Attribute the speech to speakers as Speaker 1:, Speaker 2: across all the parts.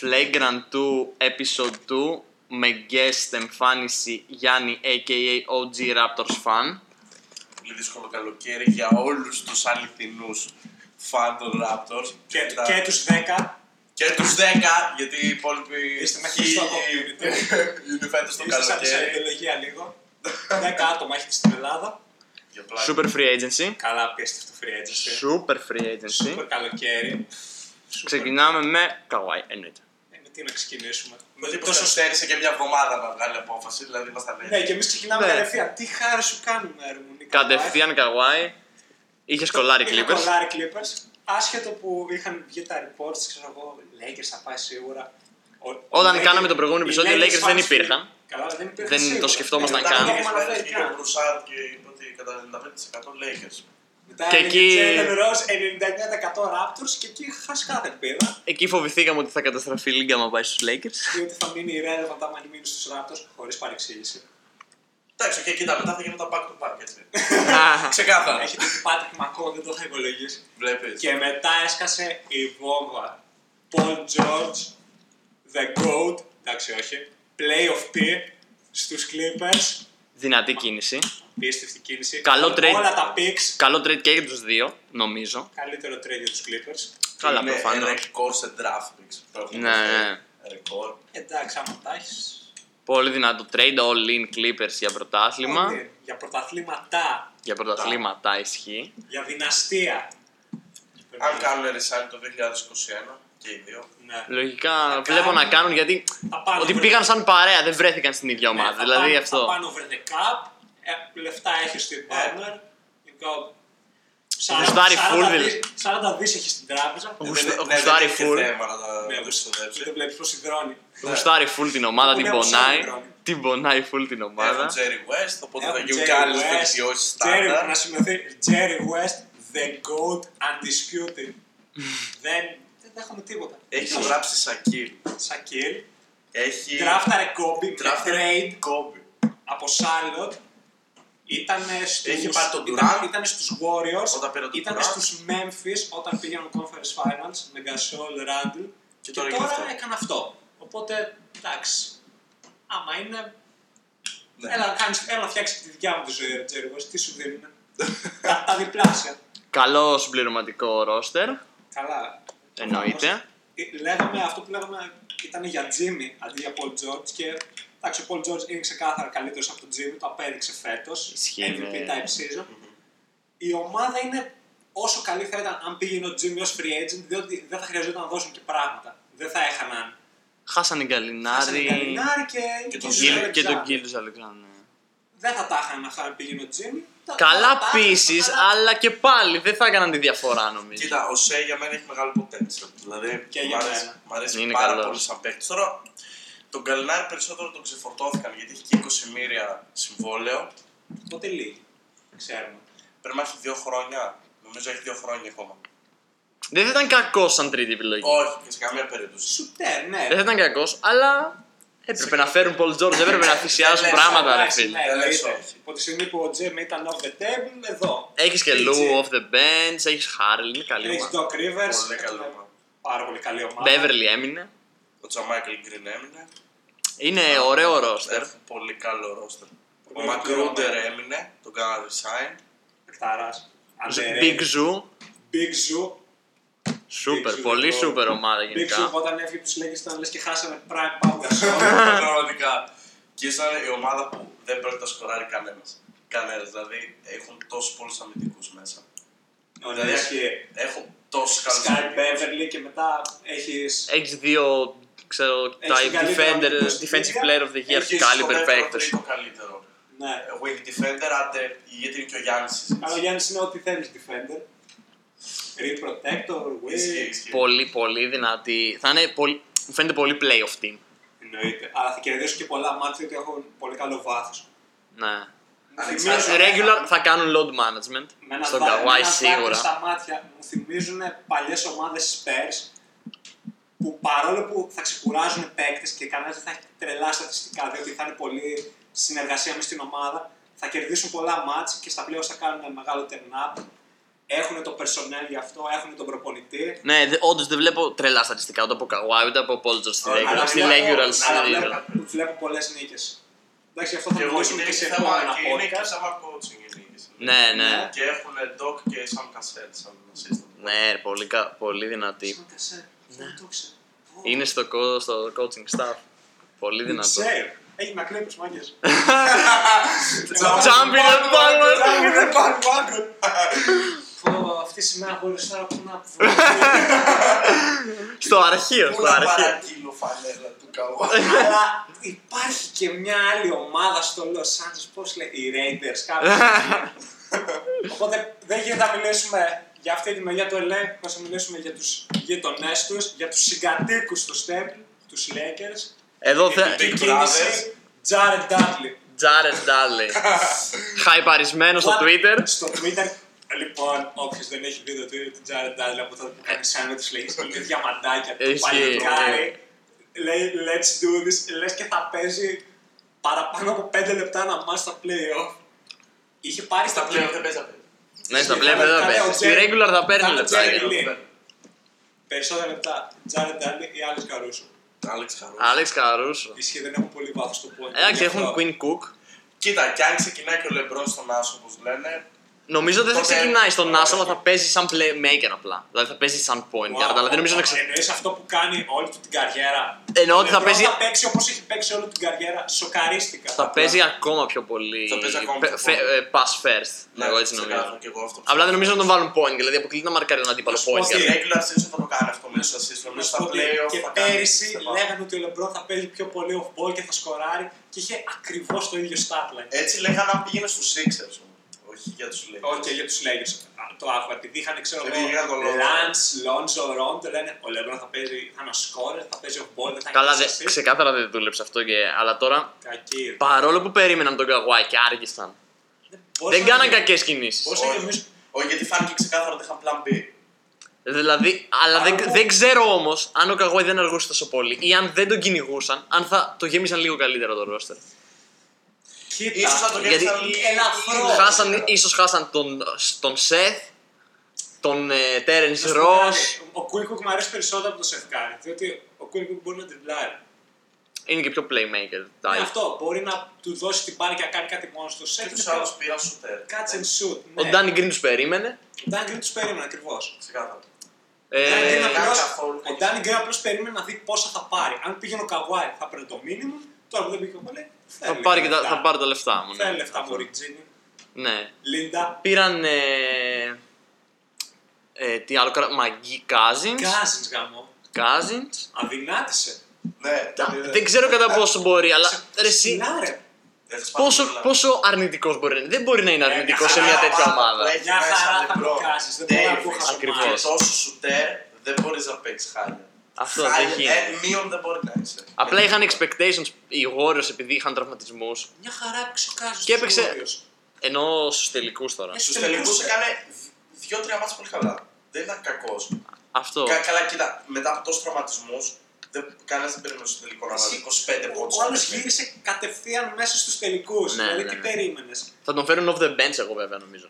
Speaker 1: Flagrant 2 Episode 2 με guest εμφάνιση Γιάννη aka OG Raptors fan.
Speaker 2: Πολύ δύσκολο καλοκαίρι για όλους τους αληθινούς φαν των Raptors.
Speaker 3: Και, και τους 10.
Speaker 2: Και τους 10, γιατί οι υπόλοιποι
Speaker 3: Είστε μέχρι στο community.
Speaker 2: είναι φέτος το
Speaker 3: Είστε σαν
Speaker 2: καλοκαίρι.
Speaker 3: τη σαριντολογία λίγο. 10 άτομα έχετε στην Ελλάδα.
Speaker 2: Για πλάκα.
Speaker 1: Super free agency.
Speaker 3: Καλά, απίστευτο free agency.
Speaker 1: Super free agency.
Speaker 3: Σούπερ καλοκαίρι. Σούπερ.
Speaker 1: Ξεκινάμε με Kawhi εννοείται.
Speaker 3: Ε, με τι να ξεκινήσουμε. Με
Speaker 2: Με
Speaker 3: τόσο-
Speaker 2: τόσο στέρισε και μια εβδομάδα να βγάλει απόφαση, δηλαδή μας τα λέει.
Speaker 3: Ναι, και εμείς ξεκινάμε
Speaker 1: Ναι.
Speaker 3: κατευθείαν. Τι χάρη σου κάνουμε, ρε ε? μου, Νίκο.
Speaker 1: Κατευθείαν Kawhi. Είχε κολλάρει
Speaker 3: Είχα
Speaker 1: Clippers.
Speaker 3: Κολλάρι Clippers. Άσχετο που είχαν βγει τα reports, ξέρω εγώ, Lakers θα πάει σίγουρα. Ο-
Speaker 1: Όταν
Speaker 3: οι
Speaker 1: κάναμε
Speaker 3: Lakers-
Speaker 1: το προηγούμενο
Speaker 3: οι
Speaker 1: επεισόδιο, οι Lakers δεν
Speaker 3: fans
Speaker 1: υπήρχαν.
Speaker 3: Καλά, δεν υπήρχαν.
Speaker 1: Δεν το
Speaker 3: σίγουρα.
Speaker 1: σκεφτόμασταν
Speaker 3: Μετά
Speaker 2: Μετά
Speaker 1: καν.
Speaker 3: το
Speaker 2: πήγε
Speaker 3: έχουμε αναφέρει
Speaker 2: και ο
Speaker 3: καν.
Speaker 2: Μπρουσάρ και είπε ότι κατά 95% Lakers.
Speaker 3: Μετά
Speaker 1: Και
Speaker 3: και
Speaker 1: εκεί-
Speaker 3: εκεί. Ρος, 99% Raptors και εκεί χάσει κάθε ελπίδα.
Speaker 1: Εκεί φοβηθήκαμε ότι θα καταστραφεί η λίγκα άμα πάει στους Lakers.
Speaker 3: Διότι θα μείνει irrelevant άμα μείνει στους Raptors χωρίς παρεξήγηση.
Speaker 2: Εντάξει, και κοίτα, μετά θα γίνουν τα back to back, έτσι.
Speaker 1: Α,
Speaker 2: Ξεκάθαρα.
Speaker 3: Έχετε την Patrick Μακό, δεν το είχα υπολογίσει.
Speaker 2: Βλέπεις.
Speaker 3: Και μετά έσκασε η βόμβα. Paul George, The Goat, εντάξει όχι, Play of P στους Clippers.
Speaker 1: Δυνατή κίνηση.
Speaker 3: Απίστευτη κίνηση.
Speaker 1: Καλό trade.
Speaker 3: Όλα τα picks.
Speaker 1: Καλό trade και για τους δύο, νομίζω.
Speaker 3: Καλύτερο trade για τους Clippers.
Speaker 1: Καλά,
Speaker 2: Είναι
Speaker 1: προφανώς.
Speaker 2: Ρεκόρ σε draft picks. που έχουν
Speaker 1: Ναι, ναι.
Speaker 2: Ρεκόρ.
Speaker 3: Εντάξει, άμα τα έχεις.
Speaker 1: Πολύ δυνατό trade, all in Clippers για πρωτάθλημα.
Speaker 3: Όλοι. Για πρωταθλήματα,
Speaker 1: Για πρωταθλήματα ισχύει.
Speaker 3: για δυναστεία.
Speaker 2: Αν κάνουν resign το 2021 και οι δύο.
Speaker 3: Ναι.
Speaker 1: Λογικά
Speaker 3: Θα
Speaker 1: βλέπω να
Speaker 3: κάνουν.
Speaker 1: κάνουν γιατί.
Speaker 3: Θα πάνε
Speaker 1: Ότι
Speaker 3: βρε-
Speaker 1: πήγαν σαν παρέα, δεν βρέθηκαν στην ίδια
Speaker 3: Ναι,
Speaker 1: ομάδα.
Speaker 3: θα
Speaker 1: δηλαδή
Speaker 3: πάνε- Θα
Speaker 1: αυτό.
Speaker 3: πάνε over the cap. Ε, λεφτά έχει στην partner. You go.
Speaker 1: Γουστάρι full, δηλαδή.
Speaker 3: 40 δις έχει στην τράπεζα.
Speaker 1: Ο
Speaker 2: Ε,
Speaker 1: Γουστα-
Speaker 2: δεν-
Speaker 1: ο
Speaker 2: ναι,
Speaker 1: Γουστάρι
Speaker 2: δεν έχει
Speaker 1: full.
Speaker 2: θέμα να τα
Speaker 3: Ναι,
Speaker 2: προστατεύσει.
Speaker 3: Δεν βλέπεις πως συνδρώνει.
Speaker 1: Γουστάρει full την ομάδα, την
Speaker 3: Έχουν ένα
Speaker 1: πονάει.
Speaker 3: ψάρι, μπράβο.
Speaker 1: Την πονάει full
Speaker 3: Ναι,
Speaker 1: την
Speaker 2: Έχουν
Speaker 1: ομάδα.
Speaker 2: Jerry West, οπότε θα
Speaker 3: Έχουν
Speaker 2: γίνουν
Speaker 3: Jerry
Speaker 2: και άλλες
Speaker 3: West,
Speaker 2: βελτιώσεις
Speaker 3: Jerry-
Speaker 2: στάνταρ.
Speaker 3: Να σημειωθεί Jerry West, the GOAT undisputed. Δεν δεν έχουμε τίποτα.
Speaker 2: Έχει γράψει Σακίλ.
Speaker 3: Σακίλ.
Speaker 2: Έχει.
Speaker 3: Τράφταρε Κόμπι.
Speaker 2: Draft-
Speaker 3: Trade
Speaker 2: Kobe.
Speaker 3: από Σάρλοτ. Ήταν στους,
Speaker 2: Έχεις πάρει τον
Speaker 3: ήταν-
Speaker 2: Durant.
Speaker 3: ήταν στους Warriors,
Speaker 2: Όταν πήρε τον
Speaker 3: ήταν
Speaker 2: Durant.
Speaker 3: στους Memphis όταν πήγαν Conference Finals με Gasol, Randle και,
Speaker 2: τώρα
Speaker 3: τώρα,
Speaker 2: έκανε αυτό.
Speaker 3: έκανε αυτό. Οπότε, εντάξει, άμα είναι,
Speaker 2: Ναι.
Speaker 3: έλα, να κάνεις, έλα να φτιάξεις τη δικιά μου τη ζωή, ρε Τζέρι West, τι σου δίνουν, τα, τα διπλάσια.
Speaker 1: Καλό συμπληρωματικό ρόστερ.
Speaker 3: Καλά.
Speaker 1: Εννοείται.
Speaker 3: Ε, Λέγαμε αυτό που λέγαμε ήταν για Τζίμι αντί για Πολ Τζόρτζ και εντάξει, ο Πολ Τζόρτζ είναι ξεκάθαρα καλύτερος από τον Τζίμι, το απέδειξε φέτος.
Speaker 1: Ισχύει,
Speaker 3: MVP
Speaker 1: ναι.
Speaker 3: type season. Η ομάδα είναι όσο καλή θα ήταν αν πήγαινε ο Τζίμι ως free agent, διότι δεν θα χρειαζόταν να δώσουν και πράγματα. Δεν θα έχαναν.
Speaker 1: Χάσανε Γκαλινάρη.
Speaker 3: Καλινάρη και,
Speaker 2: Και τον
Speaker 3: και
Speaker 2: Γκίλ-
Speaker 3: Ζέλεξ
Speaker 1: Και τον
Speaker 3: Ζάρ.
Speaker 1: Γκίλ Αλεξάνδρου.
Speaker 3: Δεν θα τα έχαναν αυτά αν πήγαινε ο Τζίμι. Τα-
Speaker 1: Καλά
Speaker 3: τα- τα-
Speaker 1: πίσει,
Speaker 3: αλλά-
Speaker 1: αλλά και πάλι δεν θα έκαναν τη διαφορά νομίζω.
Speaker 2: Κοίτα, ο Σέι για μένα έχει μεγάλο potential. Δηλαδή,
Speaker 3: Και για
Speaker 2: μ' αρέσει-
Speaker 3: μένα.
Speaker 2: Μ' αρέσει
Speaker 1: Είναι
Speaker 2: πάρα
Speaker 1: καλός.
Speaker 2: πολύ σαν παίκτης. Τώρα, τον Καλινάρη περισσότερο τον ξεφορτώθηκαν γιατί έχει και 20 μοίρια συμβόλαιο.
Speaker 3: Οπότε λίγοι. Ξέρουμε.
Speaker 2: Πρέπει να έχει δύο χρόνια. Νομίζω έχει δύο χρόνια ακόμα.
Speaker 1: Δεν θα ήταν κακός σαν τρίτη επιλογή.
Speaker 2: Όχι, και σε καμία περίπτωση.
Speaker 3: Σουτέρ, ναι.
Speaker 1: Δεν θα ήταν κακός, αλλά έπρεπε να φέρουν Πολ Τζόρτζ, έπρεπε να θυσιάσουν
Speaker 2: Δεν λες,
Speaker 1: πράγματα, ρε
Speaker 3: Εντάξει,
Speaker 1: φίλε.
Speaker 3: ναι,
Speaker 2: Δεν λες
Speaker 3: εννοείται.
Speaker 2: όχι.
Speaker 3: Από τη στιγμή που ο Τζέμ ήταν off the table, εδώ.
Speaker 1: Έχεις και
Speaker 3: PG.
Speaker 1: Λου off the bench, έχεις Χάρλιν, είναι καλή
Speaker 3: Έχει
Speaker 1: ομάδα.
Speaker 3: Doc Rivers.
Speaker 2: Πολύ καλή
Speaker 3: Έχουμε
Speaker 2: ομάδα.
Speaker 3: Πάρα πολύ καλή ομάδα.
Speaker 1: Beverly έμεινε.
Speaker 2: Ο Τζαμάικλ Γκριν έμεινε.
Speaker 1: Είναι ωραίο ρόστερ.
Speaker 2: Έχουν πολύ καλό ρόστερ. Ο
Speaker 3: Πολύ
Speaker 2: Μακρούντερ
Speaker 3: καλό.
Speaker 2: έμεινε, τον κάνανε resign.
Speaker 3: Εκταράς.
Speaker 1: Big
Speaker 3: Underrated.
Speaker 1: Zoo,
Speaker 3: Big Zoo. Big
Speaker 1: super,
Speaker 3: Zoo,
Speaker 1: πολύ
Speaker 3: εγώ.
Speaker 1: super ομάδα
Speaker 3: Big Zoo
Speaker 1: γενικά.
Speaker 3: όταν έφυγε τους Lakers ήταν λες και χάσαμε prime power.
Speaker 2: Ναι,
Speaker 3: Gasol.
Speaker 2: Πραγματικά. Και ήταν η ομάδα που δεν πρόκειται να σκοράρει κανένας. Κανένας. Δηλαδή έχουν τόσους πολλούς αμυντικούς μέσα.
Speaker 3: Ωραία,
Speaker 2: Δηλαδή
Speaker 3: έχει
Speaker 2: έχουν τόσους
Speaker 3: Sky
Speaker 2: καλούς.
Speaker 3: Beverly και μετά έχεις...
Speaker 1: Έχεις δύο ξέρω,
Speaker 3: Έχεις
Speaker 1: τα
Speaker 3: την καλύτερη
Speaker 1: defender,
Speaker 3: αμυντική στην
Speaker 1: defensive
Speaker 3: Λίγκα.
Speaker 1: player of the year, caliber παίκτες.
Speaker 2: Είναι το καλύτερο.
Speaker 3: Ναι.
Speaker 2: Wing defender, άντε, γιατί είναι και ο Γιάννης.
Speaker 3: Αλλά ο Γιάννης είναι ό,τι θέλεις defender. Rim protector, wing.
Speaker 1: Πολύ, πολύ δυνατή. Θα είναι πολύ, μου φαίνεται πολύ playoff team.
Speaker 3: Εννοείται. Αλλά θα κερδίσουν και πολλά μάτια ότι έχουν πολύ καλό βάθος.
Speaker 1: Ναι.
Speaker 3: Μου
Speaker 2: Αλεξάνδρου,
Speaker 3: θυμίζουν-
Speaker 1: Regular θα κάνουν load management
Speaker 3: Με ένα
Speaker 1: στον
Speaker 3: δά- με
Speaker 1: Καβάη
Speaker 3: ένα δάκρυ
Speaker 1: σίγουρα.
Speaker 3: Στα μάτια μου θυμίζουν παλιές ομάδες Spurs που παρόλο που θα ξεκουράζουν παίκτες και κανένας δεν θα έχει τρελά στατιστικά διότι θα είναι πολύ συνεργασία μες στην ομάδα, θα κερδίσουν πολλά μάτς και στα πλέον θα κάνουν ένα μεγάλο turn up. Έχουν το personnel γι' αυτό, έχουν τον προπονητή.
Speaker 1: Ναι, όντως δεν βλέπω τρελά στατιστικά ούτε από Καουάι ούτε από Πόλτζορ στη
Speaker 2: Ωραία,
Speaker 1: regular.
Speaker 2: αλλά
Speaker 1: Στη
Speaker 2: βλέπω-
Speaker 1: regular. στη
Speaker 3: αλλά
Speaker 1: regular.
Speaker 3: βλέπω, βλέπω πολλές νίκες. Εντάξει, γι' αυτό
Speaker 2: Και
Speaker 3: θα
Speaker 2: εγώ
Speaker 3: μιλήσουμε
Speaker 2: και
Speaker 3: και σε
Speaker 2: έχει
Speaker 3: επόμενο
Speaker 2: θέμα και είναι και
Speaker 3: podcast.
Speaker 2: θέμα coaching οι νίκες.
Speaker 1: Ναι, ναι.
Speaker 2: Και έχουν Doc και Sam Cassell σαν assistant.
Speaker 1: Ναι, ρε, πολύ, κα- πολύ δυνατή.
Speaker 3: Σαν κασέ, δεν το ξέρω. Πω.
Speaker 1: Είναι στο, co- στο coaching staff. Πολύ
Speaker 3: Δεν
Speaker 1: δυνατό.
Speaker 3: ξέρω. Έγινε κλέπες μάγκες.
Speaker 1: Jumping the
Speaker 3: Τζάμπι,
Speaker 1: Bangers!
Speaker 3: δεν πάρει μάγκο. Πω, Αυτή η σημαία χωρίσα που να πω.
Speaker 1: Στο αρχείο,
Speaker 2: Πού
Speaker 1: στο
Speaker 2: να
Speaker 1: αρχείο.
Speaker 2: παραγγείλω φανέλα του Καουάι.
Speaker 3: Αλλά υπάρχει και μια άλλη ομάδα στο Los Angeles, πώς λέει, οι Raiders, κάποιος. Οπότε δεν γίνεται να μιλήσουμε για αυτή τη μεριά του LA, θα σου μιλήσουμε για τους γειτονές τους, για τους συγκατοίκους του Step, τους Lakers.
Speaker 1: Εδώ
Speaker 2: Είναι
Speaker 1: θε...
Speaker 2: big.
Speaker 3: Η
Speaker 2: Brothers.
Speaker 3: κίνηση Jared Dudley.
Speaker 1: Jared Dudley. Χαϊπαρισμένος στο
Speaker 3: What?
Speaker 1: Twitter.
Speaker 3: Στο Twitter. Λοιπόν, όποιος δεν έχει δει το Twitter του Jared Dudley από τότε που κάνει sandwich λέει είναι διαμαντάκια. Το
Speaker 1: Ισχύει.
Speaker 3: παλικάρι λέει let's do this. Λες και θα παίζει παραπάνω από 5 λεπτά να μάθει στα playoff. Είχε πάρει στα
Speaker 2: Στα πλέον δεν
Speaker 3: playoff.
Speaker 2: παίζαμε.
Speaker 1: Ναι, στα
Speaker 3: Ήταν-
Speaker 1: πλέον δεν θα
Speaker 3: ήταν
Speaker 1: παίρνει.
Speaker 3: ο
Speaker 1: Στη
Speaker 3: Jerry-
Speaker 1: regular θα παίρνει
Speaker 3: ήταν ο
Speaker 1: λεπτάκια.
Speaker 3: Jerry
Speaker 2: ναι.
Speaker 3: Lin.
Speaker 1: ναι.
Speaker 3: Περισσότερα λεπτά. Jared Dudley ή Alex Caruso.
Speaker 2: Άλεξ Χαρό.
Speaker 1: Άλεξ Καρούσο.
Speaker 3: Ισχύει, δεν έχουν πολύ βάθος το point.
Speaker 1: Εντάξει,
Speaker 3: Γι' αυτό.
Speaker 1: έχουν Queen Cook.
Speaker 2: Κοίτα, κι αν ξεκινάει και ο Λεμπρό στον Άσο, όπως λένε,
Speaker 1: Νομίζω δεν θα
Speaker 2: Τότε-
Speaker 1: ξεκινάει στον Άσο, αλλά θα παίζει σαν playmaker απλά. Δηλαδή θα παίζει σαν point guard, αλλά δεν νομίζω να ξεκινάει.
Speaker 3: Εννοείς αυτό που κάνει όλη του την καριέρα.
Speaker 1: Εννοώ ότι
Speaker 3: Ο
Speaker 1: θα
Speaker 3: LeBron
Speaker 1: παίζει-
Speaker 3: Θα παίξει όπως έχει παίξει όλη του την καριέρα. Σοκαρίστηκα.
Speaker 1: Θα παίζει ακόμα πιο πολύ.
Speaker 2: Θα παίζει ακόμα
Speaker 1: πε-
Speaker 2: πιο
Speaker 1: φε-
Speaker 2: πολύ. Ναι,
Speaker 1: ε, pass first. Εγώ έτσι
Speaker 2: ξεκάθαρα
Speaker 1: νομίζω.
Speaker 2: κι εγώ αυτό.
Speaker 1: Απλά δεν νομίζω να τον βάλουν point, δηλαδή αποκλείται να μαρκάρει τον αντίπαλο
Speaker 3: σου πω
Speaker 1: point
Speaker 2: Στη
Speaker 3: ότι-
Speaker 1: guard.
Speaker 2: regular season θα το κάνει αυτό μέσα στα σύστημα. Μέσα στα
Speaker 3: Οπότε
Speaker 2: playoff
Speaker 3: και
Speaker 2: θα κάνει
Speaker 3: πέρυσι
Speaker 2: θέμα.
Speaker 3: λέγανε ότι ο Λεμπρόν θα παίζει πιο πολύ off ball και θα σκοράρει και είχε ακριβώς το ίδιο stat line.
Speaker 2: Έτσι λέγανε αν πήγαινε στους Sixers. Όχι για τους Lakers.
Speaker 3: Όχι για τους Lakers. Α, Το άκουγα. Επειδή είχαν ξέρω εγώ.
Speaker 2: Επειδή είχαν τον Lonzo.
Speaker 3: Lance, Lonzo, Rondo λένε ο Λεμπρόν θα παίζει. Θα είναι scorer, θα παίζει off ball. Δεν θα
Speaker 1: Καλά,
Speaker 3: κάνει
Speaker 1: δε-
Speaker 3: assist.
Speaker 1: ξεκάθαρα δεν δούλεψε αυτό και. Αλλά τώρα,
Speaker 3: Κακή.
Speaker 1: παρόλο που περίμεναν τον Καγουάι και άργησαν, δεν
Speaker 3: Πόσο-
Speaker 1: κάναν κακές κινήσεις.
Speaker 3: Πόσο
Speaker 2: Όχι.
Speaker 3: εμείς-
Speaker 2: Όχι, γιατί φάνηκε ξεκάθαρα ότι είχαν plan B.
Speaker 1: Δηλαδή, αλλά δεν,
Speaker 3: Παρόλο-
Speaker 1: δεν ξέρω όμως αν ο Καγουάι δεν αργούσε τόσο πολύ ή αν δεν τον κυνηγούσαν, αν θα το γέμισαν λίγο καλύτερα το ρόστερ.
Speaker 3: Κοίτα.
Speaker 2: Ίσως να το
Speaker 1: Γιατί-
Speaker 2: γέμισαν λίγο.
Speaker 3: Ελαφρώς.
Speaker 2: λίγο
Speaker 1: Χάσαν,
Speaker 2: καλύτερα.
Speaker 1: ίσως χάσαν τον, τον Σεθ, τον ε, Τέρενς
Speaker 3: Να σου πω
Speaker 1: Ρος.
Speaker 3: κάτι, Ο Κούλκουκ μου αρέσει περισσότερο από το Σεφκάρη, διότι ο Κούλκουκ μπορεί να τριμπλάρει.
Speaker 1: Είναι και πιο playmaker.
Speaker 3: Ναι,
Speaker 1: type.
Speaker 3: αυτό. Μπορεί να του δώσει την μπάλα και να κάνει κάτι μόνος του.
Speaker 2: Και
Speaker 3: Σεφ
Speaker 2: τους
Speaker 3: είναι
Speaker 2: άλλους
Speaker 3: πιο
Speaker 2: πήραν σουτέρ.
Speaker 3: catch and shoot.
Speaker 1: Ο
Speaker 3: ναι.
Speaker 1: Ντάνι Γκριν τους περίμενε.
Speaker 3: Ο Ντάνι Γκριν τους περίμενε ακριβώς.
Speaker 2: Ξεκάθαρα.
Speaker 3: Ντάνι
Speaker 1: Ε,
Speaker 3: Γκριν
Speaker 2: κάνει
Speaker 3: απλώς-
Speaker 2: καθόλου
Speaker 3: Ο
Speaker 2: κακή
Speaker 3: Ντάνι Γκριν απλώς περίμενε να δει πόσα θα πάρει. Αν πήγαινε ο Καβάη θα παίρνει το μήνυμα. Τώρα που δεν πήγε ο Καβάη
Speaker 1: θα, πάρει και τα, θα πάρω τα λεφτά μου.
Speaker 3: Θέλει
Speaker 1: Ναι.
Speaker 3: λεφτά μου, Ριτζίνι.
Speaker 1: ναι.
Speaker 3: Λίντα.
Speaker 1: Πήραν. Ε, ε, τι άλλο κρα... Μαγκή Κάζινς.
Speaker 3: Κάζιν γαμό.
Speaker 1: Κάζινς.
Speaker 3: Αδυνάτησε.
Speaker 2: Ναι,
Speaker 1: Τα-
Speaker 2: πολύ, ναι.
Speaker 1: Δεν ξέρω κατά πόσο μπορεί, αλλά ρε εσύ,
Speaker 3: Συνάρε.
Speaker 2: Δεν ε, θα
Speaker 1: πόσο,
Speaker 2: πάρουν
Speaker 1: πόσο αρνητικός μπορεί να είναι. Δεν μπορεί να είναι
Speaker 2: Ε,
Speaker 3: Ναι,
Speaker 1: αρνητικός
Speaker 3: μια
Speaker 1: σε μια
Speaker 2: χαρά,
Speaker 1: τέτοια
Speaker 2: πάρα
Speaker 1: ομάδα.
Speaker 2: πολύ. Έχει
Speaker 3: Μια
Speaker 2: μέσα
Speaker 3: χαρά θα
Speaker 2: λεμπρό.
Speaker 3: το κάσει. Δεν μπορεί να
Speaker 2: Davis.
Speaker 3: ακούω
Speaker 1: Ακριβώς.
Speaker 2: Και τόσο σουτέρ δεν μπορείς να παίξεις χάλια.
Speaker 1: Αυτό δεν
Speaker 2: Χάλια,
Speaker 1: γίνεται.
Speaker 2: ε, Μείον δεν μπορεί να είσαι.
Speaker 1: Απλά είχαν expectations οι Warriors επειδή είχαν τραυματισμούς.
Speaker 3: Μια χαρά έπαιξε ο Κάζιν.
Speaker 1: Και έπαιξε- Ενώ στους τελικούς τώρα.
Speaker 3: Ε,
Speaker 2: Στους
Speaker 3: Τελικούς,
Speaker 2: τελικούς
Speaker 3: ε.
Speaker 2: έκανε δύο-τρία μάτς πολύ καλά. Δεν ήταν κακός.
Speaker 1: Αυτό.
Speaker 2: Κα- καλά, κοίτα, μετά από τόσους τραυματισμούς, δεν, κανένας δεν περίμενε στο τελικό να βάλει
Speaker 3: Εσύ,
Speaker 2: 25 πόντους.
Speaker 3: Ο άλλος γύρισε κατευθείαν μέσα στους τελικούς.
Speaker 1: Ναι,
Speaker 3: δηλαδή,
Speaker 1: ναι,
Speaker 3: τι
Speaker 1: ναι.
Speaker 3: περίμενες.
Speaker 1: Θα τον φέρουν off the bench, εγώ βέβαια νομίζω.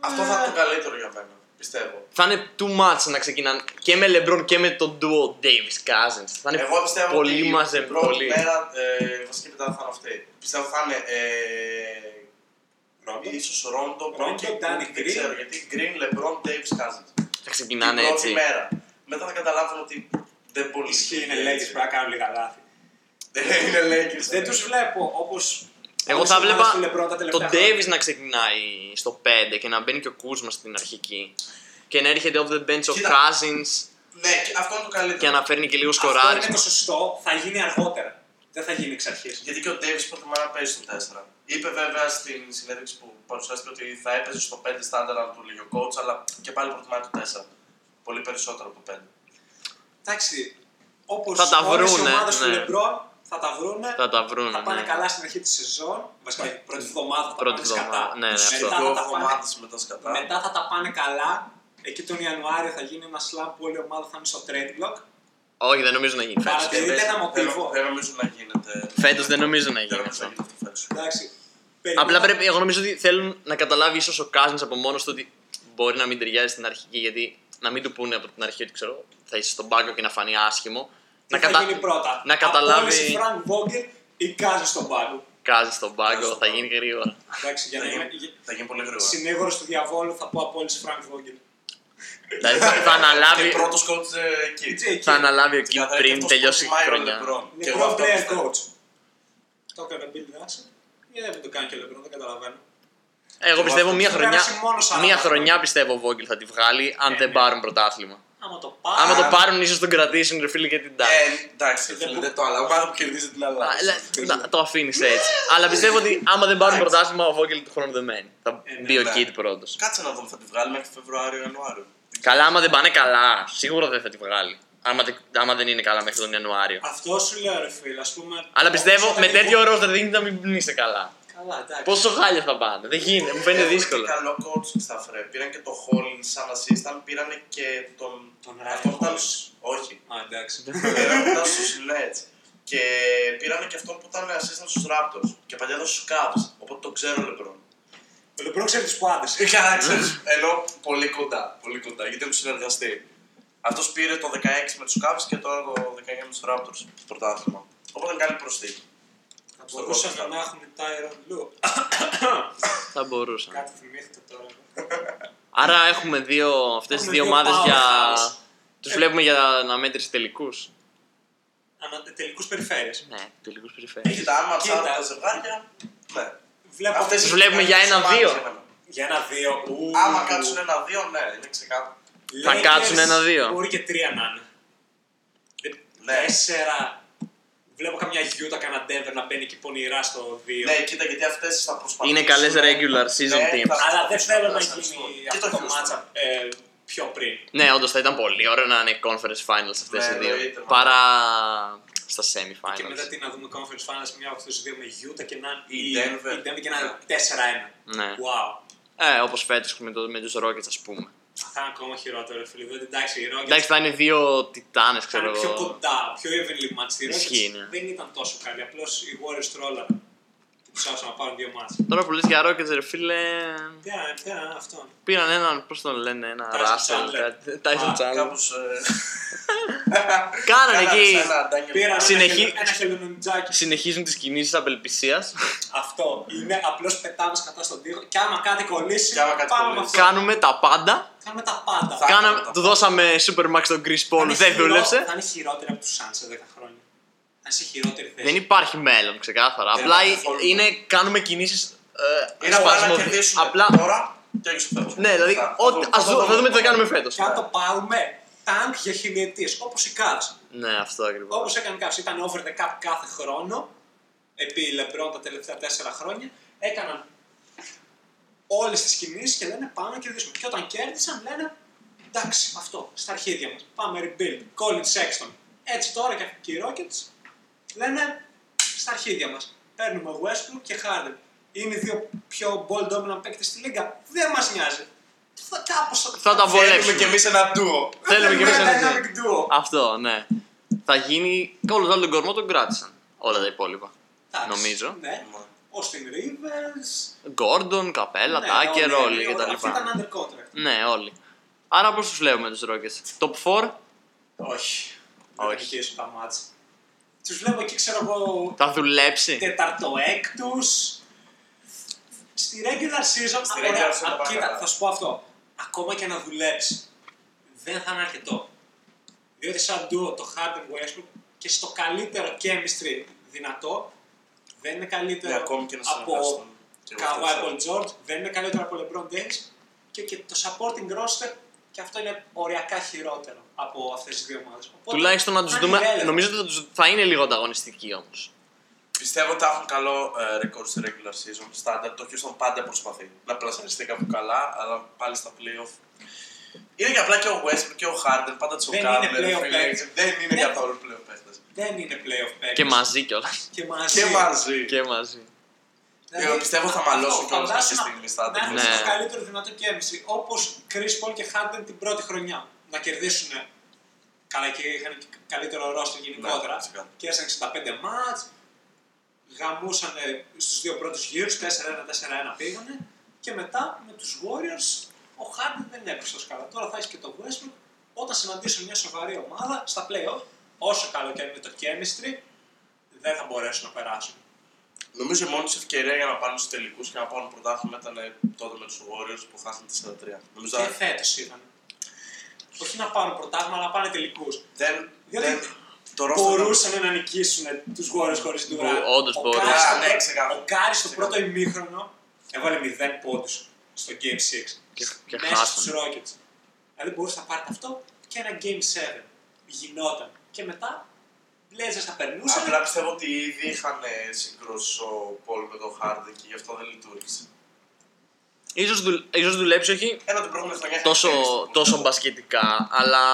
Speaker 2: Αυτό θα ήταν το καλύτερο για μένα, πιστεύω.
Speaker 1: Θα είναι too much να ξεκινάνε και με LeBron και με τον duo Davis Cousins. Θα είναι
Speaker 2: Εγώ πιστεύω
Speaker 1: πολύ
Speaker 2: ότι
Speaker 1: μαζε,
Speaker 2: την πρώτη
Speaker 1: πολύ.
Speaker 2: μέρα, ε, βασική μετά θα είναι αυτή. Πιστεύω θα είναι ε,
Speaker 3: Ρόντο.
Speaker 2: ίσως Ρόντο,
Speaker 3: Ρόντο,
Speaker 2: Μπρόκι,
Speaker 3: Ντάνι
Speaker 2: δεν
Speaker 3: Γκριν.
Speaker 2: ξέρω γιατί, Γκριν, Λεμπρόν, Ντέιβις, Κάζινς.
Speaker 1: Θα ξεκινάνε
Speaker 2: την πρώτη
Speaker 1: έτσι.
Speaker 2: μέρα. Μετά θα καταλάβουν ότι δεν μπορεί
Speaker 3: Ισχύει, είναι λέγε πρέπει να κάνουν λίγα λάθη.
Speaker 2: Είναι Lakers.
Speaker 3: Δεν τους βλέπω όπως.
Speaker 1: Εγώ θα βλέπα τον Davis να ξεκινάει στο 5 και να μπαίνει και ο Κούσμα στην αρχική. Και να έρχεται off the bench ο
Speaker 2: Κοίτα.
Speaker 1: Cousins
Speaker 2: Ναι, και αυτό είναι το καλύτερο.
Speaker 1: και να φέρνει και λίγο
Speaker 3: Αυτό είναι
Speaker 1: σκοράρισμα.
Speaker 3: το σωστό, θα γίνει αργότερα. Δεν θα γίνει εξ αρχής.
Speaker 2: Γιατί και ο Ντέβι προτιμά να παίζει στο 4. Είπε βέβαια στην συνέντευξη που παρουσιάστηκε ότι θα έπαιζε στο 5 στάνταρ αν του λέγει ο coach, αλλά και πάλι προτιμάει το 4. Πολύ περισσότερο από το 5.
Speaker 3: Εντάξει, όπως
Speaker 1: Θα τα
Speaker 3: όλες οι
Speaker 1: βρούνε,
Speaker 3: ομάδες του
Speaker 1: ναι.
Speaker 3: Λεμπρόν θα τα βρούνε.
Speaker 1: Θα τα βρουν.
Speaker 3: Θα πάνε
Speaker 1: ναι.
Speaker 3: καλά στην αρχή της σεζόν. Βασικά, η πρώτη εβδομάδα θα
Speaker 1: Πρώτη
Speaker 3: πάνε
Speaker 1: εβδομάδα,
Speaker 3: σκατά.
Speaker 1: ναι, ναι, αυτό.
Speaker 3: Μετά θα
Speaker 2: Δύο
Speaker 3: τα πάνε
Speaker 2: εβδομάδες μετά σκατά.
Speaker 3: Μετά θα τα πάνε καλά. Εκεί τον Ιανουάριο θα γίνει ένα slam που όλη η ομάδα θα είναι στο trade block.
Speaker 1: Όχι, δεν νομίζω να γίνει φέτος.
Speaker 3: Παρατηρείτε
Speaker 2: Δεν-
Speaker 3: ένα
Speaker 2: δεν-
Speaker 3: μοτίβο.
Speaker 2: Δεν νομίζω να γίνεται.
Speaker 1: Φέτος δεν νομίζω να
Speaker 2: Δεν
Speaker 1: γίνει
Speaker 2: νομίζω
Speaker 1: αυτό.
Speaker 2: να γίνεται αυτό φέτος.
Speaker 3: Εντάξει.
Speaker 1: Απλά
Speaker 3: Περιμένουμε-
Speaker 1: πρέπει, εγώ νομίζω ότι θέλουν να καταλάβει ίσως ο Κάζιν από μόνος του ότι μπορεί να μην ταιριάζει στην αρχική, γιατί να μην του πούνε από την αρχή ότι ξέρω, θα είσαι στον πάγκο και να φανεί άσχημο.
Speaker 3: Να
Speaker 1: να,
Speaker 3: θα γίνει πρώτα.
Speaker 1: να καταλάβει.
Speaker 3: Απόλυση Φρανκ Βόγκερ ή Κάζα στον πάγκο.
Speaker 1: Κάζει στον
Speaker 2: Κάζει
Speaker 1: πάγκο,
Speaker 2: στον
Speaker 1: θα
Speaker 2: πάγκο.
Speaker 1: γίνει γρήγορα.
Speaker 3: Εντάξει, για
Speaker 2: Θα
Speaker 3: να
Speaker 2: γίνει-
Speaker 3: είμαι
Speaker 2: Θα γίνει πολύ γρήγορα.
Speaker 3: συνήγορος του διαβόλου θα πω απόλυση Φρανκ Βόγκερ.
Speaker 1: δηλαδή θα, θα αναλάβει,
Speaker 2: Και πρώτος coach ε, εκεί.
Speaker 3: Τζέι,
Speaker 1: θα
Speaker 3: εκεί.
Speaker 1: αναλάβει εκεί
Speaker 2: Καθαρά και
Speaker 1: πριν
Speaker 2: αυτός
Speaker 1: τελειώσει η
Speaker 2: προτιμάει ο
Speaker 1: χρονιά.
Speaker 2: LeBron. Και
Speaker 3: Είναι
Speaker 2: εγώ
Speaker 3: pro
Speaker 2: αυτό
Speaker 3: player
Speaker 2: πιστεύω.
Speaker 3: coach. Το έκανε Bill Russell. Γιατί δεν το κάνει και ο Λεμπρόν, δεν καταλαβαίνω.
Speaker 1: Εγώ πιστεύω
Speaker 2: αυτό.
Speaker 1: μία
Speaker 3: Θα
Speaker 1: χρονιά,
Speaker 3: περάσει μόνος άλλα.
Speaker 1: μία χρονιά πιστεύω ο Βόγγελ θα τη βγάλει αν
Speaker 3: Ναι,
Speaker 1: δεν
Speaker 3: ναι. Ε,
Speaker 1: πάρουν πρωτάθλημα.
Speaker 3: Άμα το
Speaker 1: Άμα το
Speaker 3: πάρει.
Speaker 1: πάρουν, ίσως τον κρατήσουν ρε φίλε και την τάξη.
Speaker 2: Ε, εντάξει,
Speaker 3: Δεν
Speaker 2: φίλε,
Speaker 3: μπο-
Speaker 2: δεν το αλλά. Ομάδα που κερδίζει την
Speaker 1: Α,
Speaker 2: Ελλάδα.
Speaker 1: λε- να- Το αφήνεις έτσι. Αλλά πιστεύω ότι άμα δεν πάρουν
Speaker 3: Εντάξει.
Speaker 1: πρωτάθλημα, ο Βόγγελ του χρόνου δεν μένει. Θα
Speaker 3: Ε, ναι,
Speaker 1: μπει ο
Speaker 2: ναι.
Speaker 1: Κιτ πρώτος.
Speaker 2: Κάτσε να δούμε, θα τη βγάλει μέχρι Φεβρουάριο-Ιανουάριο.
Speaker 1: Καλά, άμα δεν πάνε καλά, σίγουρα δεν θα τη βγάλει. Άμα, δεν- άμα δεν είναι καλά μέχρι τον Ιανουάριο.
Speaker 3: Αυτό σου λέω ρε φίλε, ας πούμε.
Speaker 1: Αλλά πιστεύω
Speaker 3: όπως
Speaker 1: με
Speaker 3: ήταν η
Speaker 1: τέτοιο ρόστερ δεν γίνεται να μην είσαι καλά.
Speaker 3: Καλά, εντάξει.
Speaker 1: Πόσο χάλια θα πάνε, δεν γίνεται, μου φαίνεται
Speaker 2: Έχουν Ε, και
Speaker 1: δύσκολο.
Speaker 2: καλό coaching staff, ρε. Πήραν και το Hollins σαν assistant, πήραν και τον...
Speaker 3: Τον
Speaker 2: αυτό που ήταν-
Speaker 3: Ryan
Speaker 2: Όχι.
Speaker 3: Α, εντάξει.
Speaker 2: Πήραν που ήταν στους Nets. Και πήραν και αυτόν που ήταν assistant στους Raptors. Και παλιά ήταν στους Cavs. Οπότε το ξέρω, LeBron.
Speaker 3: Ο Λεμπρόν ξέρει τους πάντες.
Speaker 2: Καλά, ξέρεις. Ενώ πολύ κοντά. Πολύ κοντά, γιατί έχουν συνεργαστεί. Αυτός πήρε το 16 με τους Cavs και τώρα το 19 με τους Raptors στο πρωτάθλημα. Οπότε καλή προσθήκη.
Speaker 3: Θα μπορούσαμε
Speaker 2: Στον
Speaker 3: να έχουμε Tyron Lue.
Speaker 1: Θα μπορούσαν.
Speaker 3: Κάτι θυμήθηκα τώρα.
Speaker 1: Άρα έχουμε δύο, αυτές τις
Speaker 3: Έχουμε
Speaker 1: δύο
Speaker 3: δύο
Speaker 1: ομάδες για...
Speaker 3: powerhouse.
Speaker 1: Τους βλέπουμε για αναμέτρηση τελικούς.
Speaker 3: Ανα τελικούς περιφέρειες.
Speaker 1: Ναι, τελικούς περιφέρειες.
Speaker 2: Κοίτα, άμα
Speaker 3: Κοίτα.
Speaker 2: ψάχνουν τα ζευγάρια. Ναι.
Speaker 3: Βλέπω
Speaker 2: Αυτές
Speaker 1: Τους
Speaker 2: οι
Speaker 1: βλέπουμε Ε, για
Speaker 2: ζευγάρια
Speaker 1: ένα-δύο.
Speaker 2: σε μένα.
Speaker 3: για ένα δύο. Ου.
Speaker 2: Άμα κάτσουν ένα-δύο, ναι, είναι ξεκάθαρο.
Speaker 1: Θα
Speaker 3: Lakers
Speaker 1: κάτσουν ένα-δύο.
Speaker 3: Μπορεί και τρία να είναι.
Speaker 2: Ναι.
Speaker 3: Τέσσερα. Βλέπω καμιά γιούτα, κανένα Denver να μπαίνει και πονηρά στο δύο.
Speaker 2: Ναι, κοίτα, γιατί αυτές θα προσπαθήσουν.
Speaker 1: Είναι καλές regular
Speaker 2: Ναι,
Speaker 1: season teams.
Speaker 2: θα-
Speaker 3: Αλλά δεν θέλω να
Speaker 2: Ευχαριστώ.
Speaker 3: γίνει
Speaker 2: Και
Speaker 3: αυτό
Speaker 2: το
Speaker 3: το
Speaker 2: Houston.
Speaker 3: μάτσα ε, πιο πριν.
Speaker 1: Ναι, όντως θα ήταν πολύ ωραίο να είναι conference finals αυτές
Speaker 2: Ναι,
Speaker 1: οι
Speaker 2: εννοείται,
Speaker 1: δύο.
Speaker 2: μα.
Speaker 1: Παρά στα
Speaker 3: Και μετά
Speaker 1: semi-finals.
Speaker 3: τι να δούμε conference finals μια από αυτούς τους δύο με Utah και να
Speaker 2: Η
Speaker 3: η-
Speaker 2: Denver.
Speaker 3: η Denver και να 4-1.
Speaker 1: Ναι.
Speaker 3: Wow.
Speaker 1: Ε, όπως φέτος με, το, με τους Rockets ας πούμε.
Speaker 3: Θα είναι ακόμα χειρότερο, ρε φίλε. Δεν- Εντάξει, οι Rockets
Speaker 1: Εντάξει, θα είναι δύο τιτάνες
Speaker 3: θα
Speaker 1: ξέρω
Speaker 3: είναι πιο
Speaker 1: εγώ.
Speaker 3: κοντά, πιο evenly match. Οι
Speaker 1: Ισχύει,
Speaker 3: Rockets
Speaker 1: ναι.
Speaker 3: δεν ήταν τόσο καλοί. Απλώς οι Warriors τρόλα. Και του άφησαν να πάρουν δύο μάτς.
Speaker 1: Τώρα που λες για Rockets ρε φίλε,
Speaker 3: Πέρα, πέρα, αυτό.
Speaker 1: πήραν έναν, πώς τον λένε, ένα
Speaker 3: Tyson
Speaker 1: Russell,
Speaker 3: Chandler.
Speaker 1: κάτι- Tyson
Speaker 3: Α,
Speaker 1: Chandler.
Speaker 2: Κάπως.
Speaker 1: Κάνανε εκεί.
Speaker 3: Πήραν
Speaker 1: Συνεχί-
Speaker 3: ένα, χελο- ένα χελονιτζάκι.
Speaker 1: Συνεχίζουν τις κινήσεις απελπισίας.
Speaker 3: Αυτό είναι απλώς πετάμε κατά στον τοίχο. Και άμα κάτι κολλήσει,
Speaker 2: Και άμα κάτι
Speaker 3: πάμε με
Speaker 2: κολλήσει.
Speaker 3: αυτό.
Speaker 1: Κάνουμε τα πάντα.
Speaker 3: Κάνουμε τα πάντα.
Speaker 2: Θα-
Speaker 1: Κάναμε,
Speaker 2: τα
Speaker 1: του δώσαμε Supermax τον Chris
Speaker 3: Θα
Speaker 1: Paul,
Speaker 3: είναι
Speaker 1: δεν
Speaker 3: χειρό-
Speaker 1: δούλεψε.
Speaker 3: Θα είναι χειρότερη από τους Suns σε 10 χρόνια. Θα είσαι χειρότερη θέση.
Speaker 1: Δεν υπάρχει μέλλον, ξεκάθαρα.
Speaker 2: Δεν
Speaker 1: Απλά
Speaker 2: υπάρχει καθόλου.
Speaker 1: είναι, κάνουμε κινήσεις ε,
Speaker 2: Είναι απλά να
Speaker 1: σπασμωδι-
Speaker 2: κερδίσουμε
Speaker 1: απλά-
Speaker 2: τώρα και έξω φέτος.
Speaker 1: Ναι, δηλαδή, ό,τι- ας δούμε, θα δούμε τι θα κάνουμε φέτος.
Speaker 3: Και αν το πάρουμε, τάγκ για χιλιετίες. Όπως η Cavs.
Speaker 1: Ναι, αυτό ακριβώς.
Speaker 3: Όπως έκανε η Cavs. Ήταν over the cup κάθε χρόνο. Επί LeBron τα τελευταία 4 χρόνια. Έκαναν όλες τις κινήσεις και λένε πάμε να κερδίσουμε. Και όταν κέρδισαν, λένε εντάξει, αυτό στα αρχίδια μας. Πάμε rebuild. Colin Sexton. Έτσι τώρα και και οι Rockets λένε στα αρχίδια μας. Παίρνουμε Westbrook και Harden. Είναι οι δύο πιο ball dominant παίκτες στη λίγα. Δεν μας νοιάζει. Θα, κάπως
Speaker 1: Θα τα
Speaker 2: Θέλουμε
Speaker 1: βολέψουμε.
Speaker 2: κι εμείς ένα ντουο.
Speaker 1: Θέλουμε κι εμείς
Speaker 3: ναι, ένα
Speaker 1: ένα
Speaker 3: dynamic duo.
Speaker 1: Αυτό, ναι. Θα γίνει. Όλο το άλλο τον κορμό τον κράτησαν. Όλα τα υπόλοιπα.
Speaker 3: Εντάξει,
Speaker 1: Νομίζω.
Speaker 3: Ναι. Austin Rivers.
Speaker 1: Γκόρντον, Καπέλα,
Speaker 3: ναι,
Speaker 1: Τάκερ, όλοι κτλ.
Speaker 3: Αυτοί ήταν under contract.
Speaker 1: Ναι, όλοι. Άρα πώς τους βλέπουμε τους Rockets. Top 4
Speaker 3: Όχι. Δεν θα
Speaker 1: Όχι.
Speaker 3: νικήσουν τα μάτς. Τους βλέπω εκεί, ξέρω εγώ,
Speaker 1: θα δουλέψει.
Speaker 3: τεταρτοέκτους. Στη regular season,
Speaker 2: Στη
Speaker 3: α, ωραία,
Speaker 2: regular season
Speaker 3: α,
Speaker 2: τα πάμε
Speaker 3: κοίτα,
Speaker 2: καλά.
Speaker 3: θα σου πω αυτό. Ακόμα και να δουλέψει, δεν θα είναι αρκετό. Διότι σαν duo το Harden Westbrook και στο καλύτερο chemistry δυνατό, δεν είναι καλύτερο
Speaker 2: Ναι, ακόμη και να
Speaker 3: από
Speaker 2: συνεργαστούν. Και εγώ
Speaker 3: Καβάη
Speaker 2: αυτό
Speaker 3: Πολ
Speaker 2: ξέρω.
Speaker 3: Τζόρτ, δεν είναι καλύτερο από LeBron James και, και το supporting roster και αυτό είναι οριακά χειρότερο από αυτές τις δύο ομάδες.
Speaker 1: Τουλάχιστον να τους δούμε. Νομίζω ότι θα, τους- θα είναι λίγο ανταγωνιστικοί όμως.
Speaker 2: Πιστεύω ότι θα έχουν καλό ε, ρεκόρ στη regular season. Στάνταρ, το Houston πάντα προσπαθεί να πλασαριστεί κάπου καλά, αλλά πάλι στα playoff. Είναι και απλά και ο Westbrook και ο Harden πάντα τσοκάρουν.
Speaker 3: είναι
Speaker 2: ρε
Speaker 3: playoff
Speaker 2: φίλε.
Speaker 3: παίκτες.
Speaker 2: Δεν είναι
Speaker 3: Ναι.
Speaker 2: καθόλου playoff παίκτες.
Speaker 3: Δεν είναι playoff παίκτες.
Speaker 1: Και μαζί κιόλας.
Speaker 3: Και μαζί.
Speaker 2: Και μαζί.
Speaker 1: και μαζί.
Speaker 3: Ε,
Speaker 2: Εγώ Ε, πιστεύω θα μαλώσουν κιόλας
Speaker 3: φαντάσου
Speaker 2: αυτή τη
Speaker 3: να-
Speaker 2: στιγμή στα
Speaker 3: Να έχουν
Speaker 1: Ναι.
Speaker 3: το καλύτερο δυνατό chemistry. Όπως Chris Paul και Harden την πρώτη χρονιά. Να κερδίσουν. Καλά και είχαν και καλύτερο roster γενικότερα.
Speaker 2: Ναι, φυσικά.
Speaker 3: και έσαν 65 μάτς. Γαμούσαν στους δύο πρώτους γύρους, 4-1-4-1 πήγανε. Και μετά με τους Warriors, ο Harden δεν έπεσε τόσο καλά. Τώρα θα έχεις και το Westbrook όταν συναντήσουν μια σοβαρή ομάδα στα playoff, όσο καλό και αν είναι το chemistry, δεν θα μπορέσουν να περάσουν.
Speaker 2: Νομίζω η μόνη του ευκαιρία για να πάνε στους τελικούς και να πάρουν πρωτάθλημα ήταν ε, τότε με τους Warriors που χάσαν 4-3. Νομίζω
Speaker 3: Και φέτο ήταν. Όχι να πάρουν πρωτάθλημα, αλλά να πάνε τελικούς.
Speaker 2: δεν.
Speaker 3: Διότι
Speaker 2: δεν το roster
Speaker 3: Μπορούσαν να νικήσουν τους Warriors χωρίς την Durant.
Speaker 1: Μπο- όντως
Speaker 3: Ο
Speaker 1: μπορούσαν.
Speaker 3: Κάρι στο
Speaker 2: Ναι,
Speaker 3: πρώτο-
Speaker 2: ξεκάθαρα.
Speaker 3: Ο Κάρι στο
Speaker 2: Ξεκάθαρα.
Speaker 3: πρώτο ημίχρονο έβαλε 0 πόντους στο Game 6.
Speaker 1: Και- και
Speaker 3: μέσα
Speaker 1: χάσανε.
Speaker 3: στους Rockets. Δηλαδή μπορούσε να πάρει αυτό και ένα Game 7. Γινόταν. Και μετά Blazers θα περνούσαν.
Speaker 2: Απλά πιστεύω ότι ήδη είχαν ε, συγκρούσεις ο Πολ με τον Χάρντεν και γι' αυτό δεν λειτουργήσε.
Speaker 1: Ίσως, δουλ- ίσως δουλέψει όχι
Speaker 2: Ένα την προηγούμενη χρονιά είχαν
Speaker 1: τόσο,
Speaker 2: κερδίσει το
Speaker 1: τόσο
Speaker 2: Bulls.
Speaker 1: μπασκετικά, αλλά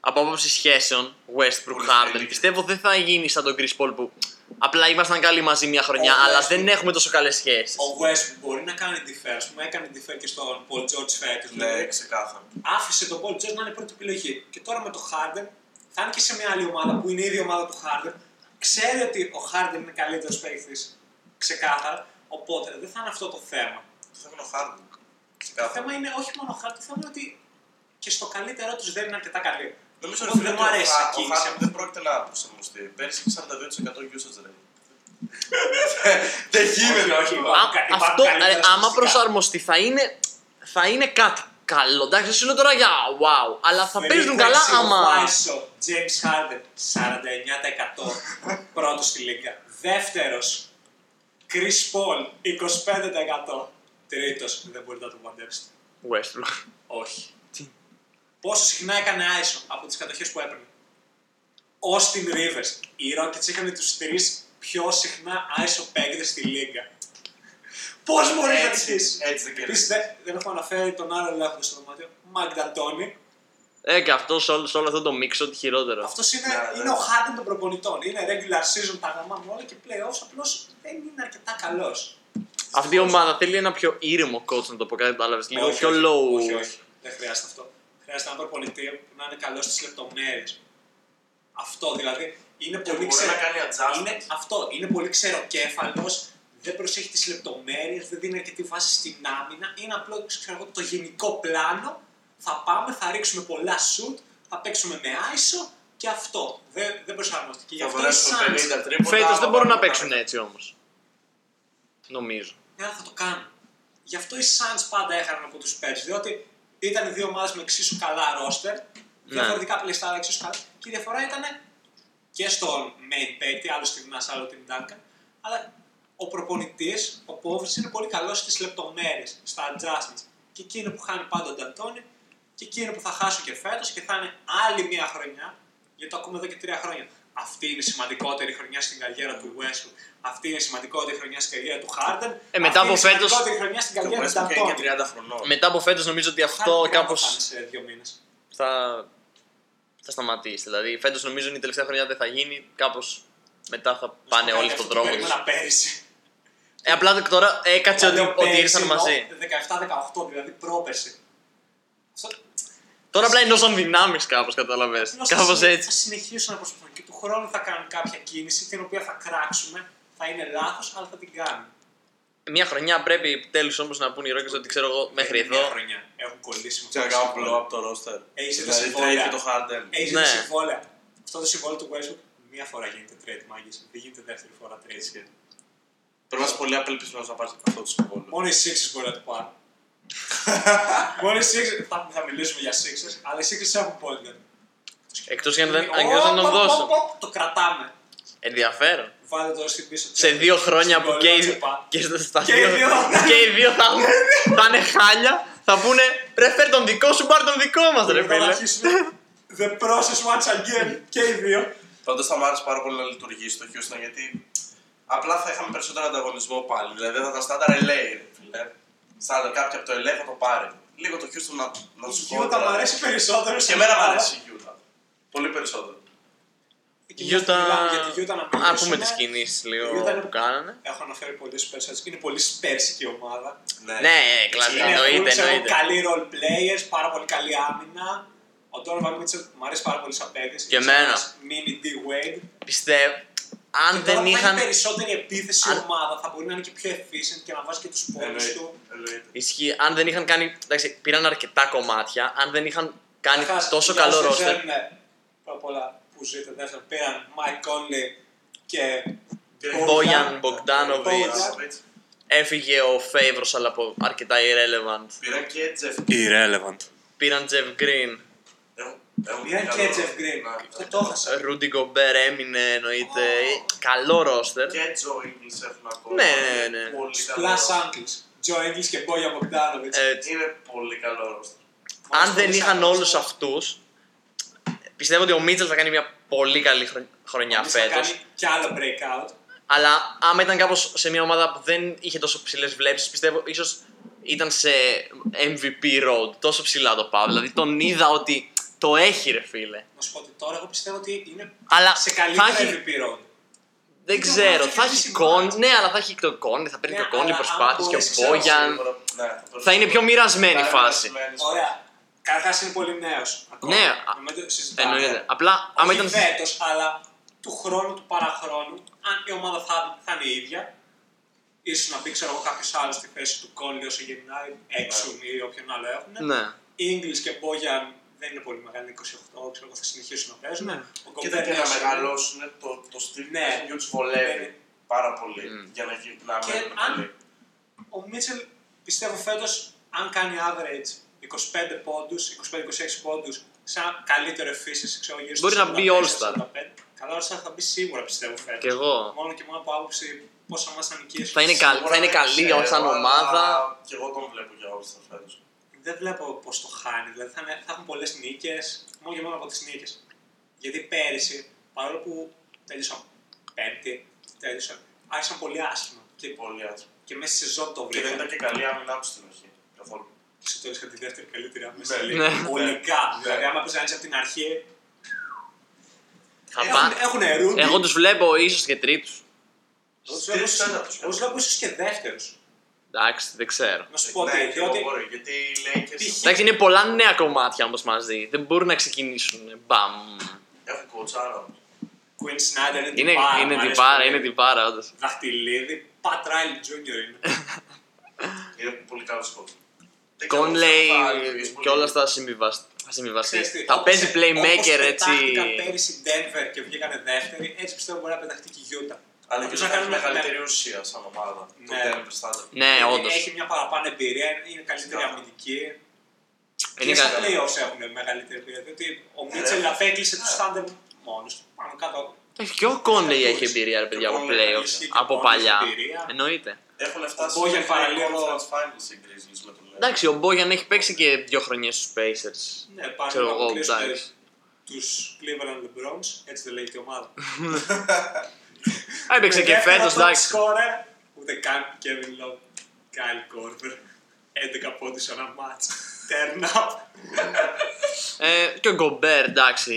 Speaker 1: από άποψη σχέσεων Westbrook
Speaker 2: Πολύ
Speaker 1: Harden
Speaker 2: θέλει.
Speaker 1: πιστεύω δεν θα γίνει σαν τον Chris Paul που απλά ήμασταν καλοί μαζί μια χρονιά,
Speaker 3: Ο
Speaker 1: αλλά
Speaker 3: Westbrook.
Speaker 1: δεν έχουμε τόσο καλές σχέσεις.
Speaker 3: Ο Westbrook μπορεί να κάνει τη φέρα. Ας πούμε, έκανε τη φέρα και στον Paul George φέτος. δηλαδή.
Speaker 2: Ναι, ξεκάθαρα.
Speaker 3: άφησε τον Paul George να είναι πρώτη επιλογή. Και τώρα με το Harden, θα είναι και σε μια άλλη ομάδα που είναι η ίδια ομάδα του Harden. Ξέρει ότι ο Harden είναι καλύτερος παίκτης, ξεκάθαρα. Οπότε δεν θα είναι αυτό το θέμα.
Speaker 2: Το θέμα είναι ο Χάρντεν.
Speaker 3: Το
Speaker 2: Ξεκάθαρα.
Speaker 3: θέμα είναι όχι μόνο ο Harden, το θέμα είναι ότι και στο καλύτερό τους δεν είναι αρκετά καλή.
Speaker 2: Νομίζω
Speaker 3: Εγώ
Speaker 2: ότι
Speaker 3: δεν
Speaker 2: δεν
Speaker 3: μου αρέσει η
Speaker 2: Ο
Speaker 3: κίνηση.
Speaker 2: Χάρντεν δεν πρόκειται να προσαρμοστεί. Πέρυσι είχε 42% usage rate. Δεν γίνεται.
Speaker 3: Όχι,
Speaker 2: αυτό.
Speaker 3: όχι.
Speaker 1: Α-
Speaker 3: Υπάρχουν
Speaker 1: αυτό,
Speaker 3: καλύτερα
Speaker 1: ρε, άμα
Speaker 3: στατιστικά.
Speaker 1: προσαρμοστεί, θα είναι, θα είναι κάτι καλό. Εντάξει, δεν σου λέω τώρα για wow, αλλά θα παίζουν καλά άμα.
Speaker 3: Φάισο, James Harden, 49% πρώτος στη Λίγκα. Δεύτερος, Chris Paul, 25%. Τρίτος, δεν μπορείτε να το παντέψετε.
Speaker 1: Westbrook.
Speaker 3: Όχι. Πόσο συχνά έκανε ISO από τις κατοχές που έπαιρνε. Austin Rivers. Οι Rockets είχαν τους τρεις πιο συχνά ISO παίκτες στη Λίγκα. Πώς μπορεί να
Speaker 2: Έτσι,
Speaker 3: τις
Speaker 2: έτσι δεν
Speaker 3: Επίση,
Speaker 2: κερδίζει.
Speaker 3: δεν, δεν έχω αναφέρει τον άλλο ελάχιστο στο δωμάτιο. Μαγνταντόνι.
Speaker 1: Ε, και αυτός σε όλο, σε όλο αυτό το μίξ, ό,τι χειρότερο.
Speaker 3: Αυτός είναι,
Speaker 2: Ναι,
Speaker 3: είναι
Speaker 2: ναι.
Speaker 3: ο Harden των προπονητών. Είναι regular season, τα γαμάμε όλα και playoffs. Απλώς δεν είναι αρκετά καλός.
Speaker 1: Αυτή η ομάδα θέλει ένα πιο ήρεμο coach, να το πω κάτι, κατάλαβες. Λίγο
Speaker 3: Ναι, Όχι,
Speaker 1: πιο
Speaker 3: όχι,
Speaker 1: low.
Speaker 3: Όχι, όχι. Δεν χρειάζεται αυτό. Χρειάζεται έναν προπονητή που να είναι καλός στις λεπτομέρειες. Αυτό δηλαδή είναι
Speaker 2: Και
Speaker 3: πολύ,
Speaker 2: μπορεί να κάνει adjustment.
Speaker 3: είναι, αυτό, είναι πολύ ξεροκέφαλος, δεν προσέχει τις λεπτομέρειες, δεν δίνει αρκετή βάση στην άμυνα. Είναι απλό ξέρω εγώ, το γενικό πλάνο. Θα πάμε, θα ρίξουμε πολλά shoot, θα παίξουμε με ISO και αυτό. Δεν, δεν προσαρμοστεί. Και γι'
Speaker 2: Θα
Speaker 3: αυτό οι
Speaker 2: βαρέσουν
Speaker 3: Suns
Speaker 2: 50 τρίποτα.
Speaker 1: Φέτος δεν
Speaker 2: άμα
Speaker 1: μπορούν να
Speaker 2: βάλουν
Speaker 1: παίξουν έτσι όμως. Νομίζω.
Speaker 3: Ναι, αλλά θα το κάνουν. Γι' αυτό οι Suns πάντα έχαναν από τους Spurs, διότι ήταν οι δύο ομάδες με εξίσου καλά ρόστερ, διαφορετικά playstyle αλλά εξίσου καλά. Και η διαφορά ήταν και στον main παίκτη, άλλο στην Νάσα, άλλο την Duncan, αλλά ο προπονητής, ο Πόβιτ, είναι πολύ καλός στις λεπτομέρειες, στα adjustments. Και εκείνο που χάνει πάντα ο Νταντώνη, και εκείνο που θα χάσουν και φέτος και θα είναι άλλη μια χρονιά, γιατί το ακούμε εδώ και τρία χρόνια. Αυτή είναι η σημαντικότερη χρονιά στην καριέρα του Westbrook. Αυτή είναι η σημαντικότερη χρονιά στην καριέρα του Harden.
Speaker 1: Ε, μετά
Speaker 3: Αυτή
Speaker 1: από
Speaker 3: είναι η
Speaker 1: φέτος-
Speaker 3: σημαντικότερη χρονιά στην
Speaker 2: Και ο
Speaker 3: καριέρα του
Speaker 2: Westbrook είναι
Speaker 3: Νταντώνη.
Speaker 2: και 30 χρονών.
Speaker 1: Μετά από φέτος νομίζω ότι
Speaker 3: Χάρη
Speaker 1: αυτό
Speaker 3: που
Speaker 1: κάπω
Speaker 3: θα πάνε σε δύο μήνες.
Speaker 1: θα, θα σταματήσει. Δηλαδή, φέτος νομίζω είναι η τελευταία χρονιά δεν θα γίνει. Κάπως μετά θα πάνε
Speaker 3: Κάτι
Speaker 1: όλοι
Speaker 3: αυτό
Speaker 1: στον
Speaker 3: που
Speaker 1: δρόμο τους.
Speaker 3: περίμενα πέρυσι.
Speaker 1: Ε, απλά τώρα έκατσε ότι,
Speaker 3: Λέω
Speaker 1: ότι
Speaker 3: πέρυσι,
Speaker 1: ήρθαν
Speaker 3: εννοώ
Speaker 1: μαζί.
Speaker 3: 17-18, δηλαδή πρόπερση. Αυτό-
Speaker 1: Τώρα απλά ενώσαν δυνάμεις κάπως, κατάλαβε.
Speaker 3: Ενώ θα
Speaker 1: Κάπω
Speaker 3: συνε-
Speaker 1: έτσι.
Speaker 3: Θα συνεχίσουν να προσπαθούν και του χρόνου θα κάνουν κάποια κίνηση την οποία θα κράξουμε. Θα είναι λάθος, αλλά θα την κάνουν.
Speaker 1: Μια χρονιά πρέπει επιτέλου όμως να πούνε οι Ρόκε ότι ξέρω εγώ μέχρι
Speaker 3: Είναι μια
Speaker 1: εδώ.
Speaker 3: χρονιά. Έχουν κολλήσει με
Speaker 2: Και να
Speaker 3: αυτό
Speaker 2: κάνω
Speaker 3: το
Speaker 2: blow up το ρόστερ.
Speaker 3: Έχεις
Speaker 2: Δηλαδή
Speaker 3: τη συμβόλαια.
Speaker 2: τρέχει το Harden.
Speaker 3: Έχεις
Speaker 1: Ναι.
Speaker 3: ναι. συμβόλαια. Αυτό το συμβόλαιο του Westbrook μία φορά γίνεται trade, μάγκες. Δεν γίνεται δεύτερη φορά trade.
Speaker 2: Πρέπει να είσαι πολύ απελπισμένος να πάρεις αυτό το συμβόλαιο.
Speaker 3: Μόνο οι Sixers μπορεί να το πάρουν. Μόνο οι Sixers. Θα, θα μιλήσουμε για Sixers, αλλά οι Sixers έχουν δηλαδή. πόλεμο.
Speaker 1: Εκτό και αν δεν αν και δεν τον δώσω.
Speaker 3: Το κρατάμε.
Speaker 1: Ενδιαφέρον.
Speaker 3: Βάλε το στην πίσω.
Speaker 1: Σε δύο χρόνια
Speaker 3: Στην
Speaker 1: που και οι,
Speaker 3: κολότσεπα.
Speaker 1: και στα- στα
Speaker 3: Και
Speaker 1: δύο,
Speaker 3: οι δύο.
Speaker 1: και οι δύο θα, έχουν- θα είναι χάλια, θα πούνε ρε φέρ τον δικό σου, πάρ τον δικό μας ρε
Speaker 3: Θα
Speaker 1: φίλε.
Speaker 3: αρχίσουμε The process once again ε. και οι δύο.
Speaker 2: Πάντως θα μου άρεσε πάρα πολύ να λειτουργήσει το Houston γιατί απλά θα είχαμε περισσότερο ανταγωνισμό πάλι. Δηλαδή θα τα στάνταρ LA, ρε φίλε. Στάνταρ κάποιο από το LA θα το πάρει. Λίγο το Houston να, να
Speaker 3: Η
Speaker 2: τους
Speaker 3: Γιούτα
Speaker 2: κόντρα. ναι.
Speaker 3: μου αρέσει περισσότερο.
Speaker 2: Και εμένα μου αρέσει η Utah. Πολύ περισσότερο.
Speaker 1: Γιούτα...
Speaker 3: Γιούτα να
Speaker 1: Ακούμε
Speaker 3: μιλήσουμε.
Speaker 1: τις κινήσεις λίγο
Speaker 3: Η Utah είναι-
Speaker 1: που κάνανε.
Speaker 3: Έχω αναφέρει πολλές πέρσες. Είναι πολύ σπέρσικη ομάδα.
Speaker 1: Ναι, κλασικά
Speaker 3: Είναι
Speaker 1: εννοείται,
Speaker 3: full, ξέρω,
Speaker 1: εννοείται.
Speaker 3: καλοί role players, πάρα πολύ καλή άμυνα. Ο Donovan Mitchell μου αρέσει πάρα πολύ σαν παίκτης.
Speaker 1: Και εμένα.
Speaker 3: Mini D Wade.
Speaker 1: Πιστεύω, αν
Speaker 3: Τώρα
Speaker 1: δεν
Speaker 3: θα
Speaker 1: είχαν.
Speaker 3: έχει περισσότερη επίθεση
Speaker 1: Αν-
Speaker 3: η ομάδα, θα μπορεί να είναι και πιο efficient και να βάζει και τους πόντους του.
Speaker 2: Εννοείται.
Speaker 1: Ισχύει, αν δεν είχαν κάνει. Εντάξει, πήραν αρκετά κομμάτια. Αν δεν είχαν κάνει
Speaker 3: Καταρχάς,
Speaker 1: τόσο
Speaker 3: για
Speaker 1: καλό
Speaker 3: όσους
Speaker 1: ρόστερ.
Speaker 3: δεν είναι πρώτα απ' όλα που ζείτε δεύτερο, πήραν Mike Conley και
Speaker 1: Bojan
Speaker 3: Bojan,
Speaker 1: Bogdanovic.
Speaker 3: Bojan.
Speaker 1: Έφυγε ο Favors, αλλά από αρκετά irrelevant.
Speaker 2: Πήρα και Τζεφ.
Speaker 4: Irrelevant.
Speaker 1: Πήραν Jeff Green.
Speaker 3: Πήραν και Jeff
Speaker 2: Ναι,
Speaker 3: Green. Και το έχασα.
Speaker 1: Rudy Gobert έμεινε, εννοείται.
Speaker 3: Oh.
Speaker 1: Καλό ρόστερ.
Speaker 2: Και Τζο Ιγκλς έχουν ακόμα.
Speaker 1: Ναι, ναι, ναι.
Speaker 2: Είναι Πολύ καλό.
Speaker 3: Plus Ankles. Joe Ingles και Bojan Bogdanovic.
Speaker 1: Ε,
Speaker 2: Είναι πολύ καλό ρόστερ.
Speaker 1: αν
Speaker 3: Μόλις
Speaker 1: δεν
Speaker 3: χωρίς
Speaker 1: είχαν
Speaker 3: άλλους.
Speaker 1: όλους αυτούς, πιστεύω ότι ο Μίτσελ θα κάνει μια πολύ καλή χρον- χρονιά
Speaker 3: Μόλις θα
Speaker 1: φέτος.
Speaker 3: κάνει κι άλλο breakout.
Speaker 1: Αλλά άμα ήταν κάπως σε μια ομάδα που δεν είχε τόσο ψηλές βλέψεις, πιστεύω ίσως ήταν σε MVP road. Τόσο ψηλά το πάω. Δηλαδή τον
Speaker 3: Ναι.
Speaker 1: είδα ότι το έχει ρε φίλε.
Speaker 3: Να σου πω ότι τώρα εγώ πιστεύω ότι είναι
Speaker 1: Αλλά
Speaker 3: σε
Speaker 1: θα
Speaker 3: καλύτερο
Speaker 1: έχει.
Speaker 3: MVP ρόλο.
Speaker 1: Δεν
Speaker 3: Είτε
Speaker 1: ξέρω,
Speaker 3: ομάδα
Speaker 1: θα
Speaker 3: Ναι, έχει
Speaker 1: έχει
Speaker 3: σημάδι.
Speaker 1: κόν. Ναι, αλλά θα έχει το κόν. Θα παίρνει
Speaker 3: Ναι,
Speaker 1: το κόν, οι
Speaker 3: αλλά
Speaker 1: προσπάθειες
Speaker 3: αν
Speaker 1: και ο
Speaker 3: μπορείς, ξέρω,
Speaker 1: Μπόγιαν.
Speaker 2: Σίγουρα, ναι, θα
Speaker 1: Θα είναι πιο μοιρασμένη η
Speaker 2: Ναι,
Speaker 1: φάση.
Speaker 2: μοιρασμένη.
Speaker 3: Ωραία. Καταρχά είναι πολύ νέος.
Speaker 1: Ναι, α-
Speaker 3: μην το συζητάμε.
Speaker 1: Εννοείται. Απλά άμα
Speaker 3: Όχι
Speaker 1: ήταν.
Speaker 3: φέτος, αλλά του χρόνου, του παραχρόνου, αν η ομάδα θα, θα είναι η ίδια, ίσως να πει ξέρω εγώ κάποιος άλλος στη θέση του Κόλλη όσο γεννάει, έξουν ή όποιον άλλο έχουν.
Speaker 1: Ναι.
Speaker 3: Οι Ίγγλις και Μπόγιαν δεν είναι πολύ μεγάλοι, 28, ξέρω εγώ θα συνεχίσουν να παίζουν.
Speaker 1: Ναι.
Speaker 3: Ο
Speaker 2: Και
Speaker 3: Gobert
Speaker 2: δεν
Speaker 3: είναι
Speaker 2: να
Speaker 3: όσο-
Speaker 2: μεγαλώσουν ε, το, το στυλ
Speaker 3: Ναι.
Speaker 2: ναι. του τους βολεύει
Speaker 3: Ναι.
Speaker 2: πάρα πολύ
Speaker 1: Μμμ.
Speaker 2: για να γίνει να
Speaker 3: Και
Speaker 2: μένουν
Speaker 3: αν-
Speaker 2: πολύ.
Speaker 3: Ο Μίτσελ πιστεύω φέτος, αν κάνει average 25 πόντους, 25-26 πόντους, σε ένα καλύτερο efficiency, ξέρω γύρω
Speaker 1: Μπορεί
Speaker 3: στους
Speaker 1: να μπει
Speaker 3: 45,
Speaker 1: All-Star.
Speaker 3: 45. Καλά, All-Star θα μπει σίγουρα πιστεύω φέτος.
Speaker 1: Κι εγώ.
Speaker 3: Μόνο και μόνο από άποψη πόσα μας θα νικήσει.
Speaker 1: Θα είναι καλ- θα είναι καλή
Speaker 2: Ξέρω,
Speaker 1: σαν
Speaker 2: αλλά
Speaker 1: ομάδα.
Speaker 2: Και εγώ τον βλέπω για όλους τα φέτος.
Speaker 3: Δεν βλέπω πώς το χάνει. Δηλαδή θα, είναι- θα έχουν πολλές νίκες, μόνο και μόνο από τις νίκες. Γιατί πέρυσι, παρόλο που τέλειωσαν πέμπτη, τέλειωσαν, άρχισαν πολύ άσχημα. Και,
Speaker 2: Πολύ άσχημα.
Speaker 3: και μέσα στη σεζόν το
Speaker 2: Και δεν
Speaker 3: βρήκαν.
Speaker 2: ήταν και καλή άμυνα του στην αρχή. Καθόλου.
Speaker 3: Και στο τέλος είχαν τη δεύτερη καλύτερη άμεση.
Speaker 1: Ναι.
Speaker 3: Ολικά.
Speaker 2: Ναι.
Speaker 3: Δηλαδή, άμα πει από την αρχή.
Speaker 1: Θα
Speaker 3: έχουν-
Speaker 1: πά-
Speaker 3: Έχουν ρούμπι.
Speaker 1: Εγώ τους βλέπω ίσως και τρίτους.
Speaker 2: Τρεις
Speaker 3: Τους βλέπω-
Speaker 2: τέταρτους.
Speaker 3: Εγώ τους βλέπω ίσως και δεύτερους.
Speaker 1: Εντάξει, δεν ξέρω.
Speaker 3: Να σου πω
Speaker 2: Ναι,
Speaker 3: ότι.
Speaker 2: και εγώ
Speaker 3: Διότι
Speaker 2: μπορεί, γιατί οι Lakers
Speaker 3: Π.χ.
Speaker 1: Εντάξει, είναι πολλά νέα κομμάτια όμως μαζί. Δεν μπορούν να ξεκινήσουν. Μπαμ.
Speaker 2: έχουν κοτσάρα. όμως.
Speaker 3: Queen Snyder είναι
Speaker 1: Είναι,
Speaker 3: την πάρα.
Speaker 1: είναι
Speaker 3: μου αρέσει
Speaker 1: την πάρα,
Speaker 3: πολύ.
Speaker 1: είναι την πάρα, όντως.
Speaker 3: Δαχτυλίδι, Pat Riley Jr. είναι.
Speaker 2: Είναι πολύ καλό σκοπό.
Speaker 1: Κόνλεϊ και όλα αυτά θα συμβιβασ- θα συμβιβαστεί.
Speaker 3: Ξέρεις τι,
Speaker 1: Θα
Speaker 3: όπως-
Speaker 1: παίζει playmaker
Speaker 3: όπως
Speaker 1: έτσι.
Speaker 3: πετάχτηκαν πέρυσι Denver και βγήκανε δεύτερη, έτσι πιστεύω μπορεί να πεταχτεί και η Utah.
Speaker 2: Αλλά και
Speaker 3: Όπως
Speaker 2: θα
Speaker 3: να
Speaker 2: κάνει
Speaker 3: κάνουμε-
Speaker 2: μεγαλύτερη ουσία σαν ομάδα. Το
Speaker 3: Ναι.
Speaker 2: Denver Standard.
Speaker 1: Ναι,
Speaker 3: Είναι-
Speaker 1: όντως.
Speaker 3: Έχει μια παραπάνω εμπειρία, είναι- είναι καλύτερη
Speaker 2: Φυσικά.
Speaker 3: αμυντική.
Speaker 1: Είναι Ε.
Speaker 3: και στα
Speaker 1: κα-
Speaker 3: playoffs έχουν μεγαλύτερη εμπειρία. Διότι ο Μίτσελ
Speaker 2: ρε.
Speaker 3: απέκλεισε τους
Speaker 2: Ναι.
Speaker 3: Thunder μόνος του. Πάνω κάτω.
Speaker 1: Και ο Κόνλεϊ
Speaker 3: Κόνλεϊ
Speaker 1: έχει εμπειρία, ρε παιδιά,
Speaker 2: Και ο
Speaker 1: από
Speaker 2: Κόνλεϊ
Speaker 1: playoffs.
Speaker 3: ισχύει και ο
Speaker 1: Από
Speaker 3: Κόνλεϊ
Speaker 1: παλιά.
Speaker 3: έχει εμπειρία.
Speaker 1: Εννοείται.
Speaker 2: Έχουν φτάσει
Speaker 3: Μπόγιαν
Speaker 2: μέχρι
Speaker 3: παραλίγο-
Speaker 2: conference finals οι Grizzlies με τον Lakers.
Speaker 1: Εντάξει, ο Μπόγιαν έχει παίξει και δύο χρονιέ στους Pacers.
Speaker 3: Ναι, πάνε
Speaker 1: Ξέρω
Speaker 3: να
Speaker 1: εγώ,
Speaker 3: αποκλείσουν
Speaker 1: εντάξει.
Speaker 3: τους Cleveland LeBrons, έτσι δεν λέγεται η ομάδα.
Speaker 1: Α, Έπαιξε
Speaker 3: Με
Speaker 1: και
Speaker 3: δεύτερο
Speaker 1: φέτο,
Speaker 3: top
Speaker 1: εντάξει.
Speaker 3: scorer, Ούτε καν Kevin Love, Kyle Korver. 11 πόντους σε ένα μάτς. Turn up.
Speaker 1: Ε, Και ο Γκομπέρ, εντάξει.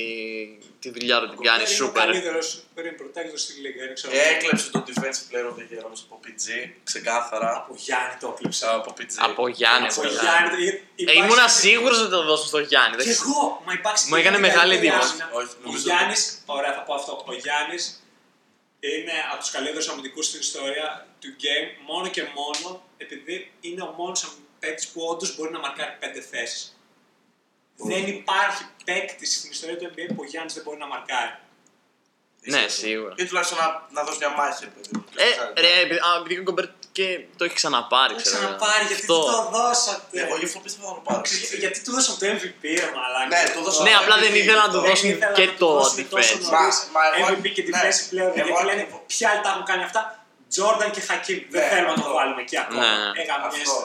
Speaker 1: Τη δουλειά του την κάνει
Speaker 3: Είναι ο
Speaker 1: σούπερ.
Speaker 3: καλύτερος πριν πρωτέκτος στη Λίγκα, δεν ξέρω.
Speaker 2: Έκλεψε τον defensive player of the year όμως από PG, ξεκάθαρα.
Speaker 3: Από Γιάννη το έκλεψα.
Speaker 2: Από PG.
Speaker 1: Από Γιάννη,
Speaker 3: Από
Speaker 1: από Γιάννη.
Speaker 3: Γιάννη.
Speaker 1: Ε,
Speaker 3: υπάρχει-
Speaker 1: ήμουνα σίγουρος ότι θα το δώσω στο Γιάννη.
Speaker 3: Κι
Speaker 1: δεν ξέρω.
Speaker 3: εγώ, μα υπάρχει
Speaker 1: Μου έκανε μεγάλη
Speaker 3: καλύτερη
Speaker 1: εντύπωση.
Speaker 3: άμυνα.
Speaker 2: Όχι,
Speaker 3: Ο
Speaker 2: νομίζω-
Speaker 3: Γιάννης, ωραία θα πω αυτό, ο Γιάννης είναι από τους καλύτερους αμυντικούς στην ιστορία του game μόνο και μόνο επειδή είναι ο μόνος παίκτης που όντως μπορεί να μαρκάρει πέντε θέσεις. Δεν υπάρχει παίκτης στην ιστορία του NBA που ο Γιάννης δεν μπορεί να μαρκάρει.
Speaker 1: Ναι, σίγουρα.
Speaker 2: Ή τουλάχιστον να, να δώσεις μια μάχη, ρε παιδί. μου.
Speaker 1: Ε, ρε, επειδή- α, επειδή ο Γκομπέρ και το έχει ξαναπάρει,
Speaker 3: Δεν
Speaker 1: ξέρω. ε,
Speaker 3: ξαναπάρει γιατί
Speaker 1: Αυτό.
Speaker 3: δεν το δώσατε.
Speaker 2: Ναι, Εγώ γι' αυτό πίστευα να το πάρω.
Speaker 3: Ξέρεις, Γιατί του δώσαν το MVP, ρε μαλάκα.
Speaker 2: Ναι, το δώσαν
Speaker 1: Ναι,
Speaker 2: το
Speaker 1: απλά δεν
Speaker 2: MVP.
Speaker 1: ήθελα να του
Speaker 2: Το-
Speaker 3: Δεν
Speaker 1: δώσουν
Speaker 3: ήθελα
Speaker 1: και
Speaker 3: να του
Speaker 1: το
Speaker 3: δώσουν τόσο
Speaker 1: defense.
Speaker 3: νωρίς.
Speaker 2: Μα- μα εγώ-
Speaker 3: MVP και
Speaker 2: ναι.
Speaker 3: defense πλέον. Γιατί
Speaker 2: Εγώ-
Speaker 3: λένε ποια άλλα τα έχουν κάνει αυτά. Jordan και Hakim. Δεν
Speaker 2: Ναι,
Speaker 3: θέλουμε να το
Speaker 2: αυτό.
Speaker 3: βάλουμε εκεί ακόμα.
Speaker 1: Ναι.
Speaker 3: Έκαμε μια
Speaker 2: Αυτό.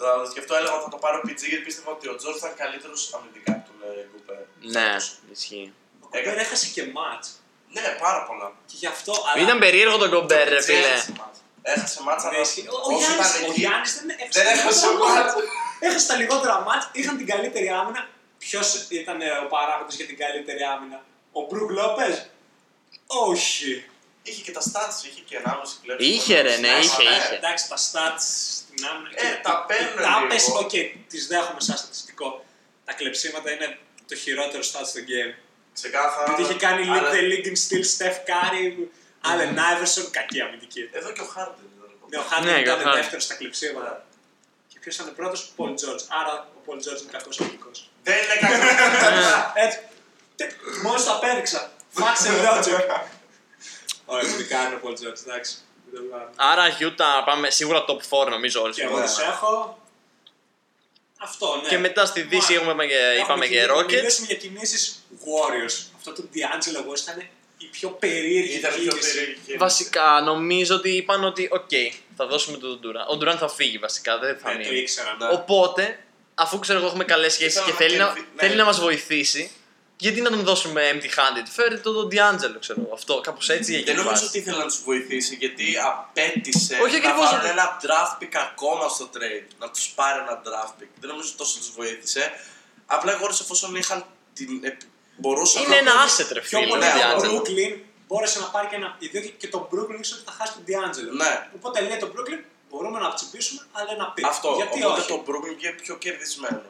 Speaker 2: Το σκεφτό έλεγα θα το πάρω PG γιατί πίστευα ότι ο Τζόρ θα είναι καλύτερος αμυντικά από τον ε, Γκουπέρ.
Speaker 1: Ναι, ισχύει.
Speaker 3: Ο Gobert
Speaker 2: Έκανε.
Speaker 3: έχασε και μάτς.
Speaker 2: Ναι, πάρα πολλά.
Speaker 3: Και γι' αυτό. αλλά-
Speaker 1: Ήταν περίεργο το Γκομπέρ, Ε, ρε
Speaker 2: Τζέρι
Speaker 1: φίλε.
Speaker 2: έχασε μάτς. Έχασε μάτσα,
Speaker 3: Ναι,
Speaker 2: αλλά
Speaker 3: ισχύει. Ο- Ο
Speaker 2: όσο
Speaker 3: Γιάννης-
Speaker 2: ήταν
Speaker 3: ο
Speaker 2: εκεί,
Speaker 3: Γιάννης δεν
Speaker 2: δεν έχασε μάτς.
Speaker 3: Έχασε τα λιγότερα μάτς, είχαν την καλύτερη άμυνα. Ποιος ήταν ε, ο παράγοντας για την καλύτερη άμυνα, Ο Μπρουκ Λόπες. Όχι.
Speaker 2: Είχε και τα stats, είχε και 1,5 κλέψη.
Speaker 1: Είχε, ρε, ναι, είχε,
Speaker 2: Ε,
Speaker 1: είχε.
Speaker 3: Εντάξει, τα stats στην άμυνα.
Speaker 2: Ε,
Speaker 3: και
Speaker 2: τα παίρνουν
Speaker 3: οι τάπες,
Speaker 2: λίγο.
Speaker 3: Οκ, τις δέχομαι σαν στατιστικό. Τα κλεψίματα είναι το χειρότερο stat στο game.
Speaker 2: Ξεκάθαρα.
Speaker 3: Γιατί είχε κάνει
Speaker 2: αλλά-
Speaker 3: lead the league in steal Steph Curry, Άλεν Άιβερσον, κακή αμυντική.
Speaker 2: Εδώ και ο Χάρντεν ήταν λοιπόν.
Speaker 3: Ναι, ο
Speaker 1: Ναι,
Speaker 3: Χάρντεν ήταν
Speaker 1: καθαρά.
Speaker 3: δεύτερος στα κλεψίματα. Και ποιος ήταν πρώτος, ο Πολ Τζόρτζ. Άρα ο Πολ Τζόρτζ είναι κακός αμυντικός.
Speaker 2: Δεν είναι κακός.
Speaker 3: Έτσι. Μόλι τα πέριξα. Φάξε logic. Ωραία, μου κάνει ο Πολ Τζόρτζ, εντάξει. Δεν το κάνω.
Speaker 1: Άρα Utah πάμε σίγουρα top 4 νομίζω όλοι.
Speaker 3: Και εγώ
Speaker 2: Ναι.
Speaker 3: τους έχω. Αυτό, ναι.
Speaker 1: Και μετά στη Δύση
Speaker 3: Μα-
Speaker 1: έχουμε και, είπαμε και Rockets.
Speaker 3: Μιλήσαμε για κινήσεις Warriors. Αυτό του D'Angelo West ήταν η πιο περίεργη
Speaker 2: Ήταν πιο
Speaker 3: κίνηση.
Speaker 2: περίεργη.
Speaker 1: Βασικά, νομίζω ότι είπαν ότι, οκ, θα δώσουμε τον Durant. Ο Durant θα φύγει βασικά, δεν θα
Speaker 3: Ναι, το
Speaker 1: μείνει.
Speaker 3: ήξερα.
Speaker 2: Ναι.
Speaker 1: Οπότε, αφού ξέρω εγώ έχουμε καλές σχέσεις
Speaker 2: Θέλω
Speaker 1: και
Speaker 2: να
Speaker 1: θέλει να,
Speaker 2: κερδι- ναι.
Speaker 1: θέλει να μας βοηθήσει, γιατί να τον δώσουμε empty handed. Φέρε το τον D'Angelo, ξέρω εγώ. Αυτό, κάπως έτσι έγινε.
Speaker 2: Δεν
Speaker 1: η
Speaker 2: Ναι, νομίζω
Speaker 1: φάση.
Speaker 2: ότι ήθελε να τους βοηθήσει γιατί απέτησε
Speaker 1: Όχι
Speaker 2: να
Speaker 1: ακριβώς,
Speaker 2: πάρουν
Speaker 1: δεν-
Speaker 2: ένα draft pick ακόμα στο trade. Να τους πάρει ένα draft pick. Δεν νομίζω ότι τόσο τους βοήθησε. Απλά οι Warriors εφόσον είχαν την. επι- μπορούσαν
Speaker 1: Είναι ένα
Speaker 2: να-
Speaker 1: asset, ρε
Speaker 3: Πιο
Speaker 1: φίλε.
Speaker 3: πολύ
Speaker 1: ο
Speaker 2: ναι,
Speaker 3: από
Speaker 1: D'Angelo.
Speaker 3: τον Brooklyn μπόρεσε να πάρει και ένα. Ιδίω και τον Brooklyn ήξερε ότι θα χάσει τον D'Angelo.
Speaker 2: Ναι.
Speaker 3: Οπότε λέει τον Brooklyn μπορούμε να ψηφίσουμε, αλλά ένα pick.
Speaker 2: Αυτό.
Speaker 3: Γιατί
Speaker 2: Οπότε
Speaker 3: όχι.
Speaker 2: το Brooklyn βγήκε πιο κερδισμένο.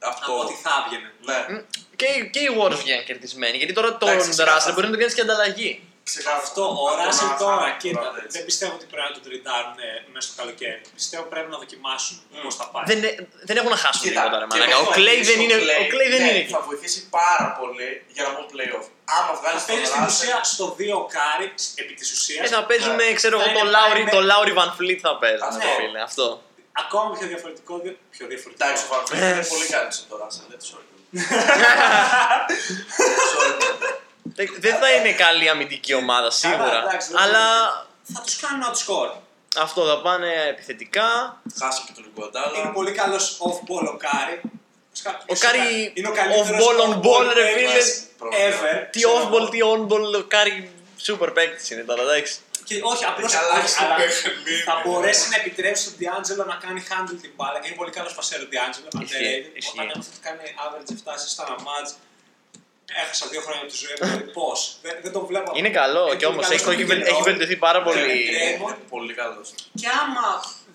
Speaker 3: Από
Speaker 2: Αυτό.
Speaker 3: ότι θα έβγαινε.
Speaker 2: Ναι.
Speaker 1: Μ, Και, οι- και οι Warriors βγαίνουν κερδισμένοι. Γιατί τώρα τον
Speaker 2: Εντάξει,
Speaker 1: Russell
Speaker 2: ξεκάθαρα.
Speaker 1: μπορεί να τον κάνει και ανταλλαγή.
Speaker 2: Ξεκάθαρα.
Speaker 3: Αυτό ο Ράσελ
Speaker 2: να-
Speaker 3: τώρα,
Speaker 2: να-
Speaker 3: ναι. κοίτα,
Speaker 2: να-
Speaker 3: δεν πιστεύω ότι πρέπει να τον τριντάρουν ε, μέσα στο καλοκαίρι. Πιστεύω πρέπει να δοκιμάσουν
Speaker 2: Mm.
Speaker 3: πώς θα πάει.
Speaker 1: Δεν, ε- δεν έχουν να χάσουν
Speaker 2: Κοίτα,
Speaker 1: τίποτα, ρε
Speaker 2: και
Speaker 1: μαλάκα. Ο
Speaker 2: εγώ θα
Speaker 1: Clay
Speaker 2: βοηθήσω
Speaker 1: δεν είναι.
Speaker 2: τον
Speaker 1: Ο Clay δεν
Speaker 2: ναι,
Speaker 1: είναι. εκεί.
Speaker 2: Θα βοηθήσει πάρα πολύ για να βγουν playoff. Άμα βγάλει
Speaker 3: Θα
Speaker 2: τον
Speaker 3: παίζει στην
Speaker 2: Russell-
Speaker 3: ουσία στο 2 κάρι επί της ουσίας.
Speaker 1: Ε, θα παίζουν,
Speaker 2: Ναι.
Speaker 1: ξέρω εγώ,
Speaker 3: Θα
Speaker 1: το
Speaker 3: είναι-
Speaker 1: Lowry,
Speaker 3: θα
Speaker 1: το
Speaker 3: είναι-
Speaker 1: Lowry Van Fleet θα παίζουν,
Speaker 2: Αυτό.
Speaker 1: ρε φίλε. Αυτό.
Speaker 3: Ακόμα πιο διαφορετικό. δι- Πιο διαφορετικό.
Speaker 2: Εντάξει, ο Van
Speaker 1: Ε,
Speaker 2: Vliet είναι πολύ καλή στον Ράσελ. Δεν του
Speaker 1: Δεν δεν θα είναι καλή αμυντική ομάδα
Speaker 3: Καλά,
Speaker 1: σίγουρα.
Speaker 3: εντάξει, δεν
Speaker 1: Αλλά
Speaker 3: Θα τους κάνουν out score.
Speaker 1: αυτό θα πάνε επιθετικά.
Speaker 2: Χάσε και τον
Speaker 3: Είναι
Speaker 2: Ιγκουαντάλα.
Speaker 3: πολύ καλός off-ball ο Κάρι.
Speaker 1: Ο Κάρι
Speaker 3: είναι ο
Speaker 1: off-ball, on-ball, ρε φίλε.
Speaker 3: Ever.
Speaker 1: Τι
Speaker 3: ξέρω εγώ.
Speaker 1: off-ball, τι on-ball, ο Κάρι super παίκτης είναι τώρα, εντάξει.
Speaker 3: Και όχι, απλώς
Speaker 2: Καλά στο παιχνίδι,
Speaker 3: θα
Speaker 2: ναι.
Speaker 3: μπορέσει να επιτρέψει τον Διάντζελο να κάνει handle την μπάλα. Είναι πολύ καλός πασέρο ο Διάντζελο.
Speaker 1: Ισχύει, ισχύει.
Speaker 3: Όταν έμαθε ότι κάνει average 7 assists στα μάτζ, έχασα δύο χρόνια από τη ζωή μου. Πώς. Δεν, δεν τον βλέπω.
Speaker 1: Είναι καλό
Speaker 3: πολύ
Speaker 1: κι όμως
Speaker 3: καλός
Speaker 1: έχει,
Speaker 3: στο
Speaker 1: έχει,
Speaker 3: pick and
Speaker 1: βελ- έχει
Speaker 3: roll.
Speaker 1: βελτιωθεί πάρα πολύ.
Speaker 3: ναι, ναι.
Speaker 2: Είναι πολύ καλός.
Speaker 3: Και άμα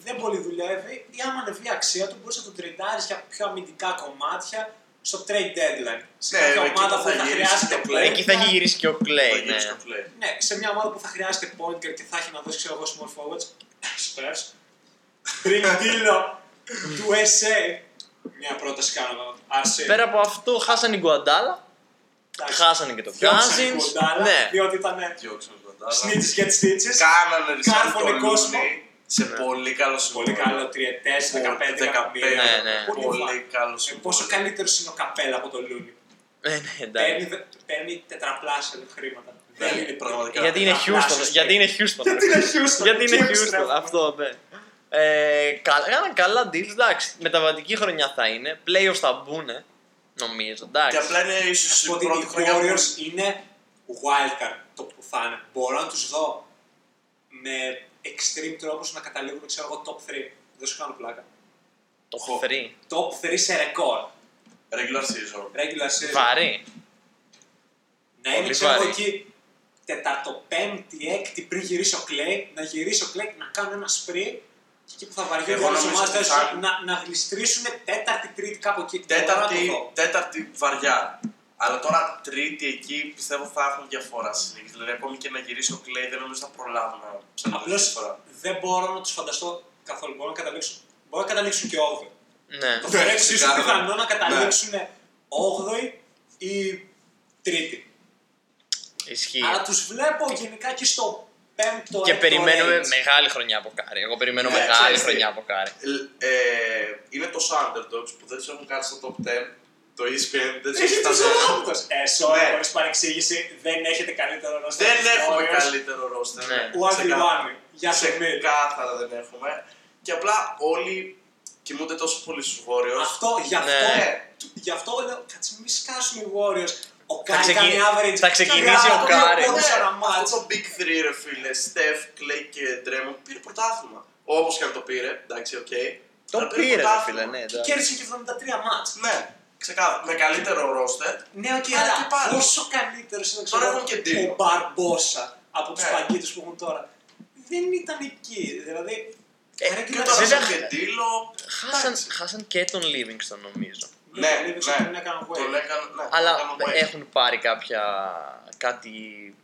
Speaker 3: δεν πολύ δουλεύει, ή άμα ανεβεί η αξία του, μπορείς να τον τριντάρεις για πιο αμυντικά κομμάτια στο trade deadline. Σε
Speaker 2: Ναι,
Speaker 3: κάποια
Speaker 2: εκεί
Speaker 3: ομάδα
Speaker 2: που
Speaker 3: που
Speaker 2: θα
Speaker 3: θα
Speaker 2: γυρίσει
Speaker 3: χρειάζεται
Speaker 2: το play.
Speaker 3: point
Speaker 1: Εκεί θα έχει
Speaker 3: guard.
Speaker 1: γυρίσει και ο
Speaker 2: Θα
Speaker 1: Clay.
Speaker 2: γυρίσει
Speaker 1: Ναι.
Speaker 2: το play.
Speaker 3: Ε, Ναι, σε μια ομάδα που θα χρειάζεται point guard και θα έχει να δώσει ξέρω εγώ small forwards. Spurs. Πριν deal του SA. Μια πρόταση κάνω. Άρσε.
Speaker 1: Πέρα από αυτό, χάσανε την Γκουαντάλα.
Speaker 3: Εντάξει,
Speaker 1: Χάσανε και το
Speaker 3: διώξανε την
Speaker 1: Cousins.
Speaker 3: κοντάρα,
Speaker 1: Ναι.
Speaker 3: Διότι ήταν
Speaker 2: Διώξαν τον Ιγκουαντάλα.
Speaker 3: snitches get stitches.
Speaker 2: Κάνανε ρισάλ
Speaker 3: Κάρφωνε
Speaker 2: τον
Speaker 3: κόσμο.
Speaker 2: Λούνι σε
Speaker 1: Ναι.
Speaker 2: πολύ καλό
Speaker 3: Πολύ
Speaker 2: συμβόλαιο.
Speaker 3: καλό, τριετές, 15 εκατομμύρια.
Speaker 1: Ναι, ναι.
Speaker 3: Πολύ
Speaker 2: Πολύ καλό
Speaker 3: Ε, Πόσο
Speaker 2: συμβόλαιο.
Speaker 3: καλύτερος είναι ο καπέλα από τον Λούνι.
Speaker 1: Ναι, ναι, εντάξει. Ναι.
Speaker 3: Παίρνει, δε- παίρνει τετραπλάσια χρήματα. Δεν είναι
Speaker 2: πραγματικά.
Speaker 1: Ε, Γιατί είναι Houston.
Speaker 3: Τετραπλάσια.
Speaker 1: Γιατί είναι Houston.
Speaker 3: Γιατί είναι Houston.
Speaker 1: Γιατί είναι
Speaker 3: Τι
Speaker 1: Houston,
Speaker 3: επιστρέφουμε.
Speaker 1: αυτό ναι. Ε, καλά, έκαναν καλά deals, εντάξει. Μεταβατική χρονιά θα είναι. Playoffs θα μπουν, νομίζω,
Speaker 2: Και
Speaker 1: εντάξει.
Speaker 2: απλά είναι
Speaker 3: Να σου
Speaker 2: ίσω
Speaker 3: πω
Speaker 2: η
Speaker 3: ότι
Speaker 2: πρώτη
Speaker 3: οι
Speaker 2: χρονιά που
Speaker 3: Warriors είναι wildcard το που θα είναι. Μπορώ να τους δω με extreme τρόπους να καταλήγουν, ξέρω εγώ, top 3. Δεν σου κάνω πλάκα.
Speaker 1: Το
Speaker 2: Χω.
Speaker 1: 3.
Speaker 3: Top 3 σε ρεκόρ.
Speaker 2: regular season.
Speaker 3: Regular season.
Speaker 1: Βαρύ.
Speaker 3: Να είναι
Speaker 1: Πολύ
Speaker 3: ξέρω εγώ
Speaker 1: βαρύ.
Speaker 3: εκεί τεταρτοπέμπτη, έκτη πριν γυρίσει ο Clay, να γυρίσει ο Clay να κάνουν ένα sprint και εκεί που θα βαριούν
Speaker 2: Εγώ
Speaker 3: όλες τις
Speaker 2: νομίζω
Speaker 3: ομάδες
Speaker 2: ότι θα-
Speaker 3: να, να γλιστρήσουν τέταρτη, τρίτη κάπου εκεί. Μπορώ να το
Speaker 2: Τέταρτη,
Speaker 3: δω.
Speaker 2: τέταρτη βαριά. Αλλά τώρα τρίτη εκεί πιστεύω θα έχουν διαφορά στις νίκες. Δηλαδή ακόμη και να γυρίσει ο Κλέη δεν νομίζω θα προλάβουν να
Speaker 3: Απλώ
Speaker 2: ψαλέψουν τώρα.
Speaker 3: δεν μπορώ να τους φανταστώ καθόλου. Μπορώ να καταλήξουν, μπορώ να καταλήξουν και over.
Speaker 1: Ναι.
Speaker 3: Το θεωρώ εξίσου
Speaker 2: ξεκάθαρα.
Speaker 3: πιθανό να
Speaker 2: Ναι.
Speaker 3: καταλήξουν 8η ή 3η.
Speaker 1: Ισχύει.
Speaker 3: Αλλά τους βλέπω γενικά και στο 5ο
Speaker 1: Και περιμένουμε μεγάλη χρονιά από Κάρι. Εγώ περιμένω
Speaker 2: Ναι,
Speaker 1: μεγάλη
Speaker 2: ξέρεις τι.
Speaker 1: χρονιά από Κάρι.
Speaker 2: Ε, είναι τόσο underdogs που δεν τους έχουν κάνει στο top 10. Το ESPN δεν τους
Speaker 3: Έχει
Speaker 2: έχει
Speaker 3: του
Speaker 2: φτάσει.
Speaker 3: Ράπτο. Ε, sorry,
Speaker 2: Ναι.
Speaker 3: χωρίς παρεξήγηση, δεν έχετε καλύτερο να
Speaker 2: Δεν έχουμε καλύτερο ρόστερ.
Speaker 1: Ναι.
Speaker 3: One one. Για σε μη.
Speaker 2: Ξεκάθαρα δεν έχουμε. Και απλά όλοι κοιμούνται τόσο πολύ στους Warriors.
Speaker 3: Αυτό, γι' αυτό.
Speaker 2: Ναι.
Speaker 3: Γι' αυτό λέω, κάτσε μη σκάσουν οι Warriors. Ο
Speaker 1: Θα
Speaker 3: Κάρι κάνει
Speaker 1: ξεκι-
Speaker 3: average.
Speaker 1: θα ξεκινήσει ο Κάρι.
Speaker 3: Πόντου
Speaker 2: Ναι,
Speaker 3: ένα μάτς.
Speaker 2: Αυτό το Big 3 ρε φίλε, Στεφ, Κλέι και Ντρέμον πήρε πρωτάθλημα. Όπως και αν το πήρε, εντάξει, οκ.
Speaker 1: Το
Speaker 2: αλλά
Speaker 1: πήρε, ρε
Speaker 2: πρωτάθλημα.
Speaker 1: φίλε, ναι.
Speaker 3: Και
Speaker 1: εντάξει.
Speaker 3: κέρδισε και 73 μάτς.
Speaker 2: Ναι, ξεκάθαρα. Με καλύτερο ρόστερ.
Speaker 3: Ναι, ότι
Speaker 2: Αλλά
Speaker 3: αλλά
Speaker 2: και πάλι.
Speaker 3: πόσο καλύτερο είναι
Speaker 2: Τώρα
Speaker 3: ξέρω,
Speaker 2: έχουν και Ντίνο.
Speaker 3: ο Μπαρμπόσα από τους
Speaker 2: Ναι.
Speaker 3: παγκίτες που έχουν τώρα. Δεν ήταν εκεί. Δηλαδή.
Speaker 1: Ε,
Speaker 3: ρε,
Speaker 2: Και
Speaker 3: κοίτα,
Speaker 2: τώρα
Speaker 1: βέβαια-
Speaker 2: σαν και Ντίλο.
Speaker 1: Χάσαν,
Speaker 2: εντάξει.
Speaker 1: χάσαν και τον Livingston νομίζω.
Speaker 3: Ναι, ναι,
Speaker 2: ναι.
Speaker 3: ναι.
Speaker 2: Τον έκανε, ναι,
Speaker 1: Αλλά
Speaker 2: τον έκανε Wade.
Speaker 1: έχουν πάρει κάποια κάτι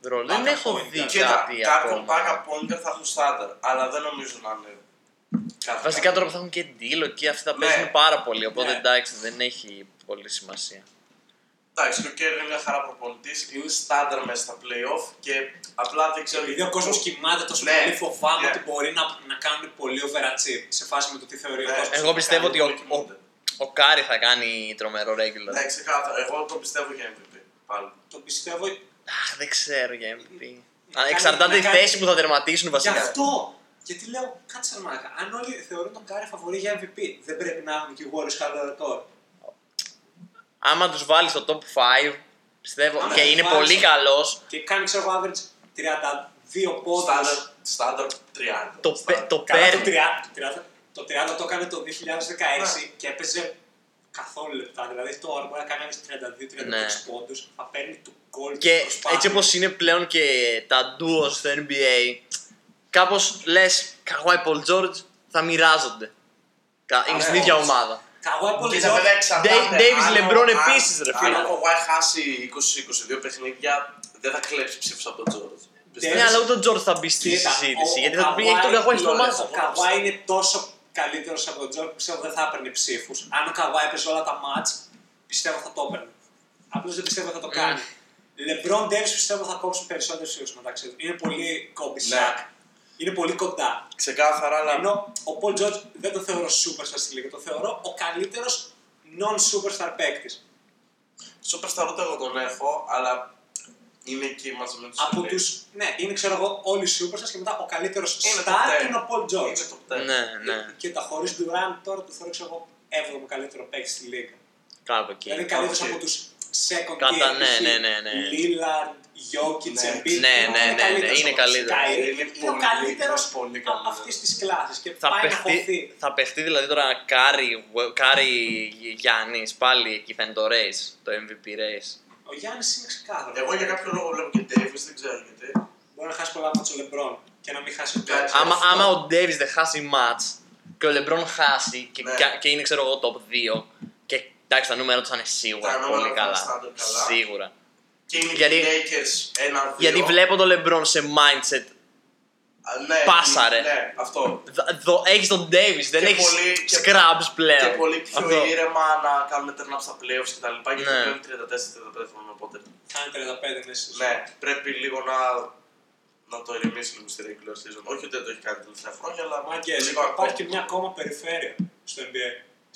Speaker 1: ρόλο. Δεν
Speaker 2: Πάκα
Speaker 1: έχω
Speaker 2: πόνικα.
Speaker 1: δει
Speaker 2: Κοίτα,
Speaker 1: κάτι
Speaker 2: Κάποιον
Speaker 1: ακόμα.
Speaker 2: πάκα πόνικα θα έχουν στάνταρ, αλλά δεν νομίζω να είναι. κάτι
Speaker 1: Βασικά
Speaker 2: καλό.
Speaker 1: τώρα που θα έχουν και ντύλο και αυτά τα
Speaker 2: Ναι.
Speaker 1: παίζουν πάρα πολύ. Οπότε
Speaker 2: Ναι.
Speaker 1: εντάξει, δεν έχει πολύ σημασία.
Speaker 2: Εντάξει, και ο Κέρι είναι μια χαρά προπονητής, είναι στάνταρ μέσα στα playoff και απλά δεν ξέρω.
Speaker 3: Επειδή ο κόσμος κοιμάται τόσο
Speaker 2: Ναι.
Speaker 3: πολύ, φοβάμαι
Speaker 2: Ναι.
Speaker 3: ότι μπορεί να, να κάνουν πολύ overachieve σε φάση με το τι θεωρεί ο
Speaker 2: Ναι.
Speaker 3: κόσμος.
Speaker 1: Εγώ πιστεύω ότι ο,
Speaker 2: δεν κοιμούνται.
Speaker 1: ο, ο Κάρι θα κάνει τρομερό regular.
Speaker 2: Ναι, ξεκάθαρα. Εγώ τον πιστεύω για MVP. Πάλι.
Speaker 3: Το πιστεύω.
Speaker 1: Αχ, δεν ξέρω για MVP.
Speaker 3: Να κάνει-
Speaker 1: Εξαρτάται
Speaker 3: να
Speaker 1: η
Speaker 3: κάνει-
Speaker 1: θέση που θα τερματίσουν
Speaker 3: Γι'
Speaker 1: βασικά.
Speaker 3: αυτό! Γιατί λέω, κάτσε ρε μαλάκα, αν όλοι θεωρούν τον Κάρι φαβορή για MVP, δεν πρέπει να έχουν και οι Warriors καλό ρεκόρ.
Speaker 1: Άμα τους βάλεις στο top 5, πιστεύω.
Speaker 3: Άμα
Speaker 1: και
Speaker 3: τους
Speaker 1: είναι
Speaker 3: βάλεις-
Speaker 1: πολύ καλός.
Speaker 3: Και κάνει, ξέρω εγώ, average 32 πόντους.
Speaker 2: Στάνταρ, στάνταρ 30.
Speaker 1: Το, πε-
Speaker 2: Στάνταρ.
Speaker 1: το
Speaker 3: Καλά, το
Speaker 1: παίρνει.
Speaker 3: 30, το 30 το έκανε το 2016
Speaker 2: Ναι.
Speaker 3: και έπαιζε καθόλου λεπτά. Δηλαδή τώρα μπορεί να κάνει 32-36
Speaker 1: Ναι.
Speaker 3: πόντους, θα παίρνει του κόλπου.
Speaker 1: Και έτσι όπως είναι πλέον και τα duo στο NBA, κάπως λες Καουάι Πολ Τζόρτζ θα μοιράζονται. Κα- Είναι
Speaker 2: ναι,
Speaker 1: στην ίδια
Speaker 2: όντως.
Speaker 1: ομάδα.
Speaker 3: Καβάη πολύ
Speaker 2: Κοίτα, βέβαια, εξαρτάται.
Speaker 1: Dave- Davis,
Speaker 2: Αν ο-
Speaker 1: LeBron
Speaker 2: αν-
Speaker 1: επίσης, ρε φίλε.
Speaker 2: Αν ο Kawhi χάσει 20-22 παιχνίδια, δεν θα κλέψει ψήφους από τον Τζόρτζ.
Speaker 1: Ναι, αλλά ούτε ο Τζόρτζ θα μπει στη
Speaker 3: Κοίτα,
Speaker 1: συζήτηση.
Speaker 3: ο-
Speaker 1: Γιατί
Speaker 3: ο
Speaker 1: θα του πει έχει τον
Speaker 3: Kawhi-
Speaker 1: Καουάι στην
Speaker 2: λέω,
Speaker 1: ομάδα.
Speaker 3: Ο Καβάη είναι τόσο καλύτερος από τον Τζόρτζ που πιστεύω δεν θα έπαιρνε ψήφους. Αν ο Καβάη έπαιζε όλα τα μάτ, πιστεύω θα το έπαιρνε. Απλώς δεν πιστεύω θα το κάνει. Λεμπρόν Ντέβι πιστεύω θα κόψουν περισσότερου ψήφους μεταξύ τους. Είναι πολύ κόμπι
Speaker 2: Ναι.
Speaker 3: σακ. Είναι πολύ κοντά.
Speaker 2: Ξεκάθαρα, αλλά.
Speaker 3: Ενώ ο Πολ Τζόρτζ δεν το θεωρώ superstar στη λίγα, το θεωρώ ο καλύτερος non-superstar παίκτης.
Speaker 2: Σούπερ στα ρούτα εγώ τον έχω, αλλά είναι εκεί μαζί με τους.
Speaker 3: Από τους. Ναι, είναι ξέρω εγώ όλοι οι superstars και μετά ο καλύτερος
Speaker 2: Είναι το
Speaker 3: star
Speaker 2: τέρμα.
Speaker 3: είναι ο Πολ Τζόρτζ.
Speaker 2: Είναι το
Speaker 1: Ναι,
Speaker 2: πτέρ.
Speaker 1: ναι.
Speaker 3: Και τα χωρίς Durant τώρα το θεωρώ ξέρω εγώ έβδομο καλύτερο παίκτη στη λίγα.
Speaker 1: Κάπου εκεί.
Speaker 3: Δηλαδή καλύτερος
Speaker 2: εκεί.
Speaker 3: από τους second
Speaker 1: Κατά-
Speaker 3: tier.
Speaker 1: ναι, ναι, ναι, ναι.
Speaker 3: Λίλαρντ, Γιώκιτ,
Speaker 2: Ναι.
Speaker 3: Εμπίτ.
Speaker 1: Ναι, ναι, ναι, ναι, είναι καλύτερος.
Speaker 2: Είναι
Speaker 3: Είναι ο
Speaker 2: πολύ,
Speaker 3: καλύτερο
Speaker 2: πολύ καλύτερος.
Speaker 3: αυτή της κλάσης και
Speaker 1: Θα
Speaker 3: πάει να
Speaker 1: παιχτεί,
Speaker 3: χωθεί.
Speaker 1: θα παιχτεί δηλαδή τώρα Κάρι, Κάρι Γιάννης. Πάλι εκεί θα είναι το race. Το MVP race.
Speaker 3: Ο Γιάννης είναι ξεκάθαρο.
Speaker 2: Εγώ για κάποιο λόγο βλέπω και Davis, δεν ξέρω γιατί.
Speaker 3: Μπορεί να χάσει πολλά από τον Λεμπρόν και να μην χάσει ούτε.
Speaker 2: Κάτσε.
Speaker 1: Άμα,
Speaker 2: Αυτό.
Speaker 1: άμα ο Ντέβι δεν χάσει match και ο Λεμπρόν χάσει και,
Speaker 2: Ναι.
Speaker 1: κα- και είναι ξέρω εγώ top 2 και εντάξει τα νούμερα τους θα είναι σίγουρα
Speaker 2: Τα νούμερα
Speaker 1: πολύ
Speaker 2: θα
Speaker 1: καλά.
Speaker 2: είναι στάνταρ καλά.
Speaker 1: Σίγουρα.
Speaker 2: Και είναι
Speaker 1: Γιατί-
Speaker 2: οι Lakers ένα-δύο.
Speaker 1: Γιατί βλέπω τον Λεμπρόν σε mindset.
Speaker 2: Α, ναι,
Speaker 1: Πάσα, ρε.
Speaker 2: Ναι, αυτό.
Speaker 1: Δ- δο- έχεις τον Ντέβι, δεν
Speaker 2: Και
Speaker 1: έχεις
Speaker 2: πολύ- και-
Speaker 1: scrubs πλέον.
Speaker 2: Και πολύ πιο
Speaker 1: Ναι. Αυτό.
Speaker 2: ήρεμα να κάνουμε turn up στα playoffs και τα λοιπά. Γιατί
Speaker 1: Ναι.
Speaker 2: πλέον 34-35 χρόνια οπότε.
Speaker 3: Κάνει 35 μέσα.
Speaker 2: Ναι, πρέπει λίγο να, να το ηρεμήσει λίγο στη regular season. Όχι ότι δεν το έχει κάνει τα τελευταία χρόνια, αλλά
Speaker 3: Μάγκες,
Speaker 2: λίγο ακόμα.
Speaker 3: υπάρχει και μια ακόμα περιφέρεια στο NBA.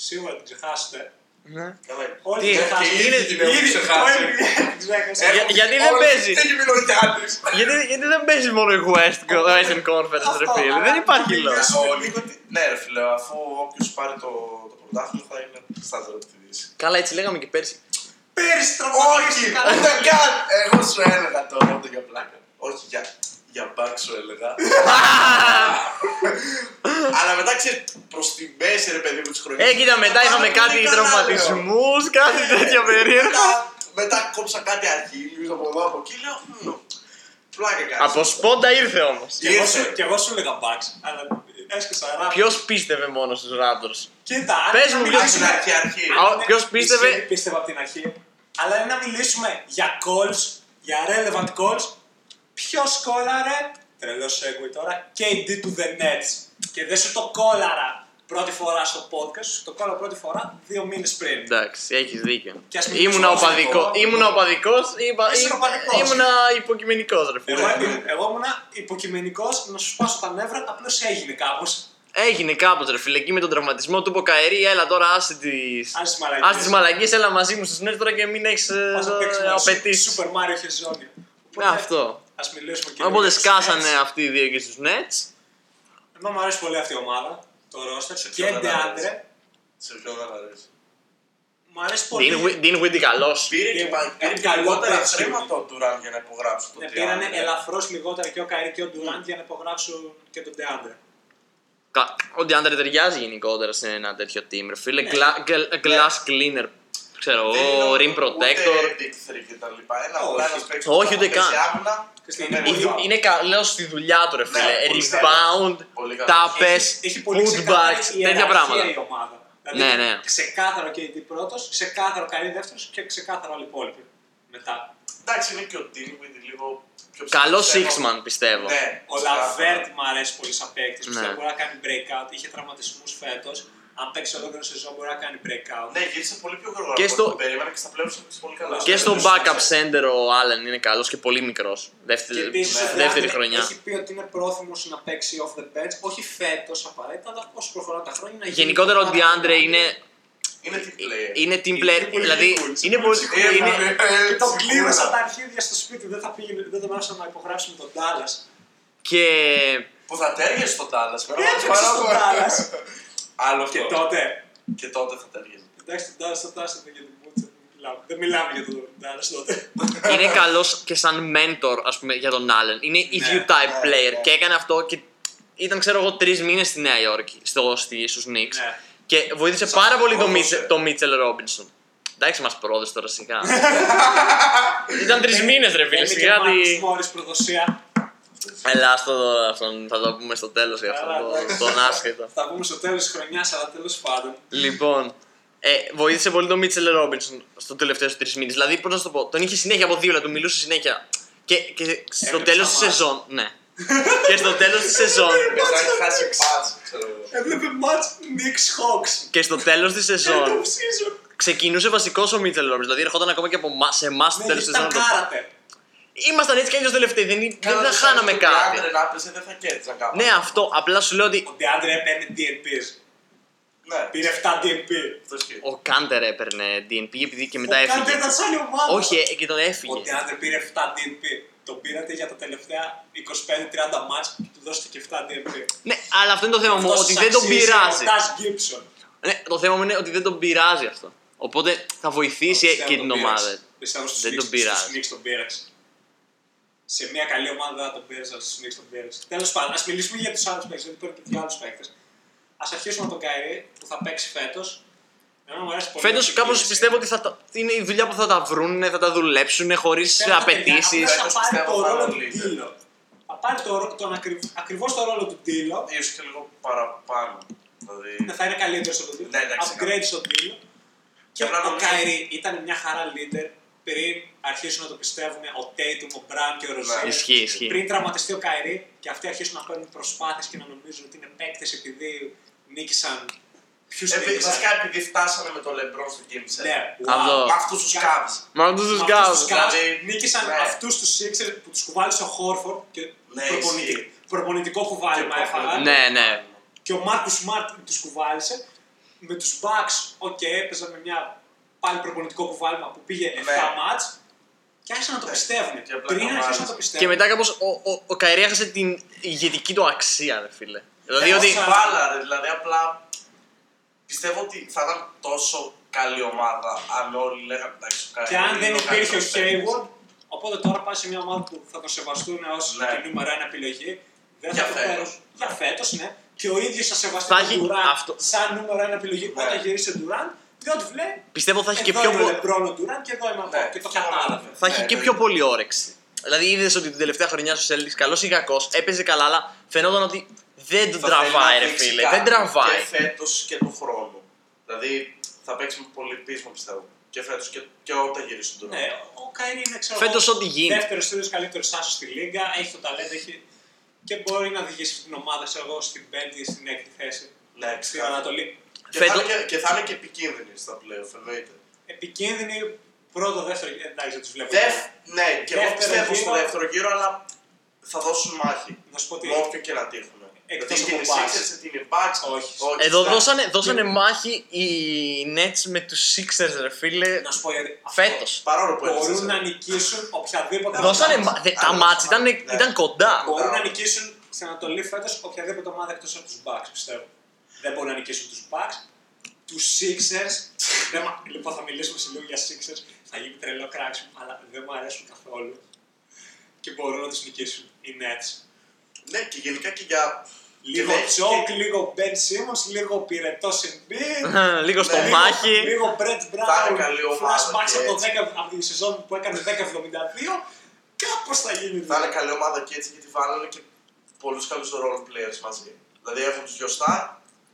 Speaker 3: Σίγουρα την ξεχάσετε.
Speaker 1: Ναι.
Speaker 2: Καλά.
Speaker 3: Όλοι
Speaker 1: Τι,
Speaker 3: την
Speaker 1: και
Speaker 3: ξεχάσετε.
Speaker 1: ήδη
Speaker 3: Ήδη-
Speaker 2: την έχουν
Speaker 3: ήδη
Speaker 2: ξεχάσει.
Speaker 3: Το NBA την ξέχασε.
Speaker 1: Για-
Speaker 2: Έχουμε-
Speaker 1: γιατί δεν
Speaker 2: όλοι-
Speaker 1: παίζει.
Speaker 2: Δεν έχει μείνει ο Γιάννης.
Speaker 1: γιατί, γιατί δεν παίζει μόνο η West, Western Conference, ρε
Speaker 3: Αυτό,
Speaker 1: φίλε.
Speaker 3: αλλά
Speaker 1: Δεν υπάρχει
Speaker 3: να
Speaker 1: λόγο.
Speaker 3: μιλάς-
Speaker 2: Εγώ λίγο τι- Ναι, ρε φίλε, αφού όποιος πάρει το, το πρωτάθλημα θα είναι στα ζώα τη Δύση.
Speaker 1: Καλά, έτσι λέγαμε και πέρσι.
Speaker 3: Πέρυσι
Speaker 2: Όχι,
Speaker 3: τραυματίστηκα.
Speaker 2: ούτε καν! Εγώ σου έλεγα τώρα, ούτε για πλάκα. Όχι, για, για μπακ σου έλεγα. Αλλά μετά ξέρεις, προς τη μέση ρε παιδί μου της χρονιάς.
Speaker 1: Ε, κοίτα, μετά είχαμε κάτι τραυματισμού, κάτι τέτοια περίεργα.
Speaker 2: Μετά κόψα κάτι αρχή, από εδώ από εκεί. Λέω, «Μμ, πλάκα κάνεις.
Speaker 1: Από σπόντα ήρθε όμως.
Speaker 3: Και εγώ
Speaker 2: Ήρθε.
Speaker 3: σου- Και εγώ σου έλεγα Bucks, αλλά έσκασα ράπ.
Speaker 1: Ποιος πίστευε μόνος στους Raptors.
Speaker 3: Κοίτα, αν
Speaker 1: Πες
Speaker 3: να
Speaker 1: μου,
Speaker 3: μιλήσουμε-
Speaker 2: ποιος- Αρχή, αρχή.
Speaker 3: αν είναι-
Speaker 1: Ποιος πίστευε-
Speaker 3: Εσύ Ναι, Πίστευα από την αρχή. Αλλά είναι να μιλήσουμε για calls, για relevant calls. Ποιος κόλαρε, τρελός segue τώρα, KD του The Nets. Και δεν σου το κόλαρα πρώτη φορά στο podcast, σου το κόλλα πρώτη φορά δύο μήνες πριν.
Speaker 1: Εντάξει, έχεις δίκιο.
Speaker 3: Και ας μην
Speaker 1: Ήμουνα
Speaker 3: πεις
Speaker 1: οπαδικό.
Speaker 3: οπαδικό.
Speaker 1: Ήμουνα οπαδικός.
Speaker 3: Ήσουν οπαδικός.
Speaker 1: Ήμουνα υποκειμενικός, ρε
Speaker 3: Εγώ,
Speaker 1: φίλε.
Speaker 3: εγώ ήμουνα υποκειμενικός να σου σπάσω τα νεύρα, απλώς έγινε κάπως.
Speaker 1: Έγινε κάπως, ρε φίλε. Εκεί με τον τραυματισμό του είπε ο Καερή, έλα τώρα άσε τις.
Speaker 3: Άσε τις μαλακίες.
Speaker 1: μαλακίες, έλα μαζί μου στου νέου τώρα και μην ε, έχει απαιτήσει.
Speaker 3: Σούπερ Μάριο Χεζόνια.
Speaker 1: Αυτό.
Speaker 3: Ας μιλήσουμε και
Speaker 1: Οπότε
Speaker 3: για τους
Speaker 1: σκάσανε
Speaker 3: Nets.
Speaker 1: αυτοί οι δύο και στου Nets.
Speaker 3: Εμένα μου αρέσει πολύ αυτή η ομάδα. Το ρόστερ. Και
Speaker 2: ποιον δεν
Speaker 3: Ντεάντρε.
Speaker 2: αρέσει. Σε ποιον δεν αρέσει.
Speaker 3: Μου αρέσει πολύ.
Speaker 1: Dean Windy καλός.
Speaker 2: Πήρε και
Speaker 3: Πήρε
Speaker 2: πα- πήρε και
Speaker 3: καλός
Speaker 2: λιγότερα
Speaker 3: παίξι.
Speaker 2: χρήματα ο Τουράν για να υπογράψει το
Speaker 3: Ναι,
Speaker 2: Τουράν.
Speaker 3: πήρανε ελαφρώς λιγότερα και ο Καέρι και ο Ντουράντ για να υπογράψουν και τον Ντεάντρε.
Speaker 1: Ο Ντιάντρε ταιριάζει γενικότερα σε ένα τέτοιο team. Ρε φίλε,
Speaker 3: Ναι.
Speaker 1: Gla- gla- glass cleaner, ξέρω
Speaker 2: Δεν είναι
Speaker 1: εγώ, rim protector.
Speaker 2: Ούτε big three και τα λοιπά. Ένα
Speaker 3: Όχι.
Speaker 2: απλά ένας παίκτης
Speaker 1: Όχι,
Speaker 2: που
Speaker 1: ούτε
Speaker 2: θα παίζει
Speaker 1: καν.
Speaker 2: άμυνα και στην
Speaker 3: Είναι-
Speaker 1: Η
Speaker 2: περιοχή.
Speaker 1: δου- Είναι καλός στη δουλειά του, ρε φίλε.
Speaker 2: πολύ
Speaker 1: Rebound,
Speaker 2: Πολύ καλός.
Speaker 1: τάπες,
Speaker 3: Έχει- έχει πολύ
Speaker 1: putbacks,
Speaker 3: ξεκάθαρη
Speaker 1: τέτοια
Speaker 3: ιεραρχία
Speaker 1: πράγματα.
Speaker 3: η ομάδα. Δηλαδή,
Speaker 1: Ναι, ναι.
Speaker 3: Ξεκάθαρο και πρώτος, ξεκάθαρο Καέρι δεύτερος και ξεκάθαρο όλοι οι υπόλοιποι. Μετά.
Speaker 2: Εντάξει, είναι και ο Dealwith λίγο πιο ψηλός.
Speaker 1: Καλός
Speaker 2: Ξέρω.
Speaker 1: Sixman πιστεύω.
Speaker 2: Ναι,
Speaker 3: Ο Λαβέρτ μου αρέσει πολύ σαν παίκτης.
Speaker 1: Ναι.
Speaker 3: Πιστεύω μπορεί να κάνει breakout. Είχε τραυματισμούς φέτος. Αν παίξει ολόκληρο σεζόν μπορεί να κάνει breakout.
Speaker 2: Ναι, γύρισε πολύ πιο γρήγορα.
Speaker 1: Και
Speaker 2: από
Speaker 1: στο-
Speaker 2: ό,τι Περίμενα και στα πλέον έπαιξε πολύ καλά.
Speaker 1: Και στο
Speaker 2: Στους
Speaker 1: backup
Speaker 2: έξι.
Speaker 1: center ο Allen είναι καλός και πολύ μικρός.
Speaker 3: Και
Speaker 1: Δεύτερη,
Speaker 3: επίση ο
Speaker 1: δεύτερη
Speaker 3: Λάβερτ
Speaker 1: χρονιά.
Speaker 3: έχει πει ότι είναι πρόθυμος να παίξει off the bench. Όχι φέτος απαραίτητα, αλλά όσο προχωρά τα χρόνια. να γίνει
Speaker 1: Γενικότερα ο
Speaker 3: παραπάνω.
Speaker 1: DeAndre είναι,
Speaker 2: Ναι, Είναι τι player.
Speaker 1: είναι team player.
Speaker 2: πολύ
Speaker 1: Δηλαδή
Speaker 2: cool,
Speaker 1: είναι πολύ.
Speaker 2: Ε,
Speaker 1: είναι-
Speaker 2: ε,
Speaker 3: Και
Speaker 2: ε,
Speaker 3: τον
Speaker 2: σίγουρα.
Speaker 3: κλείνω τα αρχίδια στο σπίτι. Δεν, θα πήγαινε, δεν τον άφησα να υπογράψει με τον Τάλλα.
Speaker 1: Και
Speaker 2: Που θα τέριαζε στο Dallas.
Speaker 1: Ε,
Speaker 3: Ε, Έπαιξε στον Τάλλα.
Speaker 2: Άλλο
Speaker 3: Και
Speaker 2: αυτό.
Speaker 3: τότε.
Speaker 2: Και τότε θα τέριαζε.
Speaker 3: Εντάξει, τον Τάλλα θα τάσσεται για την Μπούτσα. δεν μιλάμε. Δεν μιλάμε για τον Τάλλα τότε.
Speaker 1: είναι καλός και σαν mentor ας πούμε για τον Allen. Είναι
Speaker 3: Ναι,
Speaker 1: review type
Speaker 3: ναι,
Speaker 1: player.
Speaker 3: ναι.
Speaker 1: Και έκανε αυτό και ήταν ξέρω εγώ τρεις μήνες στη Νέα Υόρκη στο, στη, στους Knicks.
Speaker 3: Ναι.
Speaker 1: Και βοήθησε
Speaker 2: Σας
Speaker 1: πάρα πολύ το
Speaker 2: πρόδωσε.
Speaker 1: Μίτσε- το Mitchell Robinson. Εντάξει, μας πρόδωσε τώρα σιγά. Ήταν
Speaker 3: Ε,
Speaker 1: τρεις μήνες ρε φίλε.
Speaker 3: Θέλει και
Speaker 1: Σιγά
Speaker 3: ο
Speaker 1: τη-
Speaker 3: Μάρκος Μόρις προδοσία.
Speaker 1: Ελά, αυτό το, αυτόν θα το πούμε στο τέλος για
Speaker 3: Καλά,
Speaker 1: αυτόν
Speaker 3: εντάξει.
Speaker 1: τον, τον άσχετο.
Speaker 3: Θα πούμε στο τέλος της χρονιάς, αλλά τέλος πάντων.
Speaker 1: λοιπόν, ε, βοήθησε πολύ τον Μίτσελ Ρόμπινσον στο τελευταίο σου τρεις μήνες. Δηλαδή, πώς να σου το πω, τον είχε συνέχεια από δύο, του μιλούσε συνέχεια. Και, και στο
Speaker 3: Έβλεψα
Speaker 1: τέλος της
Speaker 3: μάτς.
Speaker 1: σεζόν. Ναι. και στο τέλος της σεζόν.
Speaker 2: Πες να έχει
Speaker 3: Μάτσα,
Speaker 2: χάσει
Speaker 3: Knicks.
Speaker 2: μάτς, ξέρω εγώ.
Speaker 3: Έβλεπε match Knicks Hawks.
Speaker 1: και στο τέλος της
Speaker 3: End
Speaker 1: σεζόν
Speaker 3: of season.
Speaker 1: ξεκινούσε βασικός ο Μίτσελ Ρόμπινσον. Δηλαδή, ερχόταν ακόμα και από εμά- σε εμάς στο
Speaker 3: Ναι,
Speaker 1: τέλος της
Speaker 3: γιατί τα
Speaker 1: σεζόν.
Speaker 3: κάρατε.
Speaker 1: Ήμασταν έτσι κι αλλιώς τελευταίοι. Δεν, δεν
Speaker 2: Κάνατε
Speaker 1: θα χάναμε
Speaker 2: σαν
Speaker 1: κάτι.
Speaker 2: τον Deandre να έπαιζε, ε, δεν θα κέρδιζαν κάπου.
Speaker 1: Ναι, αυτό. Απλά σου λέω ότι
Speaker 3: Ο Ντεάντρε έπαιρνε DNPs.
Speaker 2: Ναι.
Speaker 3: Πήρε 7 DNP.
Speaker 2: Αυτό ισχύει.
Speaker 1: ο Κάντερ έπαιρνε DNP επειδή και μετά
Speaker 3: Ο Κάντερ
Speaker 1: έφυγε.
Speaker 3: ήταν σαν η ομάδα.
Speaker 1: Όχι, ε, και τον έφυγε.
Speaker 3: Ο Ντεάντρε πήρε 7 DNP. Το πήρατε για τα τελευταία 25-30 μάτς και του δώσετε και 7 DNP.
Speaker 1: Ναι, αλλά αυτό είναι το θέμα μου, ότι δεν τον πειράζει.
Speaker 3: Τάς Γκίψον.
Speaker 1: Ναι, το θέμα μου είναι ότι δεν τον πειράζει αυτό. Οπότε θα βοηθήσει
Speaker 3: Πιστεύω
Speaker 1: και
Speaker 3: τον
Speaker 1: την ομάδα.
Speaker 3: πείραξε. Πιστεύω στους
Speaker 1: Δεν
Speaker 3: Knicks-
Speaker 1: τον πειράζει.
Speaker 3: στους Knicks τον πείραξε. Σε μια καλή ομάδα δεν τον πείραξε, αλλά στους Knicks τον πείραξε. Τέλος πάντων, ας μιλήσουμε για τους άλλους παίκτες, γιατί πρέπει και δύο άλλους παίκτες. Ας αρχίσουμε με τον Καϊρή που θα παίξει φέτος. Εμένα μου αρέσει πολύ αυτή
Speaker 1: Φέτο
Speaker 3: η
Speaker 1: κάπω
Speaker 3: κίνηση.
Speaker 1: πιστεύω ότι θα τα- είναι η δουλειά που θα τα βρουν, θα τα δουλέψουν χωρί
Speaker 3: Πιστεύω ότι
Speaker 1: απαιτήσει.
Speaker 3: απλά
Speaker 2: Φέτος
Speaker 3: Θα πάρει
Speaker 2: πιστεύω
Speaker 3: το
Speaker 2: πάρα
Speaker 3: ρόλο του
Speaker 2: πολύ.
Speaker 3: Ντίλο. Θα πάρει το ρο- τον ακριβ- ακριβώς το ρόλο του Ντίλο.
Speaker 2: Ίσως και λίγο παραπάνω. Δηλαδή...
Speaker 3: Ναι, θα είναι καλύτερος στον Τίλο.
Speaker 2: Ναι, εντάξει,
Speaker 3: Upgrade στον Τίλο. Και ο
Speaker 2: Απλά νομίζω-
Speaker 3: Καϊρή ήταν μια χαρά leader πριν αρχίσουν να το πιστεύουν ο Tatum, ο Brown
Speaker 2: Ναι,
Speaker 3: και ο Ροζέρ.
Speaker 1: Ισχύει, ισχύει.
Speaker 3: Πριν τραυματιστεί ο Καϊρή και αυτοί αρχίσουν να παίρνουν προσπάθειες και να νομίζουν ότι είναι παίκτες επειδή νίκησαν. Ποιους
Speaker 2: Επει- Ε,
Speaker 3: νίκησαν.
Speaker 2: Βασικά επειδή φτάσαμε με τον Λεμπρόν στο Game Set.
Speaker 3: Ναι, wow.
Speaker 1: Αυτό.
Speaker 2: Με αυτούς τους Cavs.
Speaker 1: Μάλλον τους
Speaker 3: Με
Speaker 1: του
Speaker 3: αυτούς τους
Speaker 1: κάπω.
Speaker 3: Cavs
Speaker 2: Δηλαδή,
Speaker 3: νίκησαν
Speaker 2: ναι.
Speaker 3: αυτούς τους Sixers που τους κουβάλισε ο Χόρφορ και
Speaker 2: Ναι,
Speaker 3: προπονητικό-
Speaker 2: ισχύει.
Speaker 3: προπονητικό κουβάλιμα
Speaker 2: Και
Speaker 3: έφαγαν.
Speaker 1: Ναι, ναι.
Speaker 3: Και ο Μάρκο Σμαρτ τους κουβάλισε. Με τους Bucks, οκ, έπαιζαν με μια πάλι προπονητικό κουβάλιμα που πήγε 7
Speaker 2: Ναι.
Speaker 3: μάτς και άρχισαν να το
Speaker 2: Ναι.
Speaker 3: πιστεύουν.
Speaker 2: Και απλά
Speaker 3: Πριν
Speaker 2: το
Speaker 3: άρχισαν να
Speaker 2: βάλεις.
Speaker 3: το πιστεύουν.
Speaker 1: Και μετά κάπως ο, ο, ο Καηρή έχασε την ηγετική του αξία, ρε φίλε. Δηλαδή
Speaker 2: Ε,
Speaker 1: ότι.
Speaker 2: όχι μπάλα, ρε, δηλαδή απλά πιστεύω ότι θα ήταν τόσο καλή ομάδα αν όλοι λέγανε εντάξει ο Kyrie
Speaker 3: Και αν δεν
Speaker 2: είναι ο
Speaker 3: υπήρχε ο
Speaker 2: καλύτερος παίκτης».
Speaker 3: Hayward, οπότε τώρα πάει σε μια ομάδα που θα τον σεβαστούν ως
Speaker 2: Ναι.
Speaker 3: τη νούμερο ένα επιλογή. Δεν
Speaker 2: Για
Speaker 3: θα το
Speaker 2: φέτος.
Speaker 3: παίρνουν. Για φέτος, ναι. Και ο ίδιος θα σεβαστεί
Speaker 1: Θα
Speaker 3: τον
Speaker 1: έχει
Speaker 3: Durant
Speaker 1: αυτό.
Speaker 3: σαν νούμερο ένα επιλογή
Speaker 2: Ναι.
Speaker 3: όταν γυρίσει ο Durant. Διότι βλέπει.
Speaker 1: Πιστεύω θα έχει και
Speaker 3: εδώ
Speaker 1: πιο,
Speaker 3: είναι ο
Speaker 1: πο-
Speaker 3: Λεμπρόν ο Durant και εδώ είμαι
Speaker 2: Ναι,
Speaker 3: εγώ. Και το κατάλαβε.
Speaker 1: θα
Speaker 2: Ναι,
Speaker 1: έχει και
Speaker 2: δηλαδή-
Speaker 1: πιο πολύ όρεξη. Δηλαδή είδες ότι την τελευταία χρονιά στο Celtics, καλός ή κακός, έπαιζε καλά, αλλά φαινόταν ότι δεν τον
Speaker 2: Θα θέλει
Speaker 1: τραβάει,
Speaker 2: να
Speaker 1: ρε
Speaker 2: δείξει
Speaker 1: φίλε.
Speaker 2: κάτι
Speaker 1: Δεν τραβάει.
Speaker 2: Και φέτος και του χρόνου. Δηλαδή θα παίξουμε πολύ πείσμα πιστεύω. Και φέτος και, και όταν γυρίσουν τον
Speaker 3: Ναι, ο Καϊρή είναι ξέρω.
Speaker 1: Φέτος ό,τι γίνει.
Speaker 3: Δεύτερο τρίτο καλύτερο άσο στη Λίγκα. Έχει το ταλέντο έχει... και μπορεί να οδηγήσει την ομάδα ξέρω εγώ στην πέμπτη ή στην έκτη θέση.
Speaker 2: Ναι,
Speaker 3: Στην
Speaker 2: ξέρω.
Speaker 3: Ανατολή.
Speaker 2: Και, θα
Speaker 1: Φέτο-
Speaker 2: είναι και, και θα είναι και επικίνδυνοι στα playoff, εννοείται.
Speaker 3: Επικίνδυνοι πρώτο, δεύτερο. Εντάξει, δεν τους βλέπω.
Speaker 2: Δεφ, ναι, και εγώ
Speaker 3: Δεύτερο
Speaker 2: πιστεύω στο
Speaker 3: γύρο.
Speaker 2: δεύτερο γύρο, αλλά θα δώσουν μάχη.
Speaker 3: Να σου πω τι.
Speaker 2: Με όποιον και να τύχουν.
Speaker 3: Εκτός
Speaker 2: Δηλαδή,
Speaker 3: από
Speaker 2: την
Speaker 3: Bucks.
Speaker 2: Sixers, την Bucks.
Speaker 3: Όχι.
Speaker 1: Εδώ
Speaker 2: εντάξει.
Speaker 1: δώσανε, δώσανε μάχη οι Nets με τους Sixers, ρε φίλε.
Speaker 3: Να σου πω γιατί. αυτό
Speaker 1: Φέτος.
Speaker 2: Παρόλο που
Speaker 3: Μπορούν
Speaker 2: έχασαν.
Speaker 3: να νικήσουν οποιαδήποτε.
Speaker 1: Δώσανε,
Speaker 3: ομάδα.
Speaker 1: μα- δε- τα
Speaker 2: Άλλο
Speaker 1: μάτς ήταν,
Speaker 2: δώσανε, ναι.
Speaker 1: ήταν κοντά.
Speaker 3: Μπορούν
Speaker 2: Μπράβο.
Speaker 3: να νικήσουν στην Ανατολή φέτος οποιαδήποτε ομάδα εκτός από τους Bucks, πιστεύω. Δεν μπορούν να νικήσουν τους Bucks. Τους Sixers. δεν μα- λοιπόν, θα μιλήσουμε σε λίγο για Sixers. Θα γίνει τρελό κράξιμο, αλλά δεν μου αρέσουν καθόλου. Και μπορούν να τους νικήσουν οι Nets.
Speaker 2: Ναι, και γενικά και για.
Speaker 3: Λίγο
Speaker 2: και-
Speaker 3: Τζόκ, λίγο Ben Simmons, λίγο πυρετό Embiid.
Speaker 1: Λίγο στο
Speaker 2: Ναι, λίγο-
Speaker 1: μάχη.
Speaker 3: Λίγο Brett Brown.
Speaker 2: Θα είναι καλή ομάδα
Speaker 3: Flashbacks
Speaker 2: και
Speaker 3: από, το
Speaker 2: έτσι.
Speaker 3: 10 από τη σεζόν που έκανε 10-72. Κάπως θα γίνει.
Speaker 2: Θα είναι
Speaker 3: δηλαδή.
Speaker 2: καλή ομάδα και έτσι γιατί βάλανε και πολλούς καλούς role players μαζί. Δηλαδή έχουν τους δυο star,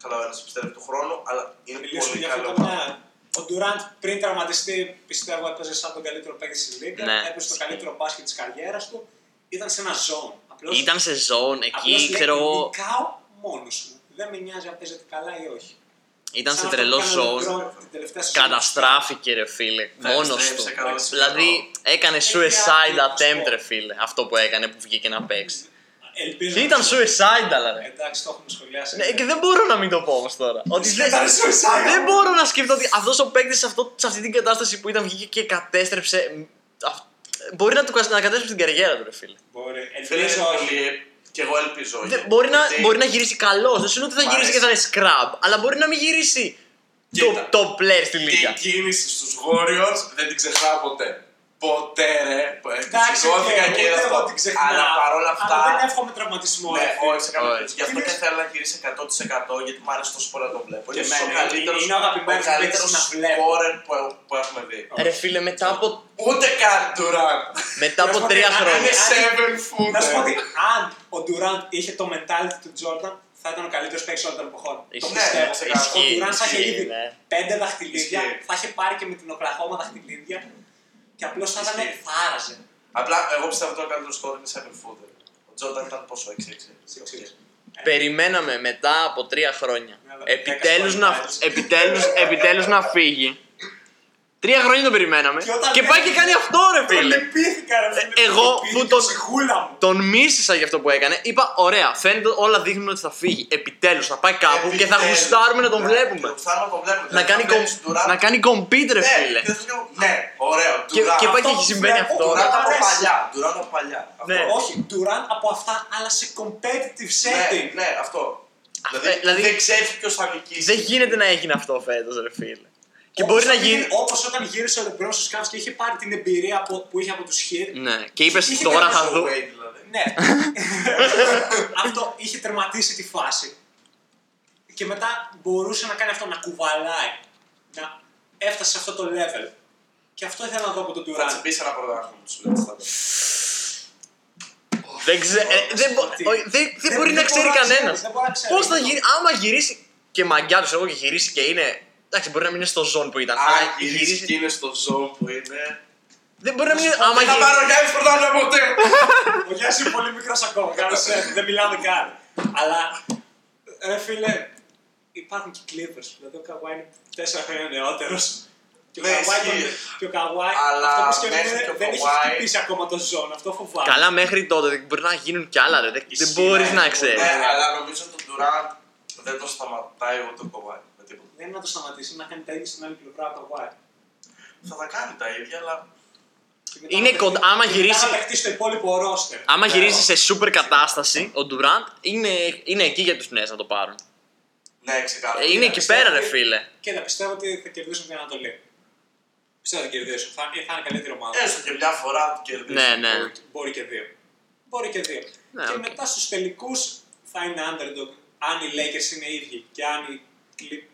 Speaker 2: καλά ο ένα πιστεύει του χρόνου, αλλά είναι
Speaker 3: Μιλήσουμε
Speaker 2: πολύ
Speaker 3: για
Speaker 2: καλή
Speaker 3: αυτό το
Speaker 2: ομάδα.
Speaker 3: μια Ο Ντουραντ πριν τραυματιστεί, πιστεύω, έπαιζε σαν τον καλύτερο παίκτη της Λίγκα.
Speaker 1: Ναι.
Speaker 3: Έπαιζε το καλύτερο μπάσκετ της καριέρας του. Ήταν σε ένα zone. Απλώς,
Speaker 1: Ήταν σε zone
Speaker 3: απλώς
Speaker 1: εκεί,
Speaker 3: λέει,
Speaker 1: ξέρω εγώ.
Speaker 3: Νικάω μόνος μου. Δεν με νοιάζει αν παίζετε καλά ή όχι.
Speaker 1: Ήταν σε
Speaker 3: Σαν
Speaker 1: τρελό
Speaker 3: αυτό που έκανε ο
Speaker 1: zone.
Speaker 3: LeBron την τελευταία σεζόν.
Speaker 1: Καταστράφηκε, ρε φίλε.
Speaker 2: Ναι,
Speaker 1: Μόνος
Speaker 2: στρέψε,
Speaker 1: του.
Speaker 2: καλά,
Speaker 1: Δηλαδή, έκανε suicide
Speaker 3: ένα
Speaker 1: attempt,
Speaker 3: σκορ.
Speaker 1: ρε φίλε. Αυτό που έκανε που βγήκε να παίξει.
Speaker 3: Ελπίζω.
Speaker 1: Και
Speaker 3: να
Speaker 1: ήταν
Speaker 3: το-
Speaker 1: suicide, αλλά ρε.
Speaker 3: Εντάξει, το έχουμε σχολιάσει.
Speaker 1: Ναι, και δεν μπορώ να μην το πω όμως τώρα. Ότι δεν,
Speaker 3: Ήταν suicide.
Speaker 1: δεν μπορώ να σκεφτώ ότι αυτός ο παίκτης σε, αυτό- σε αυτή την κατάσταση που ήταν βγήκε και κατέστρεψε. μ, αυ- Μπορεί να, του, κασ- να κατέστρεψε την καριέρα του, ρε φίλε.
Speaker 3: Μπορεί. Ελπίζω
Speaker 2: Φίλε,
Speaker 3: όχι.
Speaker 2: πολύ. Και εγώ ελπίζω. όχι.
Speaker 1: Δεν- Ναι, μπορεί, να,
Speaker 2: Γιατί-
Speaker 1: μπορεί να γυρίσει καλός. Δεν σου λέω ότι
Speaker 2: Μ'
Speaker 1: θα γυρίσει
Speaker 2: αρέσει.
Speaker 1: και θα είναι scrub, αλλά μπορεί να μην γυρίσει
Speaker 2: Κοίτα.
Speaker 1: το top player στη
Speaker 2: Και η
Speaker 1: λίγα.
Speaker 2: κίνηση στους Warriors δεν την ξεχνάω ποτέ. Ποτέ ρε. Ε,
Speaker 3: Εντάξει,
Speaker 2: Σηκώθηκα
Speaker 3: οκ,
Speaker 2: και
Speaker 3: ούτε
Speaker 2: είδα
Speaker 3: εγώ
Speaker 2: αυτό.
Speaker 3: την ξεχνάω.
Speaker 2: Αλλά παρόλα αυτά.
Speaker 3: Αλλά δεν εύχομαι τραυματισμό.
Speaker 2: Ναι,
Speaker 3: ρε φίλε.
Speaker 2: όχι, σε καμία
Speaker 1: Όχι.
Speaker 2: περίπτωση. Γι' αυτό και θέλω να γυρίσει 100% γιατί μου άρεσε τόσο πολύ να το βλέπω.
Speaker 3: Και
Speaker 2: Είναι ο
Speaker 3: εμένα,
Speaker 2: καλύτερος-
Speaker 3: είναι ο αγαπημένος
Speaker 2: ο καλύτερος
Speaker 3: παίκτης να βλέπω.
Speaker 2: scorer που- που έχουμε δει.
Speaker 1: Ρε φίλε, μετά από,
Speaker 2: Ούτε καν Durant.
Speaker 1: μετά
Speaker 3: Να
Speaker 1: από
Speaker 3: σου πω
Speaker 1: τρία
Speaker 3: τι, αν
Speaker 1: χρόνια.
Speaker 2: Είναι
Speaker 3: αν-
Speaker 2: 7 footer.
Speaker 3: Να σου πω ότι αν ο Ντουραντ είχε το mentality του Τζόρνταν, θα ήταν ο καλύτερος παίκτης όλων των εποχών.
Speaker 1: Ισχύει.
Speaker 3: Το πιστεύω.
Speaker 2: Ναι,
Speaker 3: ο
Speaker 1: ισχύει,
Speaker 3: Ντουραντ θα είχε
Speaker 1: ισχύει,
Speaker 3: ήδη
Speaker 1: ναι.
Speaker 3: πέντε δαχτυλίδια,
Speaker 2: Ισχύει.
Speaker 3: θα είχε πάρει και με την Οκλαχώμα δαχτυλίδια και απλώς θα ήταν
Speaker 2: Ισχύει.
Speaker 3: θα άραζε.
Speaker 2: Απλά εγώ πιστεύω ότι ο καλύτερος σκόρ είναι 7 footer. Ο Τζόρνταν ήταν πόσο 6-6.
Speaker 3: Σε
Speaker 1: Ε,
Speaker 3: ξέρεις.
Speaker 1: Περιμέναμε μετά από τρία χρόνια.
Speaker 3: Ναι, αλλά
Speaker 1: Επιτέλους
Speaker 3: δέκα
Speaker 1: να,
Speaker 3: χρόνια.
Speaker 1: επιτέλους, επιτέλους να φύγει. Τρία χρόνια το περιμέναμε.
Speaker 3: Και όταν
Speaker 1: Και πάει και
Speaker 3: έφυγε-
Speaker 1: κάνει αυτό, ρε
Speaker 3: Το
Speaker 1: φίλε.
Speaker 3: λυπήθηκα, ρε φίλε.
Speaker 1: Ε, εγώ που
Speaker 3: Λυπήθηκα,
Speaker 1: τον-
Speaker 3: ψυχούλα μου.
Speaker 1: Τον μίσησα για αυτό που έκανε. Είπα, ωραία, φαίνεται όλα δείχνουν ότι θα φύγει. Επιτέλους, θα πάει κάπου και θα
Speaker 2: Επιτέλους.
Speaker 1: γουστάρουμε να τον
Speaker 2: Ναι, θα
Speaker 1: βλέπουμε.
Speaker 2: γουστάρουμε να τον βλέπουμε.
Speaker 1: να,
Speaker 2: Δηλαδή,
Speaker 1: κάνει
Speaker 2: θα
Speaker 1: κομ...
Speaker 2: βλέπεις Durant.
Speaker 1: να κάνει compete, ρε
Speaker 2: Ναι,
Speaker 1: φίλε.
Speaker 2: και θα σου λέω, Ναι, ωραίο.
Speaker 1: Και,
Speaker 2: Durant.
Speaker 1: και πάει και
Speaker 3: αυτό
Speaker 1: έχει συμβαίνει
Speaker 3: βλέπω,
Speaker 1: αυτό.
Speaker 3: Durant.
Speaker 2: Ντουράντ
Speaker 3: Μ'
Speaker 2: από
Speaker 3: αρέσει.
Speaker 2: παλιά. Ντουράντ από παλιά. Αυτό.
Speaker 1: Ναι.
Speaker 3: Όχι, Durant από αυτά, αλλά σε competitive
Speaker 2: Ναι,
Speaker 3: setting.
Speaker 2: ναι, αυτό.
Speaker 1: Αυτά,
Speaker 2: Δηλαδή,
Speaker 1: δηλαδή-
Speaker 2: δεν ξέρεις ποιος θα νικήσει.
Speaker 1: Δεν γίνεται να έγινε αυτό φέτος, ρε φίλε. Και μπορεί να γίνει.
Speaker 3: Όπως όταν γύρισε ο Λεμπρόν στους Cavs και είχε πάρει την εμπειρία από- που είχε από τους Χιτ,
Speaker 1: Ναι, και είπες
Speaker 3: Είχε
Speaker 1: τώρα
Speaker 3: κάνει
Speaker 1: θα δω.
Speaker 2: Wade, δηλαδή.
Speaker 3: Ναι. αυτό είχε τερματίσει τη φάση. Και μετά μπορούσε να κάνει αυτό, να κουβαλάει. Να έφτασε σε αυτό το level. Και αυτό ήθελα να δω από τον
Speaker 2: Θα
Speaker 3: Τουράν.
Speaker 2: τσιμπήσει ένα πρωτάθλημα τους λέω στα παιδιά.
Speaker 1: Δεν ξέ- ε, δεν μπο-
Speaker 3: Τι.
Speaker 1: όχι, δεν- δεν μπορεί να ξέρει
Speaker 3: μπορώ
Speaker 1: κανένας.
Speaker 3: ξέρεις, δεν μπορώ να ξέρω.
Speaker 1: Πώς θα γυρίσει, άμα γυρίσει και μαγκιά του, εγώ και γυρίσει και είναι. Εντάξει, μπορεί να μην είναι στο ζών που ήταν. αλλά
Speaker 2: Αν γυρίσει και είναι στο ζώο που είναι.
Speaker 1: Δεν μπορεί να μην είναι.
Speaker 3: σου πω,
Speaker 1: Άμα
Speaker 2: Δεν θα
Speaker 1: γυρίσει.
Speaker 2: πάρω Γιάννη πρωτάθλημα ποτέ!
Speaker 3: Ο Γιάννης είναι πολύ μικρός ακόμα. Κάνω σε, δεν μιλάμε καν. Αλλά ρε φίλε, υπάρχουν και Clippers. Δηλαδή ο Καβάη είναι 4 χρόνια νεότερος. Και ο
Speaker 2: Ναι,
Speaker 3: Καβάη,
Speaker 2: ισχύει.
Speaker 3: τον- και ο Καβάη
Speaker 2: Αλλά
Speaker 3: αυτό που σκέφτομαι
Speaker 2: μέχρι και ο
Speaker 3: δεν έχει
Speaker 2: Καβάη-
Speaker 3: χτυπήσει ακόμα το ζώνη. Αυτό φοβάμαι.
Speaker 1: Καλά μέχρι τότε, δεν μπορεί να γίνουν κι άλλα, ρε. Δεν- Δεν
Speaker 3: Ισχύει,
Speaker 1: μπορείς
Speaker 3: ναι.
Speaker 1: να ξέρεις.
Speaker 2: Ναι, αλλά νομίζω ότι ο Ντουράντ δεν το σταματάει ούτε ο Κοβάη. με τίποτα.
Speaker 3: Δεν είναι να το σταματήσει, να κάνει τα ίδια στην άλλη πλευρά από το Καβάη.
Speaker 2: Θα τα κάνει τα ίδια, αλλά.
Speaker 3: Και μετά
Speaker 1: Είναι
Speaker 3: να
Speaker 1: κοντά.
Speaker 3: παιχτεί-
Speaker 1: Άμα
Speaker 3: και
Speaker 1: γυρίσει.
Speaker 3: μετά Να παιχτεί στο υπόλοιπο ρόστερ.
Speaker 1: Άμα
Speaker 2: Ναι,
Speaker 1: γυρίσει
Speaker 2: όχι.
Speaker 1: σε σούπερ κατάσταση, ο Ντουραντ είναι, είναι εκεί για τους νέου να το πάρουν.
Speaker 2: Ναι,
Speaker 1: Ε,
Speaker 2: ξεκάθαρα.
Speaker 1: Είναι εκεί
Speaker 3: πιστεύω
Speaker 1: πέρα, ρε
Speaker 3: ότι-
Speaker 1: φίλε.
Speaker 3: Και θα πιστεύω ότι θα κερδίσουν την Ανατολή. Πιστεύω ότι θα κερδίσουν. Θα, θα είναι καλύτερη ομάδα.
Speaker 2: Έστω και μια φορά του κερδίζει.
Speaker 1: Ναι, ναι.
Speaker 3: Μπορεί- Μπορεί και δύο. Μπορεί και δύο.
Speaker 1: Ναι,
Speaker 3: και
Speaker 1: οκ.
Speaker 3: μετά στους τελικούς θα είναι underdog. Αν οι Lakers είναι ίδιοι και αν οι, Clip-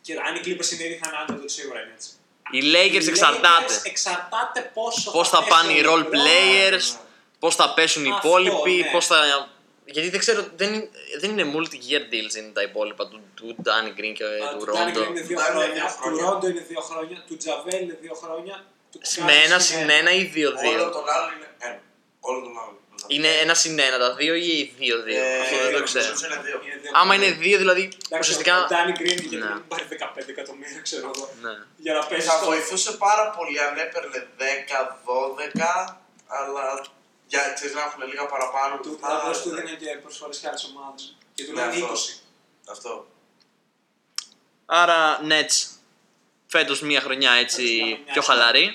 Speaker 3: και αν οι Clippers είναι ίδιοι θα είναι underdog σίγουρα είναι έτσι.
Speaker 1: Οι Lakers εξαρτάται.
Speaker 3: Lakers εξαρτάται πόσο
Speaker 1: Πώς θα
Speaker 3: πέσει
Speaker 1: πάνε
Speaker 3: ο
Speaker 1: οι role
Speaker 3: LeBron.
Speaker 1: players, πώς θα πέσουν οι
Speaker 3: Αυτό,
Speaker 1: υπόλοιποι,
Speaker 3: ναι.
Speaker 1: πώς θα. Γιατί δεν ξέρω, δεν, είναι- δεν είναι multi-year deals είναι τα υπόλοιπα του, του Danny Green και
Speaker 3: Α,
Speaker 1: του
Speaker 3: Του Ντάνιγκ
Speaker 1: Rondo.
Speaker 3: είναι δύο
Speaker 2: Ντάνιγκ είναι
Speaker 3: χρόνια,
Speaker 2: δύο
Speaker 3: του
Speaker 2: χρόνια.
Speaker 3: Ρόντο είναι δύο χρόνια, του Τζαβέλ είναι δύο χρόνια. του
Speaker 1: Με
Speaker 3: Κάρλ
Speaker 1: ένα
Speaker 3: είναι
Speaker 1: συν ένα ή
Speaker 2: Όλο
Speaker 1: δύο-δύο.
Speaker 2: τον άλλο είναι ένα. Όλο τον άλλο.
Speaker 1: Είναι ένα συν ένα τα δύο ή δύο-δύο.
Speaker 2: Ε,
Speaker 1: Αυτό δεν
Speaker 2: νομίζω
Speaker 1: το
Speaker 3: δύο,
Speaker 1: ξέρω.
Speaker 2: ότι είναι δύο.
Speaker 3: Είναι δύο
Speaker 1: Άμα
Speaker 3: χρόνια.
Speaker 1: είναι δύο, δηλαδή
Speaker 3: Εντάξει, Ο
Speaker 1: ουσιαστικά.
Speaker 3: Ντάνι Γκριν είχε
Speaker 1: Ναι.
Speaker 3: να μην πάρει 15 εκατομμύρια, ξέρω εγώ.
Speaker 1: Ναι.
Speaker 3: Για να παίζει
Speaker 2: Θα
Speaker 3: στο
Speaker 2: βοηθούσε πάρα πολύ αν έπαιρνε 10-12, αλλά για ξέρεις να έχουν λίγα παραπάνω
Speaker 3: του
Speaker 2: λεφτά.
Speaker 3: Ντάνι του δίνει και προσφορές και άλλες ομάδες. Και του
Speaker 2: Ναι,
Speaker 3: λένε
Speaker 2: αυτό.
Speaker 3: 20.
Speaker 2: Αυτό.
Speaker 1: Άρα, Nets. Φέτος μία χρονιά έτσι
Speaker 3: Φέτος μια χρονιά.
Speaker 1: πιο χαλαρή.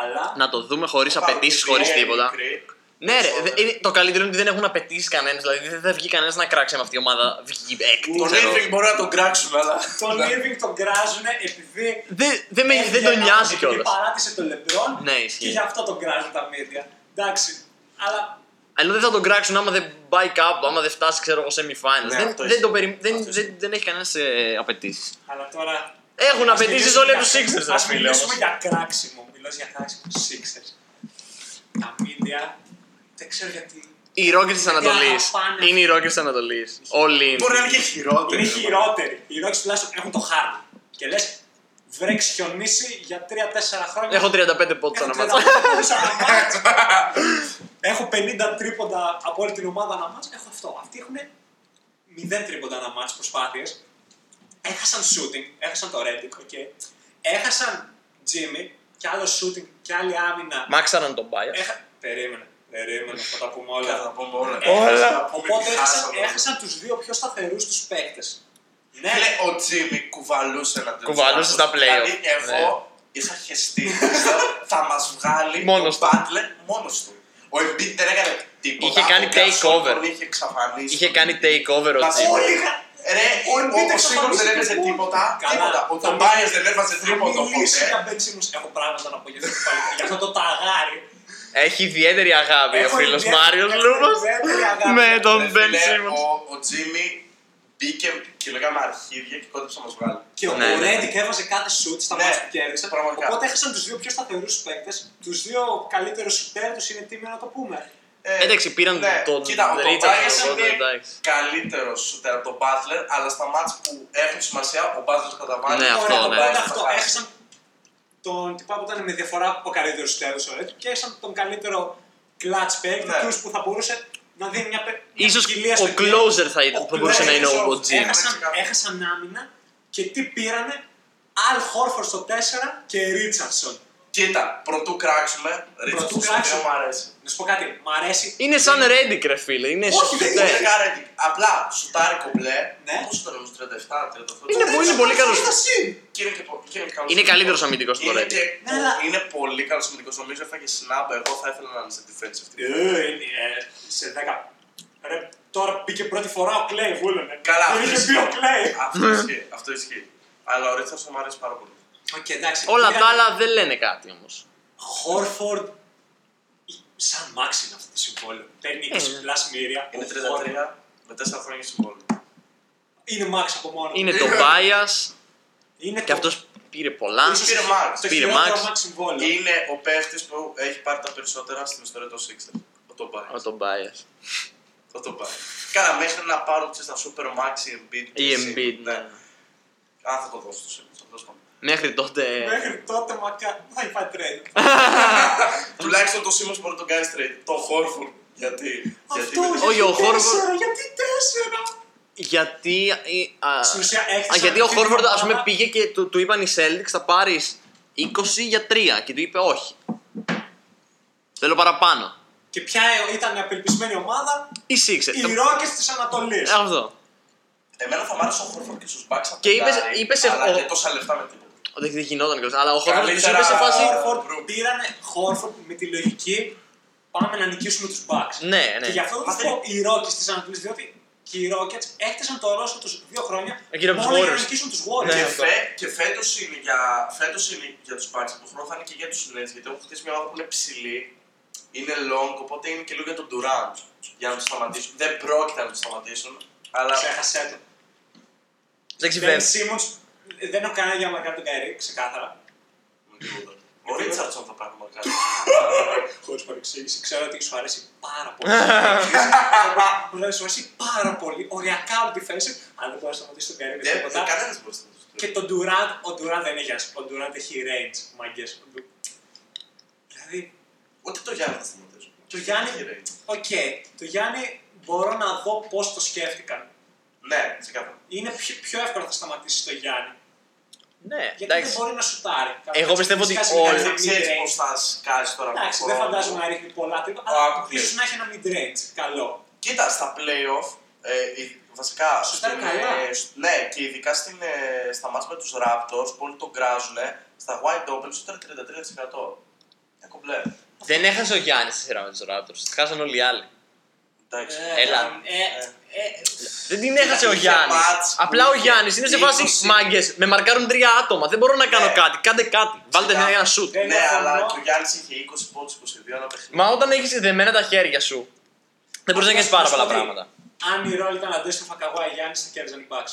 Speaker 3: Αλλά
Speaker 1: Να το δούμε χωρίς
Speaker 2: Πάρουν
Speaker 1: απαιτήσει,
Speaker 2: την
Speaker 1: χωρί
Speaker 2: Big,
Speaker 1: τίποτα.
Speaker 2: μικρή.
Speaker 1: Ναι, ρε,
Speaker 2: Σόδα.
Speaker 1: δε- είναι- το καλύτερο είναι ότι δεν έχουν απαιτήσει κανένας. Δηλαδή δεν θα βγει κανένας να κράξει με αυτή η ομάδα. Βγει έκτη.
Speaker 2: Τον
Speaker 1: ξέρω.
Speaker 2: Irving μπορεί να τον κράξουν, αλλά.
Speaker 3: τον Irving τον κράζουν επειδή.
Speaker 1: Δεν, δεν, με- Ναι, δεν
Speaker 3: έβγαινε
Speaker 2: Ναι,
Speaker 1: τον νοιάζει
Speaker 3: επειδή
Speaker 1: κιόλας.
Speaker 3: παράτησε τον Λεμπρόν
Speaker 1: Ναι,
Speaker 3: και
Speaker 1: ισχύει.
Speaker 3: γι' αυτό τον κράζουν τα μίδια. Εντάξει. Αλλά
Speaker 1: Ενώ δεν θα τον κράξουν άμα δεν πάει κάπου, άμα δεν φτάσει, ξέρω εγώ, σε μη
Speaker 2: Ναι,
Speaker 1: δεν,
Speaker 2: αυτό
Speaker 1: δεν,
Speaker 2: ισχύει.
Speaker 1: το περι... δεν,
Speaker 2: Αυτό
Speaker 1: δεν, δεν έχει κανένας ε, απαιτήσεις.
Speaker 3: αλλά τώρα
Speaker 1: Έχουν απαιτήσει όλοι τους Sixers, ρε
Speaker 3: Ας
Speaker 1: φίλε.
Speaker 3: μιλήσουμε
Speaker 1: όμως.
Speaker 3: για κράξιμο. Μιλώ για κράξιμο του Sixers. Τα μίντια. Δεν ξέρω γιατί.
Speaker 1: Οι Rockets τη
Speaker 3: Για
Speaker 1: Ανατολή.
Speaker 3: πάνε.
Speaker 1: Είναι οι Rockets της Ανατολής. Όλοι.
Speaker 2: Μπορεί να είναι και χειρότερο.
Speaker 3: Είναι χειρότεροι. Οι Rockets τουλάχιστον έχουν το χάρτη. Και λες, βρέξει χιονίσει για 3-4 χρόνια.
Speaker 1: Έχω 35 πόντου
Speaker 3: Έχω
Speaker 1: ανά
Speaker 3: 30
Speaker 1: μάτσα.
Speaker 3: πόντους ανά μάτς. Έχω 50 τρίποντα από όλη την ομάδα ανά μάτς. Έχω αυτό. Αυτοί έχουν 0 τρίποντα ανά μάτς προσπάθειες. Έχασαν shooting, έχασαν το Reddick, okay. έχασαν Jimmy και άλλο shooting και άλλη άμυνα.
Speaker 1: Μάξαραν τον Bias.
Speaker 3: Έχα... Περίμενε, περίμενε, θα τα πούμε όλα. Ε,
Speaker 2: Κατά τα πούμε όλα.
Speaker 1: Όλα.
Speaker 2: Έχασα,
Speaker 3: Οπότε έχασαν,
Speaker 2: χάσαμε.
Speaker 3: έχασαν τους δύο πιο σταθερούς τους παίκτες. Ναι,
Speaker 2: Φίλε, ο Τζίμι κουβαλούσε να τελειώσει.
Speaker 1: Κουβαλούσε στα
Speaker 2: Δηλαδή,
Speaker 1: play-off. Ναι.
Speaker 2: εγώ είχα χεστεί. θα μας βγάλει
Speaker 1: Μόνος
Speaker 2: ο
Speaker 1: του.
Speaker 2: Μπάτλε μόνος του. Ο Embiid δεν έκανε τίποτα.
Speaker 1: Είχε κάνει
Speaker 2: Ο Gasol
Speaker 1: takeover.
Speaker 2: τον Είχε εξαφανίσει.
Speaker 1: Είχε κάνει takeover ο
Speaker 2: Μα
Speaker 1: Τζιμ.
Speaker 2: όλοι
Speaker 3: Όλοι
Speaker 2: είχαν-
Speaker 3: είχαν-
Speaker 2: Ρε,
Speaker 3: Ο Embiid
Speaker 2: ο Σίγουρος δεν
Speaker 3: εξαφανίστηκε
Speaker 2: έβαζε
Speaker 3: μόνο του.
Speaker 2: τίποτα.
Speaker 3: Καλά.
Speaker 2: τίποτα. Ο
Speaker 3: Θα
Speaker 2: Τομπάιας δεν έβαζε
Speaker 3: Έχω
Speaker 2: τίποτα
Speaker 3: μιλήσει για
Speaker 2: ποτέ.
Speaker 3: Ben Simmons. Έχω πράγματα να πω για αυτό το παλικάρι, για αυτό το ταγάρι.
Speaker 1: Έχει ιδιαίτερη αγάπη ο
Speaker 3: Έχω
Speaker 1: φίλος
Speaker 3: ιδιαίτερη-
Speaker 1: Μάριος
Speaker 3: έχω
Speaker 1: Λούμπο
Speaker 3: ιδιαίτερη αγάπη.
Speaker 1: με
Speaker 2: Ρε,
Speaker 1: τον Μπεν
Speaker 2: φίλε,
Speaker 1: Σίμον.
Speaker 2: ο- Ο Τζίμι μπήκε και λέγαμε αρχίδια και κόντεψε να μας βγάλει.
Speaker 3: Και ο
Speaker 1: Ναι, ναι.
Speaker 3: Ρέντικ έβαζε κάθε σουτ στα
Speaker 2: Ναι,
Speaker 3: μάτια που κέρδισε.
Speaker 2: πραγματικά.
Speaker 3: Οπότε έχασαν τους δύο πιο σταθερούς παίκτες. Τους δύο καλύτερους σουτέρ τους είναι τίμιο να το πούμε.
Speaker 2: Ε,
Speaker 1: Εντάξει, πήραν
Speaker 2: ναι,
Speaker 1: τον
Speaker 2: κοίτα, ο
Speaker 1: Ρίτσαρντ,
Speaker 2: Tobias
Speaker 1: οπότε
Speaker 2: είναι
Speaker 1: εντάξει.
Speaker 2: Καλύτερος σούτερ από τον Butler, αλλά στα μάτια που έχουν σημασία ο Butler καταβάλει.
Speaker 1: Ναι,
Speaker 2: Ωραία,
Speaker 1: αυτό,
Speaker 2: τον
Speaker 1: ναι.
Speaker 2: Butler
Speaker 3: Οπότε
Speaker 2: θα
Speaker 3: αυτό.
Speaker 2: χάσει.
Speaker 3: Έχασαν τον τυπά που ήταν με διαφορά από καλύτερο σουτέρ του ο Ρέντικ και έχασαν τον καλύτερο κλατ παίκτη
Speaker 2: Ναι.
Speaker 3: τους που θα μπορούσε να δίνει μια πε- μια
Speaker 1: Ίσως
Speaker 3: ποικιλία
Speaker 1: ο
Speaker 3: στο game.
Speaker 1: closer θα ήταν-
Speaker 3: ναι, Ο
Speaker 1: θα μπορούσε να είναι ο
Speaker 3: closer.
Speaker 1: Bogdan.
Speaker 3: Έχασαν,
Speaker 2: Ξεκάθαρα.
Speaker 3: έχασαν άμυνα και τι πήρανε. Αλ Χόρφορ στο 4 και Ρίτσαρνσον.
Speaker 2: Κοίτα, πρωτού κράξουμε. Ρίτσο,
Speaker 3: κράξουμε.
Speaker 2: μου αρέσει.
Speaker 3: Να σου πω κάτι, μ' αρέσει.
Speaker 1: Είναι σαν Ρέντικ, ρε φίλε. Είναι ναι.
Speaker 3: Όχι,
Speaker 1: σουτέρ.
Speaker 2: Δεν
Speaker 3: δεν
Speaker 2: είναι καρέτη. Απλά σουτάρει κομπλέ.
Speaker 3: Ναι.
Speaker 2: Πόσο το νομίζω, 37, 38.
Speaker 1: Είναι πολύ- είναι πολύ καλός.
Speaker 2: Και είναι και πο- και είναι καλός
Speaker 1: Είναι καλύτερος αμυντικός
Speaker 2: αμυντικός.
Speaker 1: του
Speaker 2: Είναι
Speaker 1: Ρέντικ.
Speaker 2: και-
Speaker 3: Ναι, αλλά-
Speaker 2: Είναι πολύ καλός αμυντικός. Νομίζω έφαγε συνάμπα. Εγώ θα ήθελα να είναι σε defensive.
Speaker 3: Ε, είναι, ε, σε 10. Ρε, τώρα μπήκε πρώτη φορά ο Κλέη, βούλωνε.
Speaker 2: Καλά,
Speaker 3: Δεν είχε
Speaker 2: αυτό
Speaker 3: μπει ο
Speaker 2: ισχύει.
Speaker 3: Κλέη.
Speaker 2: Αυτό ισχύει. Αυτό ισχύει. Αλλά ο Ρίτσο μου αρέσει πάρα πολύ.
Speaker 3: Οκ, εντάξει.
Speaker 1: Όλα
Speaker 3: πήρανε
Speaker 1: τα άλλα δεν λένε κάτι όμως.
Speaker 3: Χόρφορντ. Σαν μάξι είναι αυτό το συμβόλαιο. Παίρνει 20
Speaker 1: ναι.
Speaker 3: πλάσ μοίρια.
Speaker 2: Είναι
Speaker 3: Ο Χόρφορντ
Speaker 2: 33 με 4 χρόνια συμβόλαιο.
Speaker 3: Είναι μάξι από μόνο. του.
Speaker 1: Είναι το bias
Speaker 3: Είναι
Speaker 1: και
Speaker 3: το-
Speaker 1: αυτός πήρε πολλά.
Speaker 3: ίσως
Speaker 2: πήρε Max.
Speaker 3: Το
Speaker 1: Πήρε
Speaker 3: χειρότερο
Speaker 1: Max.
Speaker 3: Max συμβόλαιο.
Speaker 2: Είναι ο παίχτης που έχει πάρει τα περισσότερα στην ιστορία των Sixers. Ο Τομπάι.
Speaker 1: Ο το bias.
Speaker 2: Ο Τομπάι. Καλά, μέχρι να πάρουν ξέρεις, τα Super Max ή Embiid.
Speaker 1: Η
Speaker 2: και εσύ.
Speaker 1: Embiid.
Speaker 2: Ναι. Αν θα το δώσω στο Sixers. θα το δώσω.
Speaker 1: Μέχρι τότε.
Speaker 3: Μέχρι τότε μακριά θα υπάρχει trade.
Speaker 2: Τουλάχιστον το Simmons μπορεί να τον κάνεις straight. Το Horford. Γιατί. γιατί
Speaker 3: Αυτό
Speaker 2: με-
Speaker 1: όχι,
Speaker 3: γιατί
Speaker 1: ο Χόρφορντ-
Speaker 3: τέσσερα, γιατί τέσσερα.
Speaker 1: Γιατί. ε, α,
Speaker 3: Στην ουσία
Speaker 1: α,
Speaker 3: έκτισαν
Speaker 1: γιατί ο
Speaker 3: αυτή την
Speaker 1: Χόρφορντ, α πούμε,
Speaker 3: ομάδα.
Speaker 1: πήγε και του, του είπαν οι Celtics θα πάρεις 20 για 3 και του είπε όχι. Θέλω παραπάνω.
Speaker 3: Και ποια ήταν η απελπισμένη ομάδα,
Speaker 1: Οι Sixers.
Speaker 3: οι
Speaker 1: Το-
Speaker 3: Ρόκε της Ανατολής.
Speaker 1: ε, Αυτό.
Speaker 2: Εμένα θα μ' άρεσε ο Horford και στους Bucks.
Speaker 1: Και είπες- είπες
Speaker 2: Αλλά
Speaker 1: εγώ-
Speaker 2: και τόσα λεφτά με τίποτα.
Speaker 1: Δεν δεν γινόταν κιόλα. Αλλά ο Χόρφορντ του είπε σε
Speaker 2: Καλύτερα-
Speaker 1: φάση.
Speaker 3: Χόρφορντ πήρανε Χόρφορντ με τη λογική πάμε να νικήσουμε τους Bucks.
Speaker 1: Ναι, ναι.
Speaker 3: Και γι' αυτό
Speaker 2: Μα
Speaker 3: το
Speaker 2: δεν-
Speaker 3: πω οι Rockets της Ανατολή, διότι και οι Rockets έχτισαν το ρόσο τους δύο χρόνια
Speaker 1: Ε, γύρω από τους
Speaker 3: μόνο για να
Speaker 1: Warriors.
Speaker 3: νικήσουν τους Warriors.
Speaker 1: Ναι,
Speaker 2: Και,
Speaker 1: αυτό.
Speaker 2: φε, και φέτος είναι για, φέτος είναι για τους Bucks, του χρόνου θα είναι και για τους Nets. Γιατί έχουν χτίσει μια ομάδα που είναι ψηλή, είναι long, οπότε είναι και λίγο για τον Durant. Για να τους σταματήσουν. Δεν πρόκειται να τους σταματήσουν, αλλά.
Speaker 3: Ξέχασέ το.
Speaker 1: Δεν
Speaker 3: Ben
Speaker 1: ξυβαίνει.
Speaker 3: Simmons, ε, δεν έχω κανένα για να κάνει τον Καϊρή, ξεκάθαρα.
Speaker 2: με τίποτα. Ο Ρίτσαρτσον θα πάρει μακάρι.
Speaker 3: Χωρίς παρεξήγηση, ξέρω ότι σου αρέσει πάρα πολύ. Μπορεί να σου αρέσει πάρα πολύ. Οριακά ο defensive, αλλά δεν μπορείς να σταματήσεις τον Καϊρή με
Speaker 2: Δεν
Speaker 3: τίποτα.
Speaker 2: κανένας μπορεί να τους
Speaker 3: Και
Speaker 2: πει.
Speaker 3: τον Durant, ο Durant δεν έχει άσπρο. Ο Durant έχει range, μαγκές. Ο Ντου- Δηλαδή,
Speaker 2: Ούτε το Γιάννη θα σταματήσουν.
Speaker 3: το Γιάννη, οκ, το Γιάννη μπορώ να δω πώς το σκέφτηκαν.
Speaker 2: Ναι, ξεκάθαρα.
Speaker 3: Είναι πιο, πιο εύκολο να σταματήσεις το Γιάννη.
Speaker 1: Ναι,
Speaker 3: Γιατί
Speaker 1: εντάξει.
Speaker 3: δεν μπορεί να σουτάρει.
Speaker 1: Εγώ πιστεύω ότι
Speaker 3: Σκάσει
Speaker 1: όλοι-
Speaker 3: κανένα
Speaker 2: Δεν ξέρεις
Speaker 3: mid-range.
Speaker 2: πώς θα σκάσει τώρα.
Speaker 3: Εντάξει,
Speaker 2: τον
Speaker 3: δεν
Speaker 2: χρόνο.
Speaker 3: φαντάζομαι να ρίχνει πολλά τρίπα,
Speaker 2: Α,
Speaker 3: αλλά
Speaker 2: αποκλείεται.
Speaker 3: ίσως να έχει ένα mid-range καλό.
Speaker 2: Κοίτα, στα playoff, ε, η- βασικά,
Speaker 3: Σωστά,
Speaker 2: στην,
Speaker 3: καλά.
Speaker 2: ε, σ- ναι, και ειδικά στην, ε, στα μάτια με τους Raptors που όλοι τον κράζουνε, στα wide open σου ήταν 33%. Ε, κομπλέ.
Speaker 1: Δεν έχασε ο Γιάννης στη σειρά με τους Raptors. Τη χάσαν όλοι οι άλλοι.
Speaker 2: Εντάξει.
Speaker 1: Έλα.
Speaker 3: Ε, ε, ε,
Speaker 1: Δεν την έχασε ο
Speaker 2: Είχε
Speaker 1: Γιάννη.
Speaker 2: μάτς που
Speaker 1: Απλά ο
Speaker 2: είχε
Speaker 1: Γιάννης είναι σε
Speaker 2: 20.
Speaker 1: φάση μάγκες. Με μαρκάρουν τρία άτομα. Δεν μπορώ να
Speaker 2: Ναι.
Speaker 1: κάνω κάτι. Κάντε κάτι. Βάλτε
Speaker 2: Κοίτα,
Speaker 1: ένα σουτ.
Speaker 3: δεν
Speaker 2: Ναι,
Speaker 3: διαφωνώ.
Speaker 2: αλλά και ο Γιάννης είχε 20 πόντους, 22 ένα παιχνίδι.
Speaker 1: Μα όταν έχεις δεμένα τα χέρια σου, δεν μπορείς να
Speaker 3: Απλά
Speaker 1: κάνεις πάρα
Speaker 3: σου
Speaker 1: πολλά
Speaker 3: πω ότι
Speaker 1: πράγματα.
Speaker 3: Αν η ρόλη ήταν αντίστοιχα καγουά Γιάννης, θα κέρδιζαν οι Bucks.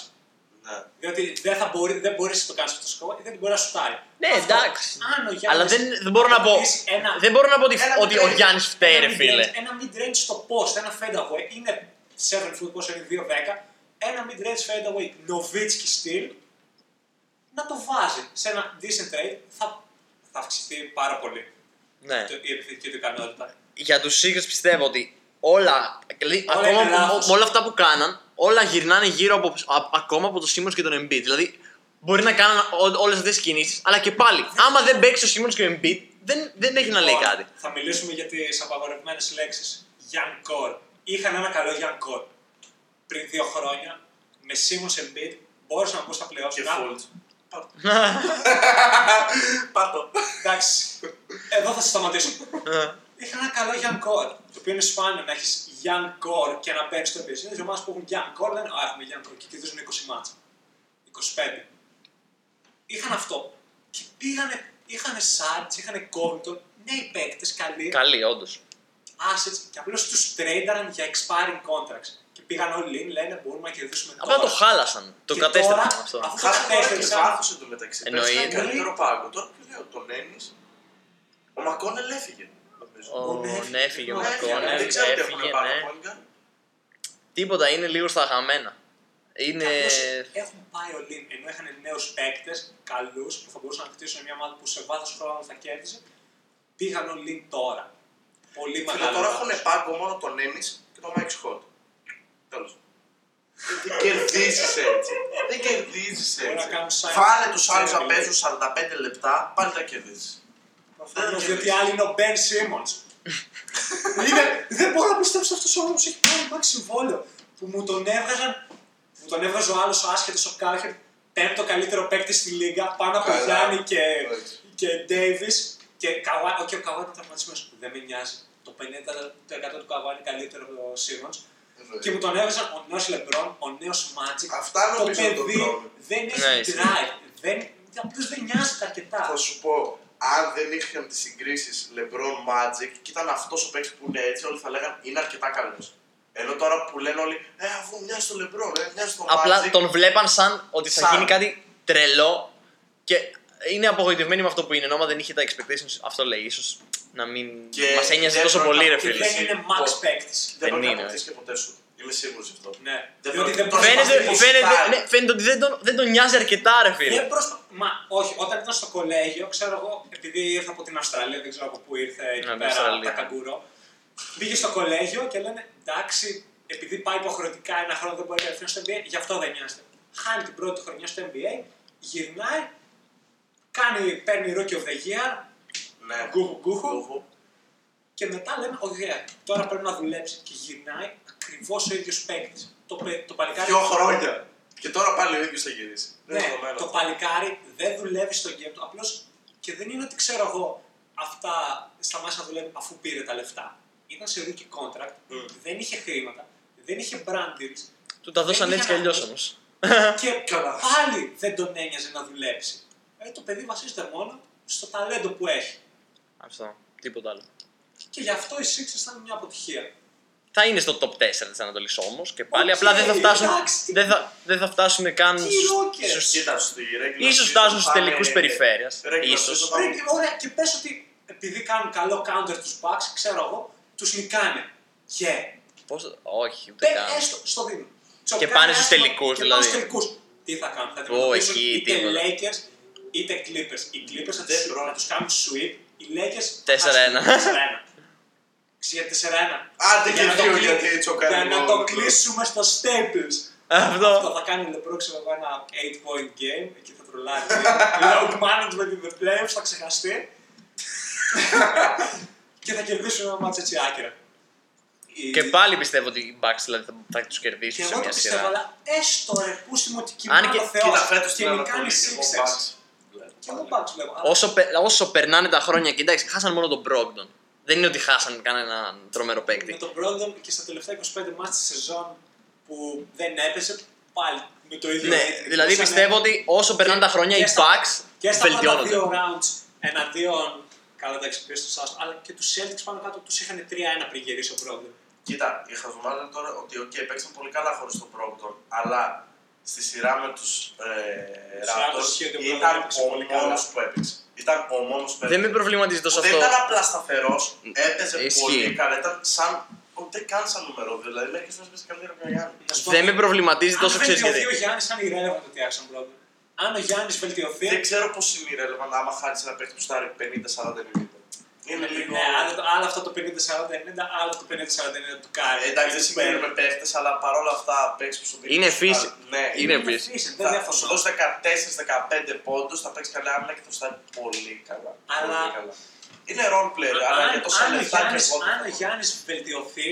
Speaker 2: Ναι.
Speaker 3: Διότι δεν, θα μπορεί, δεν μπορείς να το κάνεις αυτό το σκοπό, γιατί δεν μπορεί να σουτάρει.
Speaker 1: Ναι,
Speaker 3: Αυτό.
Speaker 1: εντάξει.
Speaker 3: Αν ο Γιάννης
Speaker 1: Αλλά δεν, δεν μπορώ να πω.
Speaker 3: αποκτήσει Ένα,
Speaker 1: Δεν μπορώ να πω ότι,
Speaker 2: ένα
Speaker 1: ότι ο
Speaker 2: mid-range.
Speaker 1: Γιάννης φταίει, ρε
Speaker 3: ένα
Speaker 1: φίλε.
Speaker 3: mid-range- Ένα mid-range στο post, ένα fadeaway, είναι 7 foot, πόσο είναι 2-10, ένα mid-range fadeaway, Nowitzki στυλ, να το βάζει σε ένα decent trade, θα, θα αυξηθεί πάρα πολύ
Speaker 1: Ναι.
Speaker 3: το- η επιθετική του ικανότητα. για
Speaker 1: για τους Seagulls πιστεύω ότι όλα, δηλαδή,
Speaker 3: Όλα
Speaker 1: ακόμα,
Speaker 3: είναι λάθος.
Speaker 1: με όλα αυτά που κάναν, όλα γυρνάνε γύρω από, α- ακόμα από το Simmons και τον Embiid. Δηλαδή, μπορεί να κάνουν ό- όλες αυτές τις κινήσεις, αλλά και πάλι, άμα δεν παίξει ο Simmons και ο Embiid, δεν, δεν έχει να λέει
Speaker 3: Λοιπόν,
Speaker 1: κάτι.
Speaker 3: Θα μιλήσουμε για τις απαγορευμένες λέξεις. Young Core. Είχαν ένα καλό Young Core. Πριν δύο χρόνια, με Σίμον Embiid μπορούσαν να μπουν στα playoffs.
Speaker 2: Και
Speaker 3: να-
Speaker 2: Fold. Πάρτο. Πάρτο.
Speaker 3: Εντάξει. Εδώ θα σταματήσω.
Speaker 1: Ε.
Speaker 3: Είχαν ένα καλό Young Core. Το οποίο είναι σπάνιο να έχεις Young Core και να παίρνει το επίσημο. Οι ομάδες που έχουν Young Core λένε Α, έχουμε Young Core και κερδίζουν 20 μάτσα. 25. Είχαν αυτό. Και πήγανε, είχαν Σάρτ, είχαν Κόρντον. Νέοι παίκτες, καλοί.
Speaker 1: Καλή, όντως.
Speaker 3: assets και απλώς τους τρέινταραν για expiring contracts. Και πήγαν όλοι in, λένε μπορούμε να κερδίσουμε
Speaker 1: Απλά το
Speaker 3: τώρα.
Speaker 1: χάλασαν, το
Speaker 3: Λοιπόν. Και
Speaker 1: κατέστρεψαν
Speaker 3: τώρα,
Speaker 1: αυτό.
Speaker 3: αφού το
Speaker 2: Χάσε τώρα και
Speaker 3: κατέστρεψαν,
Speaker 2: βάθο εντωμεταξύ.
Speaker 1: Εννοείται.
Speaker 2: Πέρασε έναν καλύτερο πάγκο. Τώρα που λέω τον Έννη, ο Μακόνελ έφυγε. νομίζω.
Speaker 1: Ο- ναι, έφυγε ο
Speaker 2: Ναι,
Speaker 1: Μακόνελ,
Speaker 2: έφυγε. Δεν ξέρω τι
Speaker 1: έφυγε,
Speaker 2: έχουν πάρει
Speaker 1: ναι.
Speaker 2: από Όλγα.
Speaker 1: Τίποτα, είναι λίγο στα χαμένα. Είναι...
Speaker 3: απλώς Έχουν πάει όλοι in, ενώ είχαν νέους παίκτες, καλούς, που θα μπορούσαν να χτίσουν μια ομάδα που σε βάθος χρόνου θα κέρδιζε. Πήγαν όλοι in τώρα. Πολύ
Speaker 2: Φίλε,
Speaker 3: μεγάλο.
Speaker 2: τώρα
Speaker 3: λάθος.
Speaker 2: έχουν πάγκο μόνο τον Έννη και τον Μάικ Σκότ. Τέλος. Δεν κερδίζεις έτσι. Δεν κερδίζεις
Speaker 3: Μπορεί να
Speaker 2: έτσι.
Speaker 3: κάνουν sign-
Speaker 2: Βάλε τους άλλους
Speaker 3: sign-
Speaker 2: να παίζουν 45 λεπτά, πάλι θα κερδίζεις.
Speaker 3: Προφανώς,
Speaker 2: Δεν
Speaker 3: διότι
Speaker 2: κερδίζει.
Speaker 3: άλλοι είναι ο Μπεν Σίμον. δεν μπορώ να πιστέψω αυτός ο άνθρωπος έχει πάρει ένα συμβόλαιο που μου τον έβγαζαν. Που τον έβγαζε ο άλλος ο άσχετος ο Κάρχερ, πέμπτο καλύτερο παίκτη στη λίγα πάνω από
Speaker 2: Καλά.
Speaker 3: Γιάννη και,
Speaker 2: Εντάξει.
Speaker 3: και Ντέιβι. Και Καβάνι, όχι ο Καβάνι ήταν τραυματισμένο. Δεν με νοιάζει. Το 50% του Καβάνι καλύτερο από ο Σίμον. Και μου τον έβγαζαν ο νέος Λεμπρόν, ο νέος Μάτζικ.
Speaker 2: Ναι. Αυτά
Speaker 3: Το
Speaker 2: νομίζω είναι το
Speaker 3: παιδί
Speaker 2: πρόβλημα.
Speaker 3: δεν
Speaker 1: Ναι,
Speaker 3: έχει
Speaker 1: ισχύει.
Speaker 3: drive. Δεν, απλώς δεν νοιάζεται αρκετά.
Speaker 2: Θα σου πω, αν δεν είχαν τις συγκρίσεις LeBron Magic και ήταν αυτός ο παίκτης που είναι έτσι, όλοι θα λέγανε είναι αρκετά καλός. Ενώ τώρα που λένε όλοι, Ε, αφού μοιάζει τον LeBron, ε, μοιάζει τον
Speaker 1: Απλά
Speaker 2: Magic.
Speaker 1: τον βλέπαν σαν ότι θα
Speaker 2: Σαν.
Speaker 1: γίνει κάτι τρελό και είναι απογοητευμένοι με αυτό που είναι. Ενώ άμα δεν είχε τα expectations, αυτό λέει. ίσως να μην
Speaker 2: Και
Speaker 1: μας ένοιαζε
Speaker 2: δεν
Speaker 1: τόσο
Speaker 2: πρόκειται
Speaker 1: πολύ, ρε
Speaker 2: να
Speaker 3: και
Speaker 1: φίλε.
Speaker 3: δεν είναι max
Speaker 2: Λοιπόν.
Speaker 3: παίκτης.
Speaker 2: Δεν
Speaker 1: δεν
Speaker 2: μπορεί να
Speaker 1: είναι.
Speaker 2: αποκτήσει και ποτέ σου. Είμαι σίγουρος γι' αυτό.
Speaker 3: Ναι.
Speaker 2: Δεν
Speaker 3: Διότι
Speaker 2: πρόκειται. Τον
Speaker 3: δεν προσπαθεί.
Speaker 1: Φαίνεται,
Speaker 2: προσπαθούσε
Speaker 1: φαίνεται,
Speaker 2: πάλι.
Speaker 1: ναι, φαίνεται ότι δεν τον, δεν τον νοιάζει αρκετά, ρε
Speaker 3: Δεν
Speaker 1: φίλε.
Speaker 3: προσπα... Μα όχι, όταν ήταν στο κολέγιο, ξέρω εγώ, επειδή ήρθα από την Αυστραλία, δεν ξέρω από πού ήρθε εκεί
Speaker 1: Ναι, από
Speaker 3: πέρα,
Speaker 1: Αυστραλία.
Speaker 3: τα καγκούρο. Πήγε στο κολέγιο και λένε εντάξει, επειδή πάει υποχρεωτικά ένα χρόνο δεν μπορεί κατευθείαν στο NBA, γι' αυτό δεν νοιάζεται. Χάνει την πρώτη χρονιά στο NBA, γυρνάει, κάνει, παίρνει Rookie of the Year,
Speaker 2: Ναι.
Speaker 3: γκούχου γκούχου,
Speaker 2: Γκούχου.
Speaker 3: και μετά λέμε, ωραία, τώρα πρέπει να δουλέψει. Και γυρνάει ακριβώς ο ίδιος παίκτης. Το, παι- το παλικάρι
Speaker 2: Δυο χρόνια. Και τώρα πάλι ο ίδιος θα γυρίσει. Δεν είναι
Speaker 3: Ναι,
Speaker 2: δεδομένο
Speaker 3: το
Speaker 2: αυτό.
Speaker 3: παλικάρι δεν δουλεύει στο γκέμ του. Απλώς και δεν είναι ότι ξέρω εγώ αυτά σταμάτησε να δουλεύει αφού πήρε τα λεφτά. Ήταν σε rookie contract,
Speaker 2: Μμ.
Speaker 3: δεν είχε χρήματα, δεν είχε brand deals
Speaker 1: Του τα δώσαν
Speaker 3: δεν
Speaker 1: έτσι κι
Speaker 3: είχε
Speaker 1: αλλιώς
Speaker 3: να-
Speaker 1: όμως.
Speaker 3: και
Speaker 2: Ε, Καλά.
Speaker 3: πάλι δεν τον ένοιαζε να δουλέψει. Ε, το παιδί βασίζεται μόνο στο ταλέντο που έχει.
Speaker 1: Αυτό. Τίποτα άλλο.
Speaker 3: Και γι' αυτό οι Sixers ήταν μια αποτυχία.
Speaker 1: Θα είναι στο top 4 της Ανατολής όμως και πάλι.
Speaker 3: Οκ,
Speaker 1: απλά δεν θα φτάσουν,
Speaker 3: εντάξει.
Speaker 1: δεν θα, δεν θα φτάσουν καν.
Speaker 3: Τι
Speaker 1: στους-
Speaker 3: Rockets.
Speaker 1: στους-
Speaker 2: Κοίτα, στη regular
Speaker 1: Ίσως
Speaker 2: season
Speaker 1: φτάσουν στους
Speaker 2: πάνε-
Speaker 1: τελικούς περιφέρειας.
Speaker 2: regular
Speaker 1: Ίσως.
Speaker 2: season πάνε-
Speaker 3: Πρέπει, ωραία, και πες ότι επειδή κάνουν καλό counter τους Bucks, ξέρω εγώ, τους νικάνε. Yeah.
Speaker 1: Πώς, όχι, ούτε
Speaker 3: Πε-
Speaker 1: καν.
Speaker 3: έστω στο δίνω.
Speaker 1: Και πάνε στους τελικούς, δηλαδή.
Speaker 3: Πάνε στους τελικούς. Τι θα κάνουν, θα
Speaker 1: Ω,
Speaker 3: αντιμετωπίσουν
Speaker 1: εκεί,
Speaker 3: είτε
Speaker 1: τίποτα.
Speaker 3: Lakers είτε Clippers. Οι Clippers θα
Speaker 2: Δεν
Speaker 3: τους,
Speaker 2: πρόκειται.
Speaker 3: θα τους κάνουν sweep, οι Lakers
Speaker 1: 4-1.
Speaker 3: 4-1. Ξέρετε, 4-1.
Speaker 2: Άντε
Speaker 3: Για
Speaker 2: και
Speaker 3: να το
Speaker 2: δύο,
Speaker 3: κλει-
Speaker 2: γιατί τσοκάρει
Speaker 3: Για να
Speaker 2: μόνο.
Speaker 3: το κλείσουμε στο Staples. Αυτό
Speaker 1: Αυτό.
Speaker 3: θα κάνει λεπρό, ξέρω εγώ, ένα 8-point game. Εκεί θα τρολάρει. Load management in the playoffs, θα ξεχαστεί. και θα κερδίσουν ένα μάτς έτσι άκυρα. Οι-
Speaker 1: Και πάλι πιστεύω ότι οι Bucks δηλαδή, θα, θα τους
Speaker 3: και
Speaker 1: κερδίσουν σε
Speaker 3: εγώ το
Speaker 1: μια
Speaker 3: πιστεύω,
Speaker 1: σειρά.
Speaker 3: αλλά έστω ρε, πού σημαντική
Speaker 1: Αν
Speaker 3: μάνα
Speaker 1: και-
Speaker 3: ο Θεός
Speaker 2: Κοίτα, φέτος
Speaker 3: και
Speaker 2: την
Speaker 3: με
Speaker 2: Ανατολή.
Speaker 3: κάνει
Speaker 2: εγώ
Speaker 3: Sixers.
Speaker 2: Bucks.
Speaker 3: Και εγώ Bucks λέω, αλλά
Speaker 1: Όσο, πε- όσο περνάνε τα χρόνια, και εντάξει, χάσαν μόνο τον Brogdon. Δεν είναι ότι χάσαν κανέναν τρομερό
Speaker 3: με
Speaker 1: παίκτη.
Speaker 3: τον Brogdon και στα τελευταία 25 μάτς της σεζόν που δεν έπαιζε, πάλι με το ίδιο
Speaker 1: Ναι,
Speaker 3: rate.
Speaker 1: δηλαδή
Speaker 3: Ήσανε-
Speaker 1: πιστεύω ότι όσο περνάνε τα χρόνια, οι
Speaker 3: και στα-
Speaker 1: Bucks
Speaker 3: Και στα πρώτα
Speaker 1: βελτιώνονται.
Speaker 3: δύο rounds εναντίον, καλά τα εξυπηρέσει του Σάστο, αλλά και τους Celtics πάνω κάτω τους είχαν 3-1 πριν γυρίσει ο Brogdon.
Speaker 2: Κοίτα, η Χαζουμάρα λένε τώρα ότι okay, παίξαν πολύ καλά χωρίς τον Πρόκτον, αλλά στη σειρά με τους ε,
Speaker 3: Τους Raptors και
Speaker 2: Raptors
Speaker 3: τον
Speaker 2: ήταν
Speaker 3: Brogdon έπαιξε
Speaker 2: ο
Speaker 3: πολύ καλά.
Speaker 2: μόνος που έπαιξε. Ήταν ο μόνος που έπαιξε.
Speaker 1: Δεν με προβληματίζει τόσο
Speaker 2: δεν
Speaker 1: αυτό. ε,
Speaker 2: ήταν απλά σταθερός, έπαιζε
Speaker 1: Ισχύει.
Speaker 2: πολύ καλά. Ήταν σαν. Ούτε καν σαν νούμερο. Δηλαδή, μέχρι να παίζει καλύτερα από τον Γιάννη.
Speaker 3: Να σου πω,
Speaker 1: Δεν με προβληματίζει
Speaker 3: αν
Speaker 1: τόσο,
Speaker 3: δεν
Speaker 1: ξέρει
Speaker 3: διωθεί ο
Speaker 1: γιατί.
Speaker 3: Γιάννης, ήταν irrelevant ότι άρχισαν Brogdon. αν ο Γιάννης βελτιωθεί.
Speaker 2: Δεν ξέρω πώς είναι η relevant άμα χάνει ένα παίχτη που στάρει 50-40-90. Είναι λίγο.
Speaker 3: Ναι, άλλο, το- άλλο αυτό το 50-40-90, άλλο το 50-40-90 του Κάρι.
Speaker 2: Ε, Εντάξει, δεν συγκρίνουμε παίχτες, αλλά παρόλα αυτά παίξεις που σου δίνει.
Speaker 1: Είναι φύση.
Speaker 2: Ναι,
Speaker 1: Είναι
Speaker 2: είναι.
Speaker 1: επίσης.
Speaker 3: φύση, δεν
Speaker 2: Θα, θα σου
Speaker 3: διαφωνώ.
Speaker 2: δώσει 14-15 πόντους, θα παίξεις καλά άμυνα και θα στάρει πολύ καλά.
Speaker 3: Αλλά-
Speaker 2: Πολύ καλά. Είναι role player, αλλά για
Speaker 3: Αν,
Speaker 2: τόσα
Speaker 3: αν ο
Speaker 2: λεφτά και
Speaker 3: Γιάννης-
Speaker 2: εγώ.
Speaker 3: αν ο Γιάννης βελτιωθεί,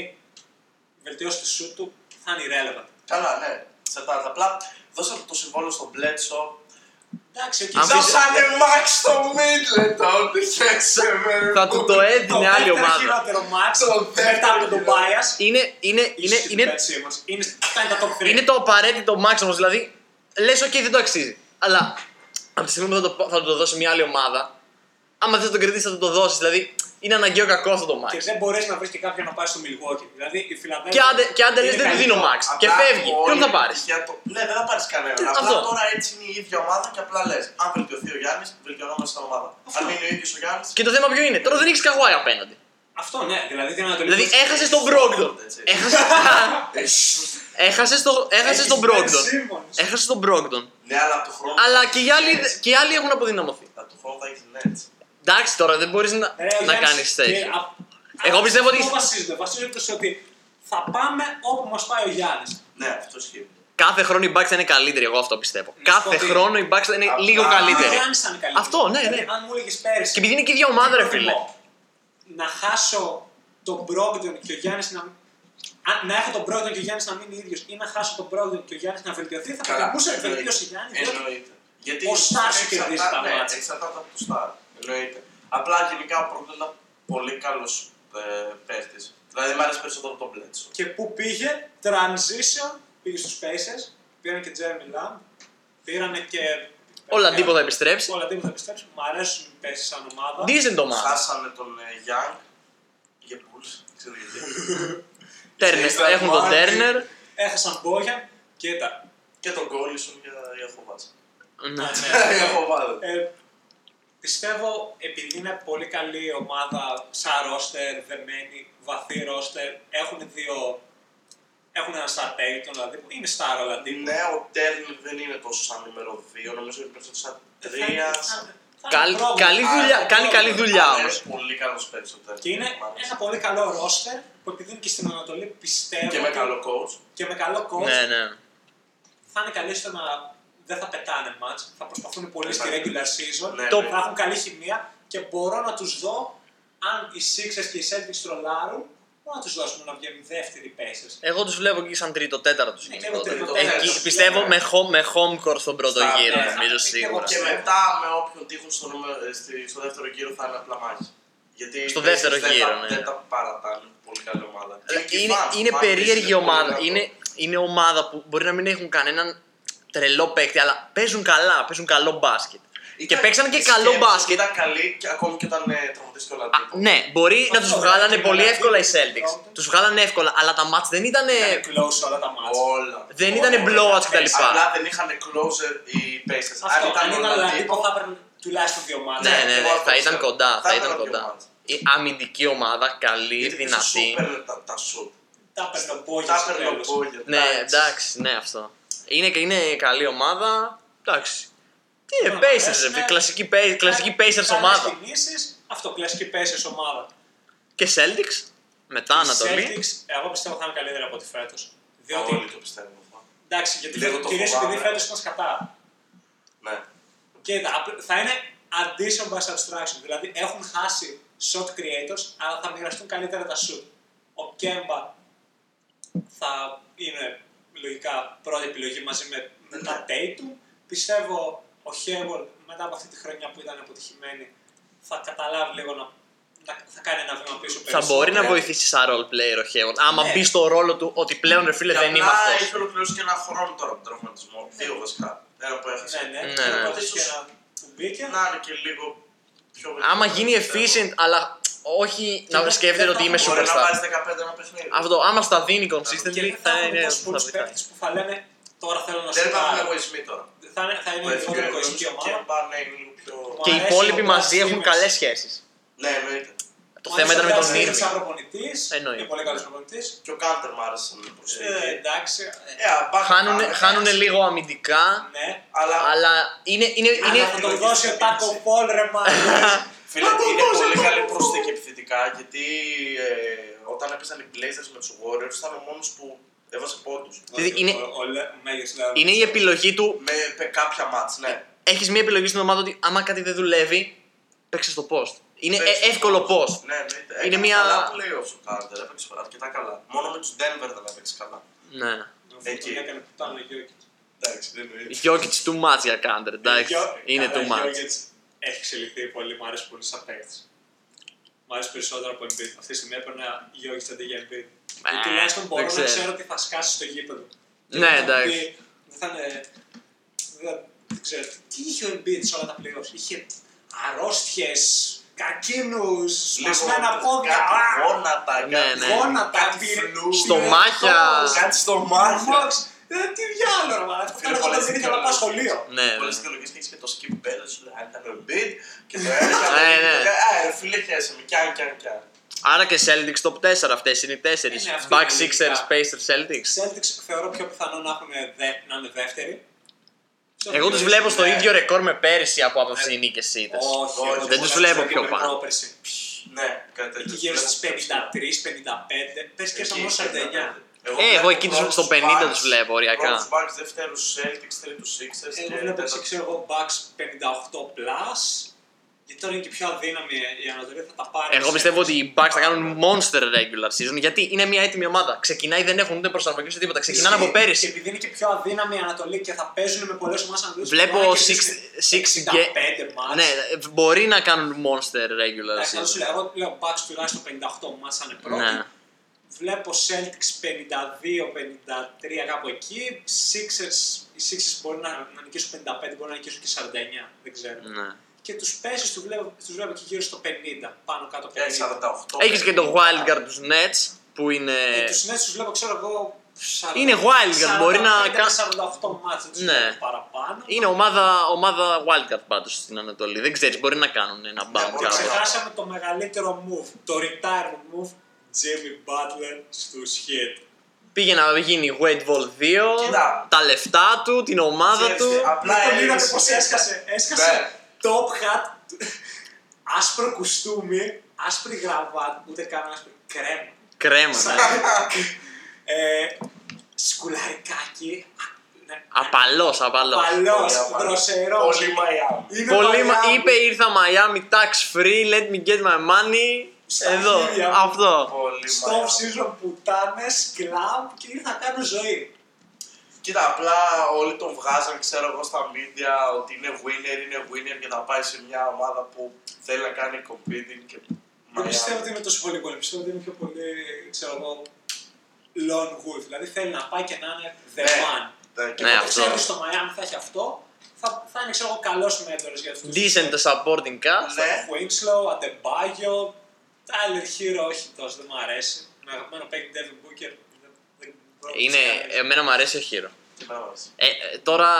Speaker 3: βελτιώσει τη σου του, θα είναι irrelevant.
Speaker 2: Καλά, ναι. Σε πάντα. Απλά δώσα το συμβόλαιο στον Μπλέτσο.
Speaker 3: Εντάξει, ο
Speaker 1: Αν
Speaker 3: Κιζάου-
Speaker 1: πεις-
Speaker 2: Δώσανε Μαξ στο Μίτλετον. Χέσαι με.
Speaker 1: Θα του το
Speaker 3: το
Speaker 1: έδινε άλλη
Speaker 3: δεύτερο
Speaker 1: ομάδα.
Speaker 3: χειρότερο μάτς,
Speaker 2: Το
Speaker 3: μετά
Speaker 2: δεύτερο
Speaker 3: από τον
Speaker 2: χειρότερο.
Speaker 3: Bias,
Speaker 1: Είναι, είναι, είναι,
Speaker 3: ίσως την
Speaker 1: είναι,
Speaker 3: Betsy μας. είναι, αυτά είναι τα top 3.
Speaker 1: είναι το απαραίτητο μάξιμο. Δηλαδή, λες, OK, δεν το αξίζει. Αλλά από τη στιγμή που θα το, θα το δώσει μια άλλη ομάδα, άμα δεν τον κρατήσεις, θα του το δώσεις. Δηλαδή, είναι αναγκαίο κακό αυτό το
Speaker 3: Και
Speaker 1: μάξ.
Speaker 3: δεν μπορείς να βρεις και κάποιον να πάει στο Milwaukee. Δηλαδή η Φιλανδία.
Speaker 1: Και άντε, και άντε λες, δεν του δίνω μάξ. Και φεύγει. Ποιον θα πάρεις.
Speaker 2: Ναι, δεν θα πάρεις κανέναν.
Speaker 1: Αυτό.
Speaker 2: Απλά τώρα έτσι είναι η ίδια ομάδα και απλά λες. Αν βελτιωθεί ο Γιάννης, βελτιωνόμαστε στην ομάδα. Αν μείνει ο ίδιος ο Γιάννης.
Speaker 1: Και το θέμα ποιο είναι. Τώρα δεν έχεις καγουάι απέναντι.
Speaker 3: Αυτό ναι, δηλαδή την Ανατολή.
Speaker 1: Δηλαδή, έχασε τον Brogdon.
Speaker 2: Λοιπόν, Έτσι.
Speaker 1: Έχασες. Έχασες το- έχασες τον Brogdon. Έχασες τον Brogdon.
Speaker 2: Ναι, αλλά από το χρόνο.
Speaker 1: Αλλά και οι άλλοι, και οι άλλοι έχουν αποδυναμωθεί.
Speaker 2: Από το χρόνο θα έχεις έτσι.
Speaker 1: Εντάξει τώρα, δεν μπορείς
Speaker 2: Ε,
Speaker 1: να, να κάνεις τέτοιο. Εγώ πιστεύω ότι-
Speaker 3: Αυτό βασίζονται. Βασίζονται σε ότι θα πάμε όπου μας πάει ο Γιάννης.
Speaker 2: Ναι, αυτό ισχύει.
Speaker 1: Κάθε χρόνο οι Bucks θα είναι καλύτεροι, εγώ αυτό πιστεύω.
Speaker 3: Ναι,
Speaker 1: Κάθε
Speaker 3: ότι-
Speaker 1: χρόνο οι Bucks θα είναι
Speaker 2: Απλά-
Speaker 1: λίγο
Speaker 2: Α,
Speaker 3: Ο
Speaker 1: καλύτεροι.
Speaker 3: Γιάννης θα είναι καλύτερος.
Speaker 1: Αυτό, ναι, ναι.
Speaker 3: Δηλαδή, Αν μου έλεγες πέρυσι.
Speaker 1: Και επειδή είναι και η ίδια ομάδα, ρε φίλε.
Speaker 3: προτιμώ Να χάσω τον Brogdon και ο Γιάννης να. Αν, να έχω τον Brogdon και ο Γιάννης να μείνει ίδιος ή να χάσω τον Brogdon και ο Γιάννης να βελτιωθεί, θα προτιμούσα
Speaker 2: ε,
Speaker 3: να βελτιώσει ο Γιάννης. διότι
Speaker 2: Εννοείται. Γιατί
Speaker 3: Ο Στάρ σου κερδίζει τα
Speaker 2: εξαρτάται- ναι,
Speaker 3: μάτς.
Speaker 2: Εξαρτάται από το Στάρ. Εννοείται. Απλά γενικά ο Πρόκλητο ήταν πολύ καλός παίχτης. Δηλαδή μου άρεσε περισσότερο από τον Μπλέτσο.
Speaker 3: Και πού πήγε, transition, πήγε στους Pacers, πήραν και Jeremy Lamb, πήρανε και...
Speaker 1: Όλα τίποτα θα επιστρέψει.
Speaker 3: Όλα τίποτα επιστρέψουν, μου αρέσουν οι Pacers σαν ομάδα.
Speaker 1: Decent ομάδα.
Speaker 2: Χάσανε τον Γιάνγκ για Bulls. Ξέρω γιατί.
Speaker 1: Turner.
Speaker 2: Ξέρεις,
Speaker 1: Έχουν τον
Speaker 2: Μάρτιν
Speaker 1: Τέρνερ.
Speaker 3: Έχασαν Bojan και τα...
Speaker 2: Και τον Κόλλισον για για Χοβάτσα.
Speaker 1: Ναι.
Speaker 3: Ναι.
Speaker 2: Για Χοβάτσα.
Speaker 3: Ε, πιστεύω επειδή είναι πολύ καλή ομάδα, σαν ρόστερ, δεμένη, βαθύ ρόστερ, έχουν δύο... Έχουν ένα star Payton, δηλαδή, που είναι star όλα τύπου.
Speaker 2: Ναι, ο Τέρνερ δεν είναι τόσο σαν νούμερο 2, νομίζω είναι περισσότερο σαν 3.
Speaker 3: Θα είναι- θα- θα
Speaker 1: Καλ-
Speaker 3: είναι πρόβλημα.
Speaker 1: καλή δουλειά-
Speaker 3: Θα
Speaker 1: κάνει
Speaker 3: είναι
Speaker 1: καλή
Speaker 3: πρόβλημα.
Speaker 1: δουλειά. Δουλειά όμως.
Speaker 2: Ναι, Πολύ καλός παίκτης ο Τέρνερ.
Speaker 3: Και είναι
Speaker 2: Μ' άρεσε.
Speaker 3: ένα πολύ καλό ρόστερ που επειδή είναι και στην Ανατολή πιστεύω.
Speaker 2: Και με
Speaker 3: ότι-
Speaker 2: καλό coach.
Speaker 3: και με καλό coach
Speaker 1: Ναι, ναι.
Speaker 3: θα είναι καλοί στο να δεν θα πετάνε μάτς, θα προσπαθούν πολύ στη
Speaker 2: Υπάρχει.
Speaker 3: regular season,
Speaker 2: Ναι,
Speaker 1: Το-
Speaker 2: ναι.
Speaker 3: θα έχουν καλή χημεία και μπορώ να τους δω αν οι Sixers και οι Celtics τρολάρουν, μπορώ να τους δώσουμε να βγαίνουν δεύτεροι οι Pacers.
Speaker 1: Εγώ τους βλέπω εκεί σαν τρίτο τέταρτο.
Speaker 3: Ναι, και εγώ τρίτο,
Speaker 2: Εκεί
Speaker 3: τέταρτο.
Speaker 1: Πιστεύω
Speaker 2: Ναι.
Speaker 1: με home, με home court στον πρώτο
Speaker 2: Στα-
Speaker 1: γύρο,
Speaker 2: ναι,
Speaker 1: νομίζω
Speaker 3: θα-
Speaker 1: σίγουρα.
Speaker 2: Και μετά με όποιον τύχουν στο, νούμερο- ε, στη- στο δεύτερο γύρο θα είναι απλά μάχη. Γιατί
Speaker 1: Στο
Speaker 2: οι
Speaker 1: δεύτερο
Speaker 2: Pacers δεν
Speaker 1: γύρο,
Speaker 2: τα-
Speaker 1: ναι. Ε,
Speaker 2: Δεν τα παρατάνε. Πολύ καλή ομάδα. και οι
Speaker 1: Είναι,
Speaker 2: fans,
Speaker 1: είναι
Speaker 2: fans
Speaker 1: περίεργη
Speaker 2: είναι πολύ
Speaker 1: ομάδα.
Speaker 2: καλό.
Speaker 1: Είναι, είναι ομάδα που μπορεί να μην έχουν κανέναν τρελό παίκτη, αλλά παίζουν καλά, παίζουν καλό μπάσκετ.
Speaker 2: Ήταν-
Speaker 1: και παίξαν και
Speaker 2: η
Speaker 1: καλό
Speaker 2: σκέψη
Speaker 1: μπάσκετ.
Speaker 2: Ήταν καλή και ακόμη και όταν ε, τραυματίστηκε ο
Speaker 1: Α,
Speaker 2: Λαντίπο.
Speaker 1: ναι, μπορεί να τους
Speaker 3: Αυτό,
Speaker 1: βγάλανε
Speaker 3: ναι,
Speaker 1: πολύ
Speaker 3: ναι,
Speaker 1: εύκολα οι
Speaker 3: ναι,
Speaker 1: Celtics.
Speaker 3: ναι.
Speaker 1: Τους βγάλανε εύκολα, αλλά τα μάτς δεν ήταν.
Speaker 2: Ναι.
Speaker 3: Είναι close όλα τα μάτς.
Speaker 2: Όλα.
Speaker 1: Δεν
Speaker 2: Όλα.
Speaker 1: ήτανε blowouts κτλ.
Speaker 2: Απλά δεν είχαν closer οι Pacers.
Speaker 3: Αυτό, αν ήταν
Speaker 2: ο
Speaker 3: δηλαδή
Speaker 2: Λαντίπο,
Speaker 3: θα έπαιρνε τουλάχιστον δύο μάτς.
Speaker 1: Ναι, ναι, ναι,
Speaker 2: εγώ αυτό
Speaker 1: θα ήταν
Speaker 2: πιστεύω.
Speaker 1: κοντά.
Speaker 2: Θα
Speaker 1: Θα
Speaker 2: ήταν
Speaker 1: ήταν
Speaker 2: δύο
Speaker 1: κοντά.
Speaker 2: μάτς.
Speaker 1: Η αμυντική ομάδα, καλή,
Speaker 2: γιατί σου
Speaker 1: δυνατή.
Speaker 2: έπαιρνε τα- τα shoot.
Speaker 3: Τα έπαιρνε ο Bojan
Speaker 2: Τα
Speaker 3: στο
Speaker 2: έπαιρνε ο
Speaker 3: τέλος.
Speaker 2: Μπόγερ.
Speaker 1: Ναι, εντάξει, ναι, αυτό. Είναι, είναι καλή ομάδα. Εντάξει. Τι είναι,
Speaker 3: Ναι,
Speaker 1: Ε, Pacers,
Speaker 3: ναι.
Speaker 1: ρε, κλασική, Pac- κλασική
Speaker 3: Καλές
Speaker 1: Pacers ομάδα.
Speaker 3: κινήσεις, αυτό, κλασική Pacers ομάδα.
Speaker 1: Και Celtics, μετά Ανατολή.
Speaker 3: Celtics, εγώ πιστεύω θα είναι καλύτερα από ό,τι φέτος. Διότι.
Speaker 2: Όλοι το πιστεύουν. αυτό.
Speaker 3: Εντάξει, γιατί
Speaker 2: Λίγο το
Speaker 3: κυρίως
Speaker 2: φοβάμαι.
Speaker 3: επειδή φέτο ήταν σκατά.
Speaker 2: Ναι.
Speaker 3: Κοίτα, απλ- θα είναι addition by subtraction. Δηλαδή έχουν χάσει shot creators, αλλά θα μοιραστούν καλύτερα τα shoot. Ο Κέμπα θα είναι λογικά πρώτη επιλογή μαζί με, με τα Tatum. Πιστεύω ο Χέμπολ μετά από αυτή τη χρονιά που ήταν αποτυχημένη θα καταλάβει λίγο να, να- θα κάνει ένα βήμα πίσω.
Speaker 1: Θα
Speaker 3: περισσότερο.
Speaker 1: μπορεί να βοηθήσει σαν role player ο Χέον. Άμα
Speaker 3: Ναι.
Speaker 1: μπει στο ρόλο του ότι πλέον ρε φίλε
Speaker 2: Και
Speaker 1: δεν είμαι
Speaker 2: απλά
Speaker 1: αυτό.
Speaker 2: Έχει ολοκληρώσει και ένα χρόνο τώρα από τον τραυματισμό. Δύο βασικά. Ένα που έχασε.
Speaker 3: Ναι,
Speaker 1: Ναι,
Speaker 3: ναι. Και
Speaker 1: ναι.
Speaker 3: οπότε ίσως του μπήκε.
Speaker 2: Να είναι και λίγο πιο
Speaker 1: Άμα
Speaker 2: γρήγορο,
Speaker 1: γίνει
Speaker 2: πιστεύω.
Speaker 1: efficient, αλλά όχι να
Speaker 3: δεν-
Speaker 1: σκέφτεται
Speaker 3: Ναι. δεν
Speaker 1: ότι
Speaker 3: θα
Speaker 1: είμαι
Speaker 2: Μπορεί να πάρει
Speaker 1: superstar.
Speaker 2: 15 ένα παιχνίδι.
Speaker 1: Αυτό, άμα στα δίνει
Speaker 3: Και
Speaker 1: consistently,
Speaker 3: δεν
Speaker 1: θα
Speaker 3: θα έχουν
Speaker 1: είναι.
Speaker 3: τόσους
Speaker 1: θα
Speaker 3: πολλούς
Speaker 1: βοηθάει.
Speaker 3: παίκτες που θα λένε τώρα θέλω να
Speaker 2: Δεν υπάρχουν
Speaker 3: σκάρω.
Speaker 2: εγωισμοί τώρα.
Speaker 3: Θα είναι, θα
Speaker 2: Ο
Speaker 3: είναι
Speaker 2: Εθνικός
Speaker 3: λιγότερο
Speaker 2: εγωισμός
Speaker 3: εγωιστική ομάδα.
Speaker 2: Και πάνε λίγο πιο.
Speaker 1: Και οι
Speaker 3: αρέσει ο
Speaker 1: υπόλοιποι
Speaker 3: Brad
Speaker 1: μαζί έχουν
Speaker 3: Stevens.
Speaker 1: καλές σχέσεις.
Speaker 2: Ναι, εννοείται.
Speaker 1: Το θέμα ήταν με τον
Speaker 3: Ήρβη.
Speaker 1: Ήρβη.
Speaker 3: Σαν προπονητής,
Speaker 1: Εννοεί.
Speaker 3: είναι πολύ καλός προπονητής.
Speaker 2: Και ο Κάντερ μου άρεσε να
Speaker 3: Ε,
Speaker 2: προσθέτει.
Speaker 3: εντάξει. ε,
Speaker 1: Χάνουνε, χάνουνε λίγο αμυντικά,
Speaker 3: Ναι.
Speaker 2: Αλλά
Speaker 1: αλλά είναι. είναι,
Speaker 3: Αλλά
Speaker 1: είναι...
Speaker 3: θα τον δώσει ο Τάκο Πολ, ρε μάλλον.
Speaker 2: φίλε,
Speaker 3: Μα το
Speaker 2: είναι
Speaker 3: δώσε,
Speaker 2: πολύ
Speaker 3: το
Speaker 2: καλή
Speaker 3: δώσε.
Speaker 2: προσθήκη επιθετικά γιατί ε, όταν έπαιζαν οι Blazers με τους Warriors ήταν ο μόνος που έβαζε πόντους.
Speaker 1: Δηλαδή, είναι-
Speaker 3: Ο- ο- ο Λε- Μέγερς Λάρος.
Speaker 1: είναι η επιλογή του.
Speaker 2: Με πε- κάποια μάτς, ναι.
Speaker 1: Έχεις μία επιλογή στην ομάδα ότι άμα κάτι δεν δουλεύει, παίξε στο post. Είναι
Speaker 2: Παίξε
Speaker 1: ε- εύκολο post.
Speaker 2: Ναι, ναι,
Speaker 1: Είναι
Speaker 2: έκανε
Speaker 1: μια-
Speaker 2: Καλά playoffs ο Κάντερ, έπαιξε αρκετά καλά. Μόνο με τους Denver δεν έπαιξε καλά.
Speaker 1: Ναι.
Speaker 3: Εκεί.
Speaker 2: Εκεί.
Speaker 3: Έκανε πουτάνα ο Γιώκητς.
Speaker 2: Εντάξει, δεν είναι.
Speaker 1: Γιώκητς too much για Κάντερ, εντάξει.
Speaker 3: Γιώ-
Speaker 1: Είναι
Speaker 3: Ε, Καλά,
Speaker 1: too much.
Speaker 3: Γιώκητς Έχει εξελιχθεί πολύ, μου αρέσει πολύ σαν παίκτης. Μ' αρέσει περισσότερο από Embiid. Αυτή τη στιγμή έπαιρνα Γιώκητς αντί για Embiid.
Speaker 1: Ε,
Speaker 3: Και τουλάχιστον μπορώ
Speaker 1: δεν
Speaker 3: να
Speaker 1: ξέρω.
Speaker 3: ξέρω τι θα σκάσει στο γήπεδο. Και
Speaker 1: Ναι,
Speaker 3: δεν θα μου
Speaker 1: εντάξει.
Speaker 3: πει- Δεν θα είναι. δεν θα- Δεν ξέρω. Τι είχε ο Embiid σε όλα τα playoffs. Είχε αρρώστιες, κακίνους, σπασμένα πόδια.
Speaker 2: Κάτι
Speaker 3: α,
Speaker 2: γόνατα,
Speaker 1: Ναι,
Speaker 2: κάτι
Speaker 1: ναι.
Speaker 3: Γόνατα,
Speaker 2: κάτι
Speaker 3: πυρ-
Speaker 2: φλούς.
Speaker 1: Στομάχια.
Speaker 3: πυρετός.
Speaker 2: Κάτι στο μάτι.
Speaker 3: Μάξ, ε, Τι διάλογο, ρε μαλάκα.
Speaker 2: Φίλε,
Speaker 3: Θέλω να
Speaker 2: πολλές
Speaker 3: δεν ήθελα να πάω
Speaker 2: δικαιολογίες.
Speaker 3: σχολείο.
Speaker 1: Ναι,
Speaker 2: Πολλές
Speaker 1: ναι.
Speaker 2: δικαιολογίες και έχεις και το skip bell, σου λέει αν ήταν ο Embiid και το ένα. και το
Speaker 1: Ναι,
Speaker 2: άλλο,
Speaker 1: ναι.
Speaker 2: και το άλλο. Ε, ρε φίλε, χαίρεσαι με κι αν κι αν κι αν.
Speaker 1: Άρα και Celtics top 4 αυτές είναι οι 4.
Speaker 3: Ε, ναι, Είναι αυτή
Speaker 1: Back
Speaker 3: η
Speaker 1: Sixers,
Speaker 3: λογικά.
Speaker 1: Pacers, Celtics.
Speaker 3: Celtics θεωρώ πιο πιθανό να, έχουν δε- να είναι δεύτεροι.
Speaker 1: Εγώ τους
Speaker 3: Ναι.
Speaker 1: βλέπω στο
Speaker 3: Ναι.
Speaker 1: ίδιο ρεκόρ με πέρυσι από
Speaker 3: Ε,
Speaker 1: άποψη νίκες σίτες.
Speaker 3: Όχι,
Speaker 2: Όχι,
Speaker 3: εγώ
Speaker 2: δεν
Speaker 1: τους
Speaker 3: βλέπω
Speaker 1: βλέπω
Speaker 3: σαν
Speaker 1: πιο
Speaker 3: και
Speaker 1: πάνω.
Speaker 3: πρόπερση.
Speaker 2: Ναι, κάτι τέτοιο.
Speaker 3: Εκεί γύρω στι 53-55, πε και στο μόνο 49.
Speaker 1: Ε, εγώ εκεί τους-
Speaker 2: τους-
Speaker 1: στο 50 τους βλέπω
Speaker 2: Πρώτους
Speaker 1: οριακά.
Speaker 2: Bucks, δεύτερους Celtics, τρίτους Sixers και
Speaker 3: Εγώ βλέπω
Speaker 2: τέταρτους.
Speaker 3: έτσι, ξέρω εγώ, Bucks 58 plus. Γιατί τώρα είναι και πιο αδύναμη η Ανατολή, θα τα πάρει.
Speaker 1: Εγώ πιστεύω ότι οι Bucks θα κάνουν monster regular season γιατί είναι μια έτοιμη ομάδα. Ξεκινάει, δεν έχουν ούτε προσαρμογή ούτε τίποτα. Ξεκινάνε από
Speaker 3: Και
Speaker 1: πέρυσι.
Speaker 3: επειδή είναι και πιο αδύναμη η Ανατολή και θα παίζουν με πολλές ομάδες Ανατολή.
Speaker 1: Βλέπω six- six ga-
Speaker 3: 65 μάτς.
Speaker 1: Ναι, ε, μπορεί να κάνουν monster regular
Speaker 3: Εντάξει, θα σου λέω,
Speaker 1: season.
Speaker 3: εγώ λέω Bucks τουλάχιστον 58 μάτς θα είναι πρώτοι.
Speaker 1: Ναι.
Speaker 3: Βλέπω Celtics 52-53 κάπου εκεί. Sixers, οι Sixers μπορεί να, να νικήσουν 55, μπορεί να νικήσουν και 49, δεν ξέρω.
Speaker 1: Ναι.
Speaker 3: Και τους Pacers τους βλέπω, τους βλέπω και γύρω στο 50, πάνω κάτω 50.
Speaker 2: Ε, 48.
Speaker 1: Έχεις και το wildcard τους Nets που
Speaker 3: Ε,
Speaker 1: είναι...
Speaker 3: τους Nets τους βλέπω, ξέρω εγώ, 40,
Speaker 1: Είναι wildcard, μπορεί να
Speaker 3: 45 με
Speaker 1: κα-
Speaker 3: 48 μάτς, δεν τους
Speaker 1: Ναι.
Speaker 3: βλέπω παραπάνω.
Speaker 1: Είναι ομάδα, ομάδα wildcard πάντως στην Ανατολή. Δεν ξέρεις, μπορεί να κάνουν ένα
Speaker 2: Ναι,
Speaker 1: bounce.
Speaker 2: μπορεί να
Speaker 1: out.
Speaker 2: ξέρεις.
Speaker 3: Ξεχάσαμε το μεγαλύτερο move, το retirement move, Jimmy Butler στους Heat.
Speaker 1: Πήγε να γίνει Wade Ball 2,
Speaker 2: Κοίτα.
Speaker 1: τα λεφτά του, την ομάδα
Speaker 2: Ξέρεις τι,
Speaker 1: του.
Speaker 2: απλά
Speaker 3: Απλά τον
Speaker 2: έριξε-
Speaker 3: είδατε πως έσκασε.
Speaker 2: Ναι.
Speaker 3: Έσκασε top hat, άσπρο κουστούμι, άσπρη γραβάτα, ούτε καν άσπρη, κρέμα.
Speaker 1: Κρέμα.
Speaker 3: Σαν-
Speaker 1: ναι.
Speaker 3: Ε, σκουλαρικάκι. α, ναι,
Speaker 1: Απαλός, απαλός.
Speaker 3: Παλός,
Speaker 2: Πολύ απαλός.
Speaker 3: δροσερός.
Speaker 2: Πολύ Miami.
Speaker 3: Είναι
Speaker 1: Πολύ μα...
Speaker 3: Miami.
Speaker 1: είπε ήρθα Miami tax free, let me get my money.
Speaker 3: Στα
Speaker 1: Εδώ,
Speaker 3: χέρια μου.
Speaker 1: αυτό.
Speaker 2: Πολύ
Speaker 3: Στο
Speaker 2: Miami.
Speaker 3: off-season πουτάνες, κλαμπ και ήρθα να κάνω ζωή.
Speaker 2: Κοίτα, απλά όλοι τον βγάζαν, ξέρω εγώ, στα media ότι είναι winner, είναι winner και θα πάει σε μια ομάδα που θέλει να κάνει competing και...
Speaker 3: Δεν
Speaker 2: Miami.
Speaker 3: πιστεύω ότι είναι τόσο πολύ πολύ. Πιστεύω ότι είναι πιο πολύ, ξέρω εγώ, lone wolf. Δηλαδή θέλει να πάει και να είναι
Speaker 2: Ναι.
Speaker 3: the one.
Speaker 2: Ναι, και
Speaker 1: Ναι,
Speaker 2: εγώ
Speaker 3: Αν
Speaker 1: αυτό.
Speaker 3: ξέρεις στο Miami θα έχει αυτό, θα, θα είναι ξέρω εγώ καλός μέτρο για αυτούς.
Speaker 1: Decent ναι. supporting cast.
Speaker 2: Ναι.
Speaker 3: Winslow, Adebayo, Tyler Hero, όχι τόσο, δεν μου αρέσει. Με αγαπημένο παίκτη Devin Booker. δεν- δεν μπορώ να
Speaker 1: Είναι,
Speaker 3: ξεχάσω.
Speaker 1: εμένα μου αρέσει ο χείρο.
Speaker 2: τι να μας.
Speaker 1: Ε, ε, τώρα,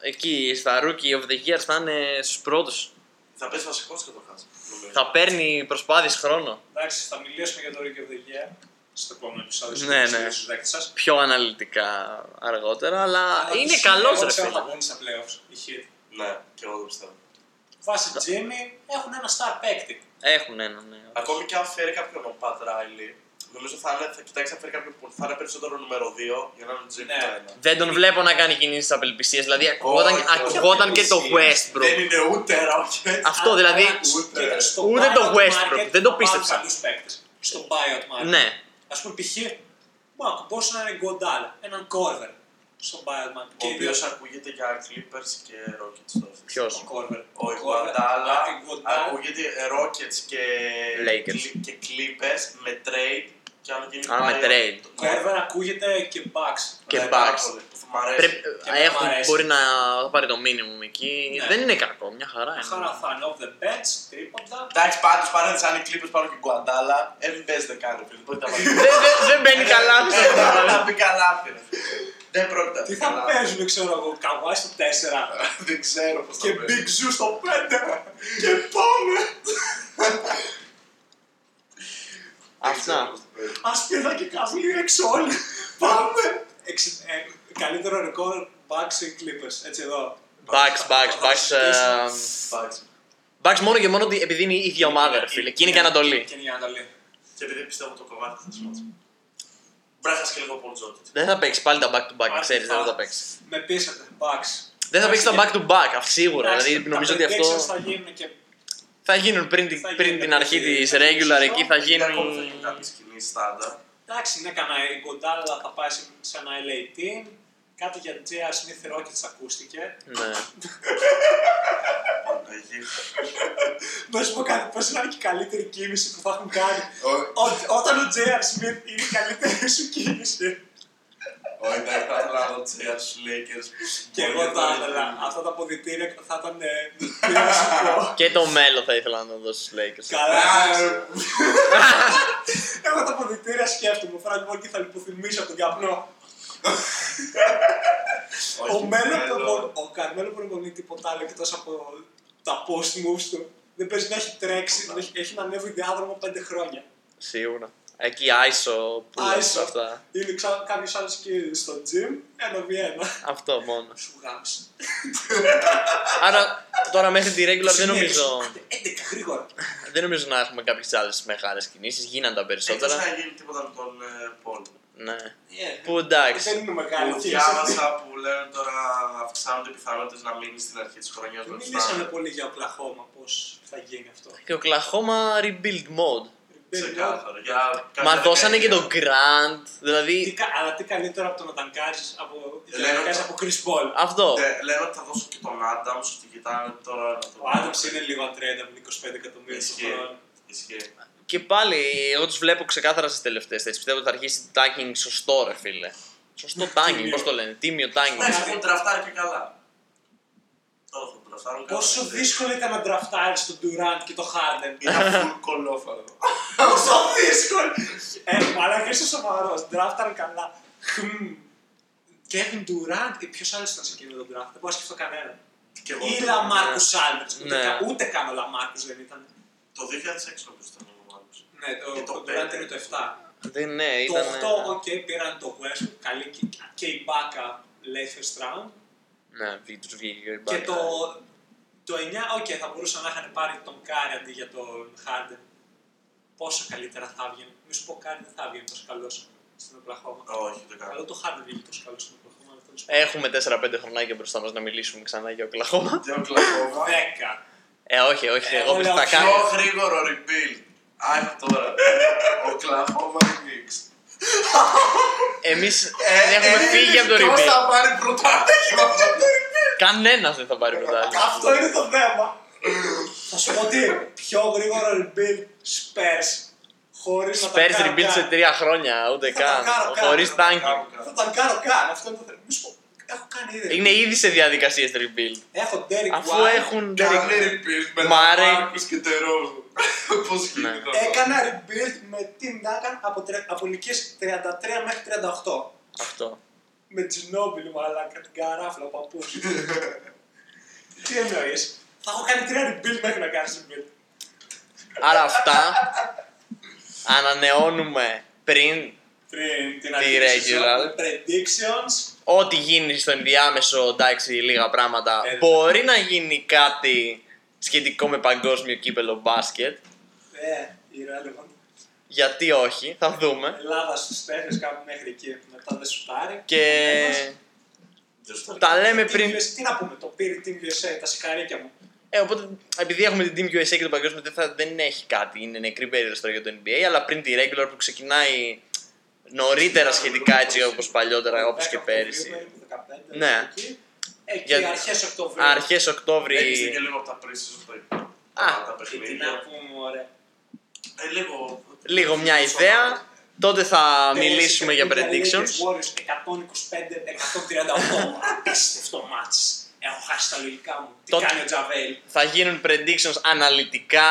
Speaker 1: εκεί στα Rookie of the Year θα είναι στους πρώτους.
Speaker 2: Θα πέσει βασικός και το χάσει. νομίζω.
Speaker 1: Θα παίρνει προσπάθειες χρόνο.
Speaker 3: Εντάξει, θα μιλήσουμε για το Rick of the Year στο επόμενο επεισόδιο.
Speaker 1: Ναι, ναι.
Speaker 3: Στους δέκτες σας.
Speaker 1: Πιο αναλυτικά αργότερα, αλλά είναι καλός ρε
Speaker 3: Ξέρω
Speaker 1: φίλε.
Speaker 3: θα βγουν στα playoffs. οι Heat.
Speaker 2: Ναι, και εγώ το πιστεύω.
Speaker 3: Βάσει Jimmy έχουν ένα star παίκτη.
Speaker 1: Έχουν ένα, ναι.
Speaker 2: Ακόμη και αν φέρει κάποιον ο Πατ Ράιλι, νομίζω θα, είναι, θα κοιτάξεις να φέρει κάποιον που θα είναι περισσότερο νούμερο 2 για να είναι Jimmy
Speaker 3: Ναι.
Speaker 2: Butler.
Speaker 1: Δεν τον βλέπω να κάνει κινήσεις απελπισίας, δηλαδή ακουγόταν,
Speaker 2: όχι.
Speaker 1: ακουγόταν και το
Speaker 3: Απελπισίες.
Speaker 1: Westbrook.
Speaker 2: Δεν είναι ούτε Rocket.
Speaker 1: Αυτό
Speaker 3: Αν-
Speaker 1: δηλαδή,
Speaker 3: αν-
Speaker 2: ούτε-
Speaker 3: κοίτα, στο
Speaker 1: ούτε το
Speaker 3: buyout
Speaker 1: Westbrook,
Speaker 3: market
Speaker 1: δεν το
Speaker 3: θα πάρουν
Speaker 1: πίστεψα.
Speaker 3: καλούς παίκτες. Στο buyout market.
Speaker 1: Ναι,
Speaker 3: Ας πούμε, π.χ. μπορεί να κουμπώσει έναν Γκοντάλα, έναν Κόρβερ στον Bayern
Speaker 2: Ο
Speaker 3: Και
Speaker 2: οποίος
Speaker 3: ιδίως
Speaker 2: ακούγεται για Clippers και Rockets τώρα.
Speaker 1: ποιος.
Speaker 3: ο Κόρβερ.
Speaker 2: Ο Iguodala
Speaker 3: Γκοντάλα.
Speaker 2: ακούγεται Rockets και,
Speaker 1: Lakers.
Speaker 2: Cl- και Clippers με trade και αν γίνει
Speaker 1: Α, με
Speaker 2: buyout,
Speaker 1: trade.
Speaker 2: το-
Speaker 3: Κόρβερ ακούγεται και Bucks.
Speaker 1: Και
Speaker 2: Ναι,
Speaker 1: Bucks.
Speaker 2: πάρα πολύ, που Μ' αρέσει.
Speaker 1: Πρέπει,
Speaker 3: Και εμένα
Speaker 1: ε, έχουν,
Speaker 3: μ' αρέσει.
Speaker 1: μπορεί να πάρει το μίνιμουμ εκεί.
Speaker 3: Ναι.
Speaker 1: Δεν είναι κακό, μια χαρά
Speaker 2: Ναι.
Speaker 1: είναι.
Speaker 3: Χαρά θα είναι off the bench, τρίποντα.
Speaker 2: Εντάξει, πάντως παρένθεση αν οι Clippers πάρουν και ε, Γκουαντάλα, MBS δεν κάνει. φίλε, Δεν τα βάζει.
Speaker 1: Δεν δεν- δεν
Speaker 2: Ε,
Speaker 1: μπαίνει καλά.
Speaker 2: Δεν πρόκειται να μπει ε, καλά, φίλε. Δεν πρόκειται να
Speaker 3: Τι
Speaker 2: μπει
Speaker 3: θα
Speaker 2: καλά.
Speaker 3: παίζουν, ξέρω εγώ, Καβάη στο 4
Speaker 2: Δεν ξέρω πώς θα
Speaker 3: και
Speaker 2: παίζει.
Speaker 3: Big Zoo στο 5 και πάμε.
Speaker 1: Αυτά.
Speaker 3: Ας πήρα και καβλή έξω όλοι. Πάμε. Εξι- ε, Καλύτερο ρεκόρ Bucks ή Clippers. Έτσι εδώ.
Speaker 1: Bucks, Bucks, Bucks. ε,
Speaker 2: Bucks.
Speaker 1: Bucks μόνο και μόνο ότι- επειδή είναι η ίδια ομάδα, ρε φίλε. Και είναι και
Speaker 3: Ναι.
Speaker 1: Ανατολή.
Speaker 3: Και είναι η Ανατολή.
Speaker 2: Και επειδή πιστεύω το κομμάτι θα σου Μπράχας και λίγο Paul George.
Speaker 1: Δεν θα παίξεις πάλι τα back to back, ξέρεις, δεν θα
Speaker 3: Bucks.
Speaker 1: παίξεις.
Speaker 3: Με πείσατε. Bucks.
Speaker 1: Δεν θα παίξεις τα back
Speaker 3: Εντάξει,
Speaker 1: to back, σίγουρα.
Speaker 3: εντάξει,
Speaker 1: Δηλαδή
Speaker 3: τα
Speaker 1: νομίζω ότι
Speaker 3: predictions
Speaker 1: αυτό.
Speaker 3: θα γίνουν και
Speaker 1: Θα γίνουν πριν, την-
Speaker 3: θα γίνουν
Speaker 1: πριν την αρχή
Speaker 3: επειδή-
Speaker 1: της regular εκεί, θα
Speaker 2: Και ακόμη θα
Speaker 1: γίνουν.
Speaker 2: γίνει κάποιες κινήσεις στάνταρ.
Speaker 3: Εντάξει, είναι κανένα η Γκοντάλα θα πάει σε, σε ένα LA team. Κάτι για J.R. Smith Rockets ακούστηκε.
Speaker 1: Ναι.
Speaker 2: Παναγία.
Speaker 3: Να σου πω κάτι, πώς είναι και η καλύτερη κίνηση που θα έχουν κάνει.
Speaker 4: Ω-
Speaker 3: Ό- όταν ο J.R. Smith είναι η καλύτερη σου κίνηση.
Speaker 2: Όχι, εντάξει, θα ήθελα να δω τους Lakers. Lakers.
Speaker 3: και εγώ
Speaker 2: Μπορεί
Speaker 3: τα
Speaker 2: να
Speaker 3: ήθελα.
Speaker 2: είναι.
Speaker 3: Αυτά τα αποδητήρια θα ήταν. ε, τι να σου πω.
Speaker 1: Και το μέλλον θα ήθελα να το δώσει στους Lakers.
Speaker 3: Καλά.
Speaker 4: Α,
Speaker 2: Ναι,
Speaker 4: ε,
Speaker 3: Εγώ τα αποδητήρια σκέφτομαι. Φράγκα μόνο και θα λιποθυμίσω από τον καπνό.
Speaker 2: ναι, Όχι,
Speaker 3: Ο Μέλο
Speaker 2: Μέλο.
Speaker 3: προπονεί- ο Καρμέλο προπονεί τίποτα άλλο εκτός από τα post moves του. Δεν παίζει να έχει τρέξει, να έχει, έχει να ανέβει διάδρομο πέντε χρόνια.
Speaker 1: Σίγουρα. Εκεί ISO, pull
Speaker 3: ISO.
Speaker 1: αυτά.
Speaker 3: Είναι ξα... κάποιο άλλο και στο gym, ένα v ένα.
Speaker 1: Αυτό μόνο.
Speaker 3: Σου γάμισε.
Speaker 1: Άρα τώρα μέχρι τη regular δεν νομίζω,
Speaker 3: Άντε, 11 γρήγορα.
Speaker 1: δεν νομίζω να έχουμε κάποιες άλλες μεγάλες κινήσεις. Γίναν τα
Speaker 2: Εκτός
Speaker 1: περισσότερα.
Speaker 2: να γίνει τίποτα με τον ε, Paul.
Speaker 1: Ναι.
Speaker 3: Ε,
Speaker 1: Που
Speaker 3: Δεν
Speaker 1: εντάξει.
Speaker 3: είναι
Speaker 2: Που
Speaker 3: μεγάλη κίνηση.
Speaker 2: διάβασα που λένε τώρα αυξάνονται οι πιθανότητες να μείνει στην αρχή της χρονιάς με τους
Speaker 3: Μιλήσαμε
Speaker 2: Thunder.
Speaker 3: πολύ για Οκλαχώμα, πώς θα γίνει αυτό.
Speaker 1: Και ο Κλαχώμα rebuild mode.
Speaker 2: Ξεκάθαρα. Για
Speaker 1: Μα
Speaker 2: κάποια
Speaker 1: δώσανε και
Speaker 2: δεκαετία.
Speaker 1: τον Grant.
Speaker 3: Τι
Speaker 1: Δηλαδή
Speaker 3: κα- Αλλά τι καλύτερο από το να ταγκάρεις από, για να
Speaker 2: Λέω-
Speaker 3: ταγκάρεις από Chris Paul.
Speaker 1: αυτό.
Speaker 2: Ναι, λένε ότι θα δώσω και τον Άνταμς, ότι κοιτάνε τώρα να το
Speaker 3: Ο Adams είναι λίγο untradeable, 25 εκατομμύρια το
Speaker 2: Ισχύει.
Speaker 3: χρόνο.
Speaker 2: Ισχύει.
Speaker 1: Και πάλι εγώ τους βλέπω ξεκάθαρα στις τελευταίες θέσεις. Πιστεύω ότι θα αρχίσει tanking σωστό, ρε φίλε.
Speaker 3: Ναι.
Speaker 1: Σωστό tanking,
Speaker 3: Τίμιο.
Speaker 1: πώς το λένε. Τίμιο
Speaker 3: Ναι,
Speaker 1: tanking.
Speaker 2: Εντάξει, έχουν τραφτάρει και καλά. Τώρα θα τραφτάρουν καλά.
Speaker 3: Πόσο δύσκολο ήταν να τραφτάρεις τον Durant και τον Harden.
Speaker 2: Ήταν full κολόφαρο.
Speaker 3: Πόσο δύσκολο! Ε, μαλάκα είσαι σοβαρός. Τράφταν καλά. Χμ. Kevin Durant ή Ε, ποιος άλλος ήταν σε εκείνο τον draft. Δεν μπορώ να σκεφτώ κανέναν.
Speaker 2: Και εγώ
Speaker 3: Ή
Speaker 2: το-
Speaker 3: Λαμάρκους Άλμπερτς.
Speaker 1: Ναι.
Speaker 3: Ούτε, κα- ούτε καν ο Λαμάρκους δεν ήταν.
Speaker 2: Το 2006 όπως ήταν ο Μάρκος.
Speaker 3: Ναι, το,
Speaker 2: Και
Speaker 3: το,
Speaker 2: το
Speaker 3: Durant
Speaker 2: πέντε.
Speaker 3: είναι το 7.
Speaker 1: Δεν ναι, ήταν.
Speaker 3: Το 8, οκ, πήραν το Westbrook, καλή και, και η Μπάκα, λέει first round.
Speaker 1: Ναι, τους βγήκε η
Speaker 3: Και
Speaker 1: μπάκα.
Speaker 3: το, το 9, οκ, θα μπορούσαν να είχαν πάρει τον Κάρι αντί για τον Χάρντεν. Πόσο καλύτερα θα έβγαινε. Μη σου πω Κάρι δεν θα έβγαινε τόσο καλός στην Οκλαχώμα.
Speaker 2: Όχι, δεν κάνω.
Speaker 3: Καλό το Χάρντεν βγήκε τόσο καλός στην Οκλαχώμα. αλλά τέλος πάντων.
Speaker 1: Έχουμε 4-5 χρονάκια μπροστά μας να μιλήσουμε ξανά για Οκλαχώμα.
Speaker 2: Δεν κλακώμα.
Speaker 3: 10.
Speaker 1: Ε, όχι, όχι.
Speaker 3: Ε,
Speaker 1: Εγώ
Speaker 3: όλα
Speaker 1: θα
Speaker 3: πιο-
Speaker 1: κάνω.
Speaker 2: Πιο γρήγορο rebuild. Άχι τώρα. Ο Κλαχώμα Νίξ.
Speaker 1: Εμείς
Speaker 3: Ε,
Speaker 2: Ε,
Speaker 1: έχουμε φύγει από το
Speaker 2: Ποιος
Speaker 1: rebuild.
Speaker 2: θα πάρει πρωτάθλημα.
Speaker 1: Κανένας δεν θα
Speaker 3: Ε,
Speaker 1: πάρει πρωτάθλημα.
Speaker 3: Αυτό είναι το θέμα. θα σου πω ότι πιο γρήγορο rebuild Spurs. Χωρίς να τα
Speaker 1: Πέρσι
Speaker 3: κάνω
Speaker 1: rebuild
Speaker 3: καν.
Speaker 1: σε τρία χρόνια, ούτε
Speaker 3: Θα τα
Speaker 1: καν.
Speaker 3: κάνω καν,
Speaker 1: Χωρίς
Speaker 2: θα τα
Speaker 1: tanking.
Speaker 2: κάνω.
Speaker 3: Θα τα κάνω καν. Αυτό είναι το θέμα. Μη σου πω. Έχω κάνει ήδη.
Speaker 1: Είναι ήδη σε διαδικασίες rebuild.
Speaker 3: Έχω Derek
Speaker 1: Αφού
Speaker 3: White.
Speaker 1: έχουν.
Speaker 2: Κάνε rebuild με
Speaker 1: Μάρε.
Speaker 2: Μάρκους και Τερόζο. Πώς
Speaker 1: Ναι.
Speaker 2: γίνεται αυτό.
Speaker 3: Έκανα rebuild με Team Duncan από, τρε... από ηλικίες 33 μέχρι 38.
Speaker 1: Αυτό.
Speaker 3: Με Τζινόμπιλ, μαλάκα, την καράφλα, παππούς. Τι εννοείς. Θα έχω κάνει τρία rebuild μέχρι να κάνεις rebuild.
Speaker 1: Άρα αυτά ανανεώνουμε πριν
Speaker 3: Πριν την
Speaker 1: Τη
Speaker 3: αρχή
Speaker 1: regular.
Speaker 3: της σεζόν, Predictions.
Speaker 1: ό,τι γίνει στο ενδιάμεσο, εντάξει, λίγα πράγματα.
Speaker 3: Ε,
Speaker 1: Μπορεί να γίνει κάτι σχετικό με παγκόσμιο κύπελο μπάσκετ.
Speaker 3: Ε, irrelevant.
Speaker 1: Γιατί όχι, θα δούμε.
Speaker 3: Ελλάδα στους τέσσερις κάπου μέχρι εκεί. Μετά δεν σουτάρει.
Speaker 1: Και
Speaker 3: Ένας.
Speaker 1: τα λέμε
Speaker 3: Team
Speaker 1: πριν.
Speaker 3: USA, Τι να πούμε, το πήρε Team USA, τα συγχαρήκια μου.
Speaker 1: Ε, οπότε, επειδή έχουμε την Team USA και το παγκόσμιο, δεν, θα, δεν έχει κάτι. Είναι νεκρή περίοδος τώρα για το NBA, αλλά πριν τη regular που ξεκινάει νωρίτερα σχετικά έτσι όπως παλιότερα, όπως και
Speaker 3: 10
Speaker 1: πέρυσι.
Speaker 3: Οκτωβρίου, περίπου, 15
Speaker 1: Ναι.
Speaker 3: εκεί. Εκεί,
Speaker 1: Για-
Speaker 3: αρχές Οκτωβρίου.
Speaker 1: Αρχές
Speaker 2: Έχεις
Speaker 1: Οκτώβρη.
Speaker 2: και λίγο από τα πρίσσες
Speaker 1: Α,
Speaker 2: τα
Speaker 3: Τι να
Speaker 2: παιχνίδια.
Speaker 3: πούμε, ωραία.
Speaker 2: Ε, λίγο.
Speaker 1: λίγο μια ιδέα. Τότε θα μιλήσουμε για predictions.
Speaker 3: Lakers Warriors 125-138. Απίστευτο μάτς. Έχω χάσει τα λογικά μου. Τι
Speaker 1: Τότε-
Speaker 3: κάνει ο Τζαβέλ.
Speaker 1: Θα γίνουν predictions αναλυτικά,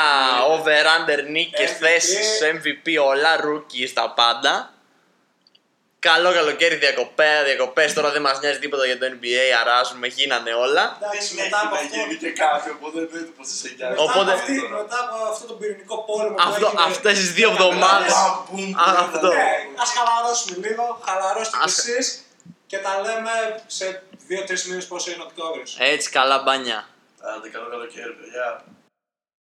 Speaker 1: over-under νίκες,
Speaker 3: MVP.
Speaker 1: θέσεις, MVP, όλα, rookies, τα πάντα. Καλό καλοκαίρι, διακοπέ, διακοπές. Τώρα δεν μας νοιάζει τίποτα για το NBA, αράζουμε, γίνανε όλα.
Speaker 3: Εντάξει,
Speaker 2: Δεν
Speaker 3: μετά
Speaker 2: έχει
Speaker 3: από
Speaker 2: να
Speaker 3: αυτό.
Speaker 2: γίνει και κάτι, οπότε δεν το πώς σε νοιάζει.
Speaker 3: Μετά,
Speaker 1: Οπότε-
Speaker 3: από αυτή, μετά από αυτό τον πυρηνικό πόλεμο.
Speaker 1: Αυτό, αυτές τις δύο εβδομάδες
Speaker 2: Μπαμ, μπουμ,
Speaker 1: Α,
Speaker 2: μπουμ,
Speaker 1: αυτό.
Speaker 2: μπουμ.
Speaker 3: Ας χαλαρώσουμε λίγο, χαλαρώστε κι
Speaker 1: Ας-
Speaker 3: εσείς και τα λέμε σε 2-3 μήνες πόσο είναι Οκτώβριος.
Speaker 1: Έτσι καλά μπάνια
Speaker 2: Άντε, καλό καλοκαίρι, παιδιά.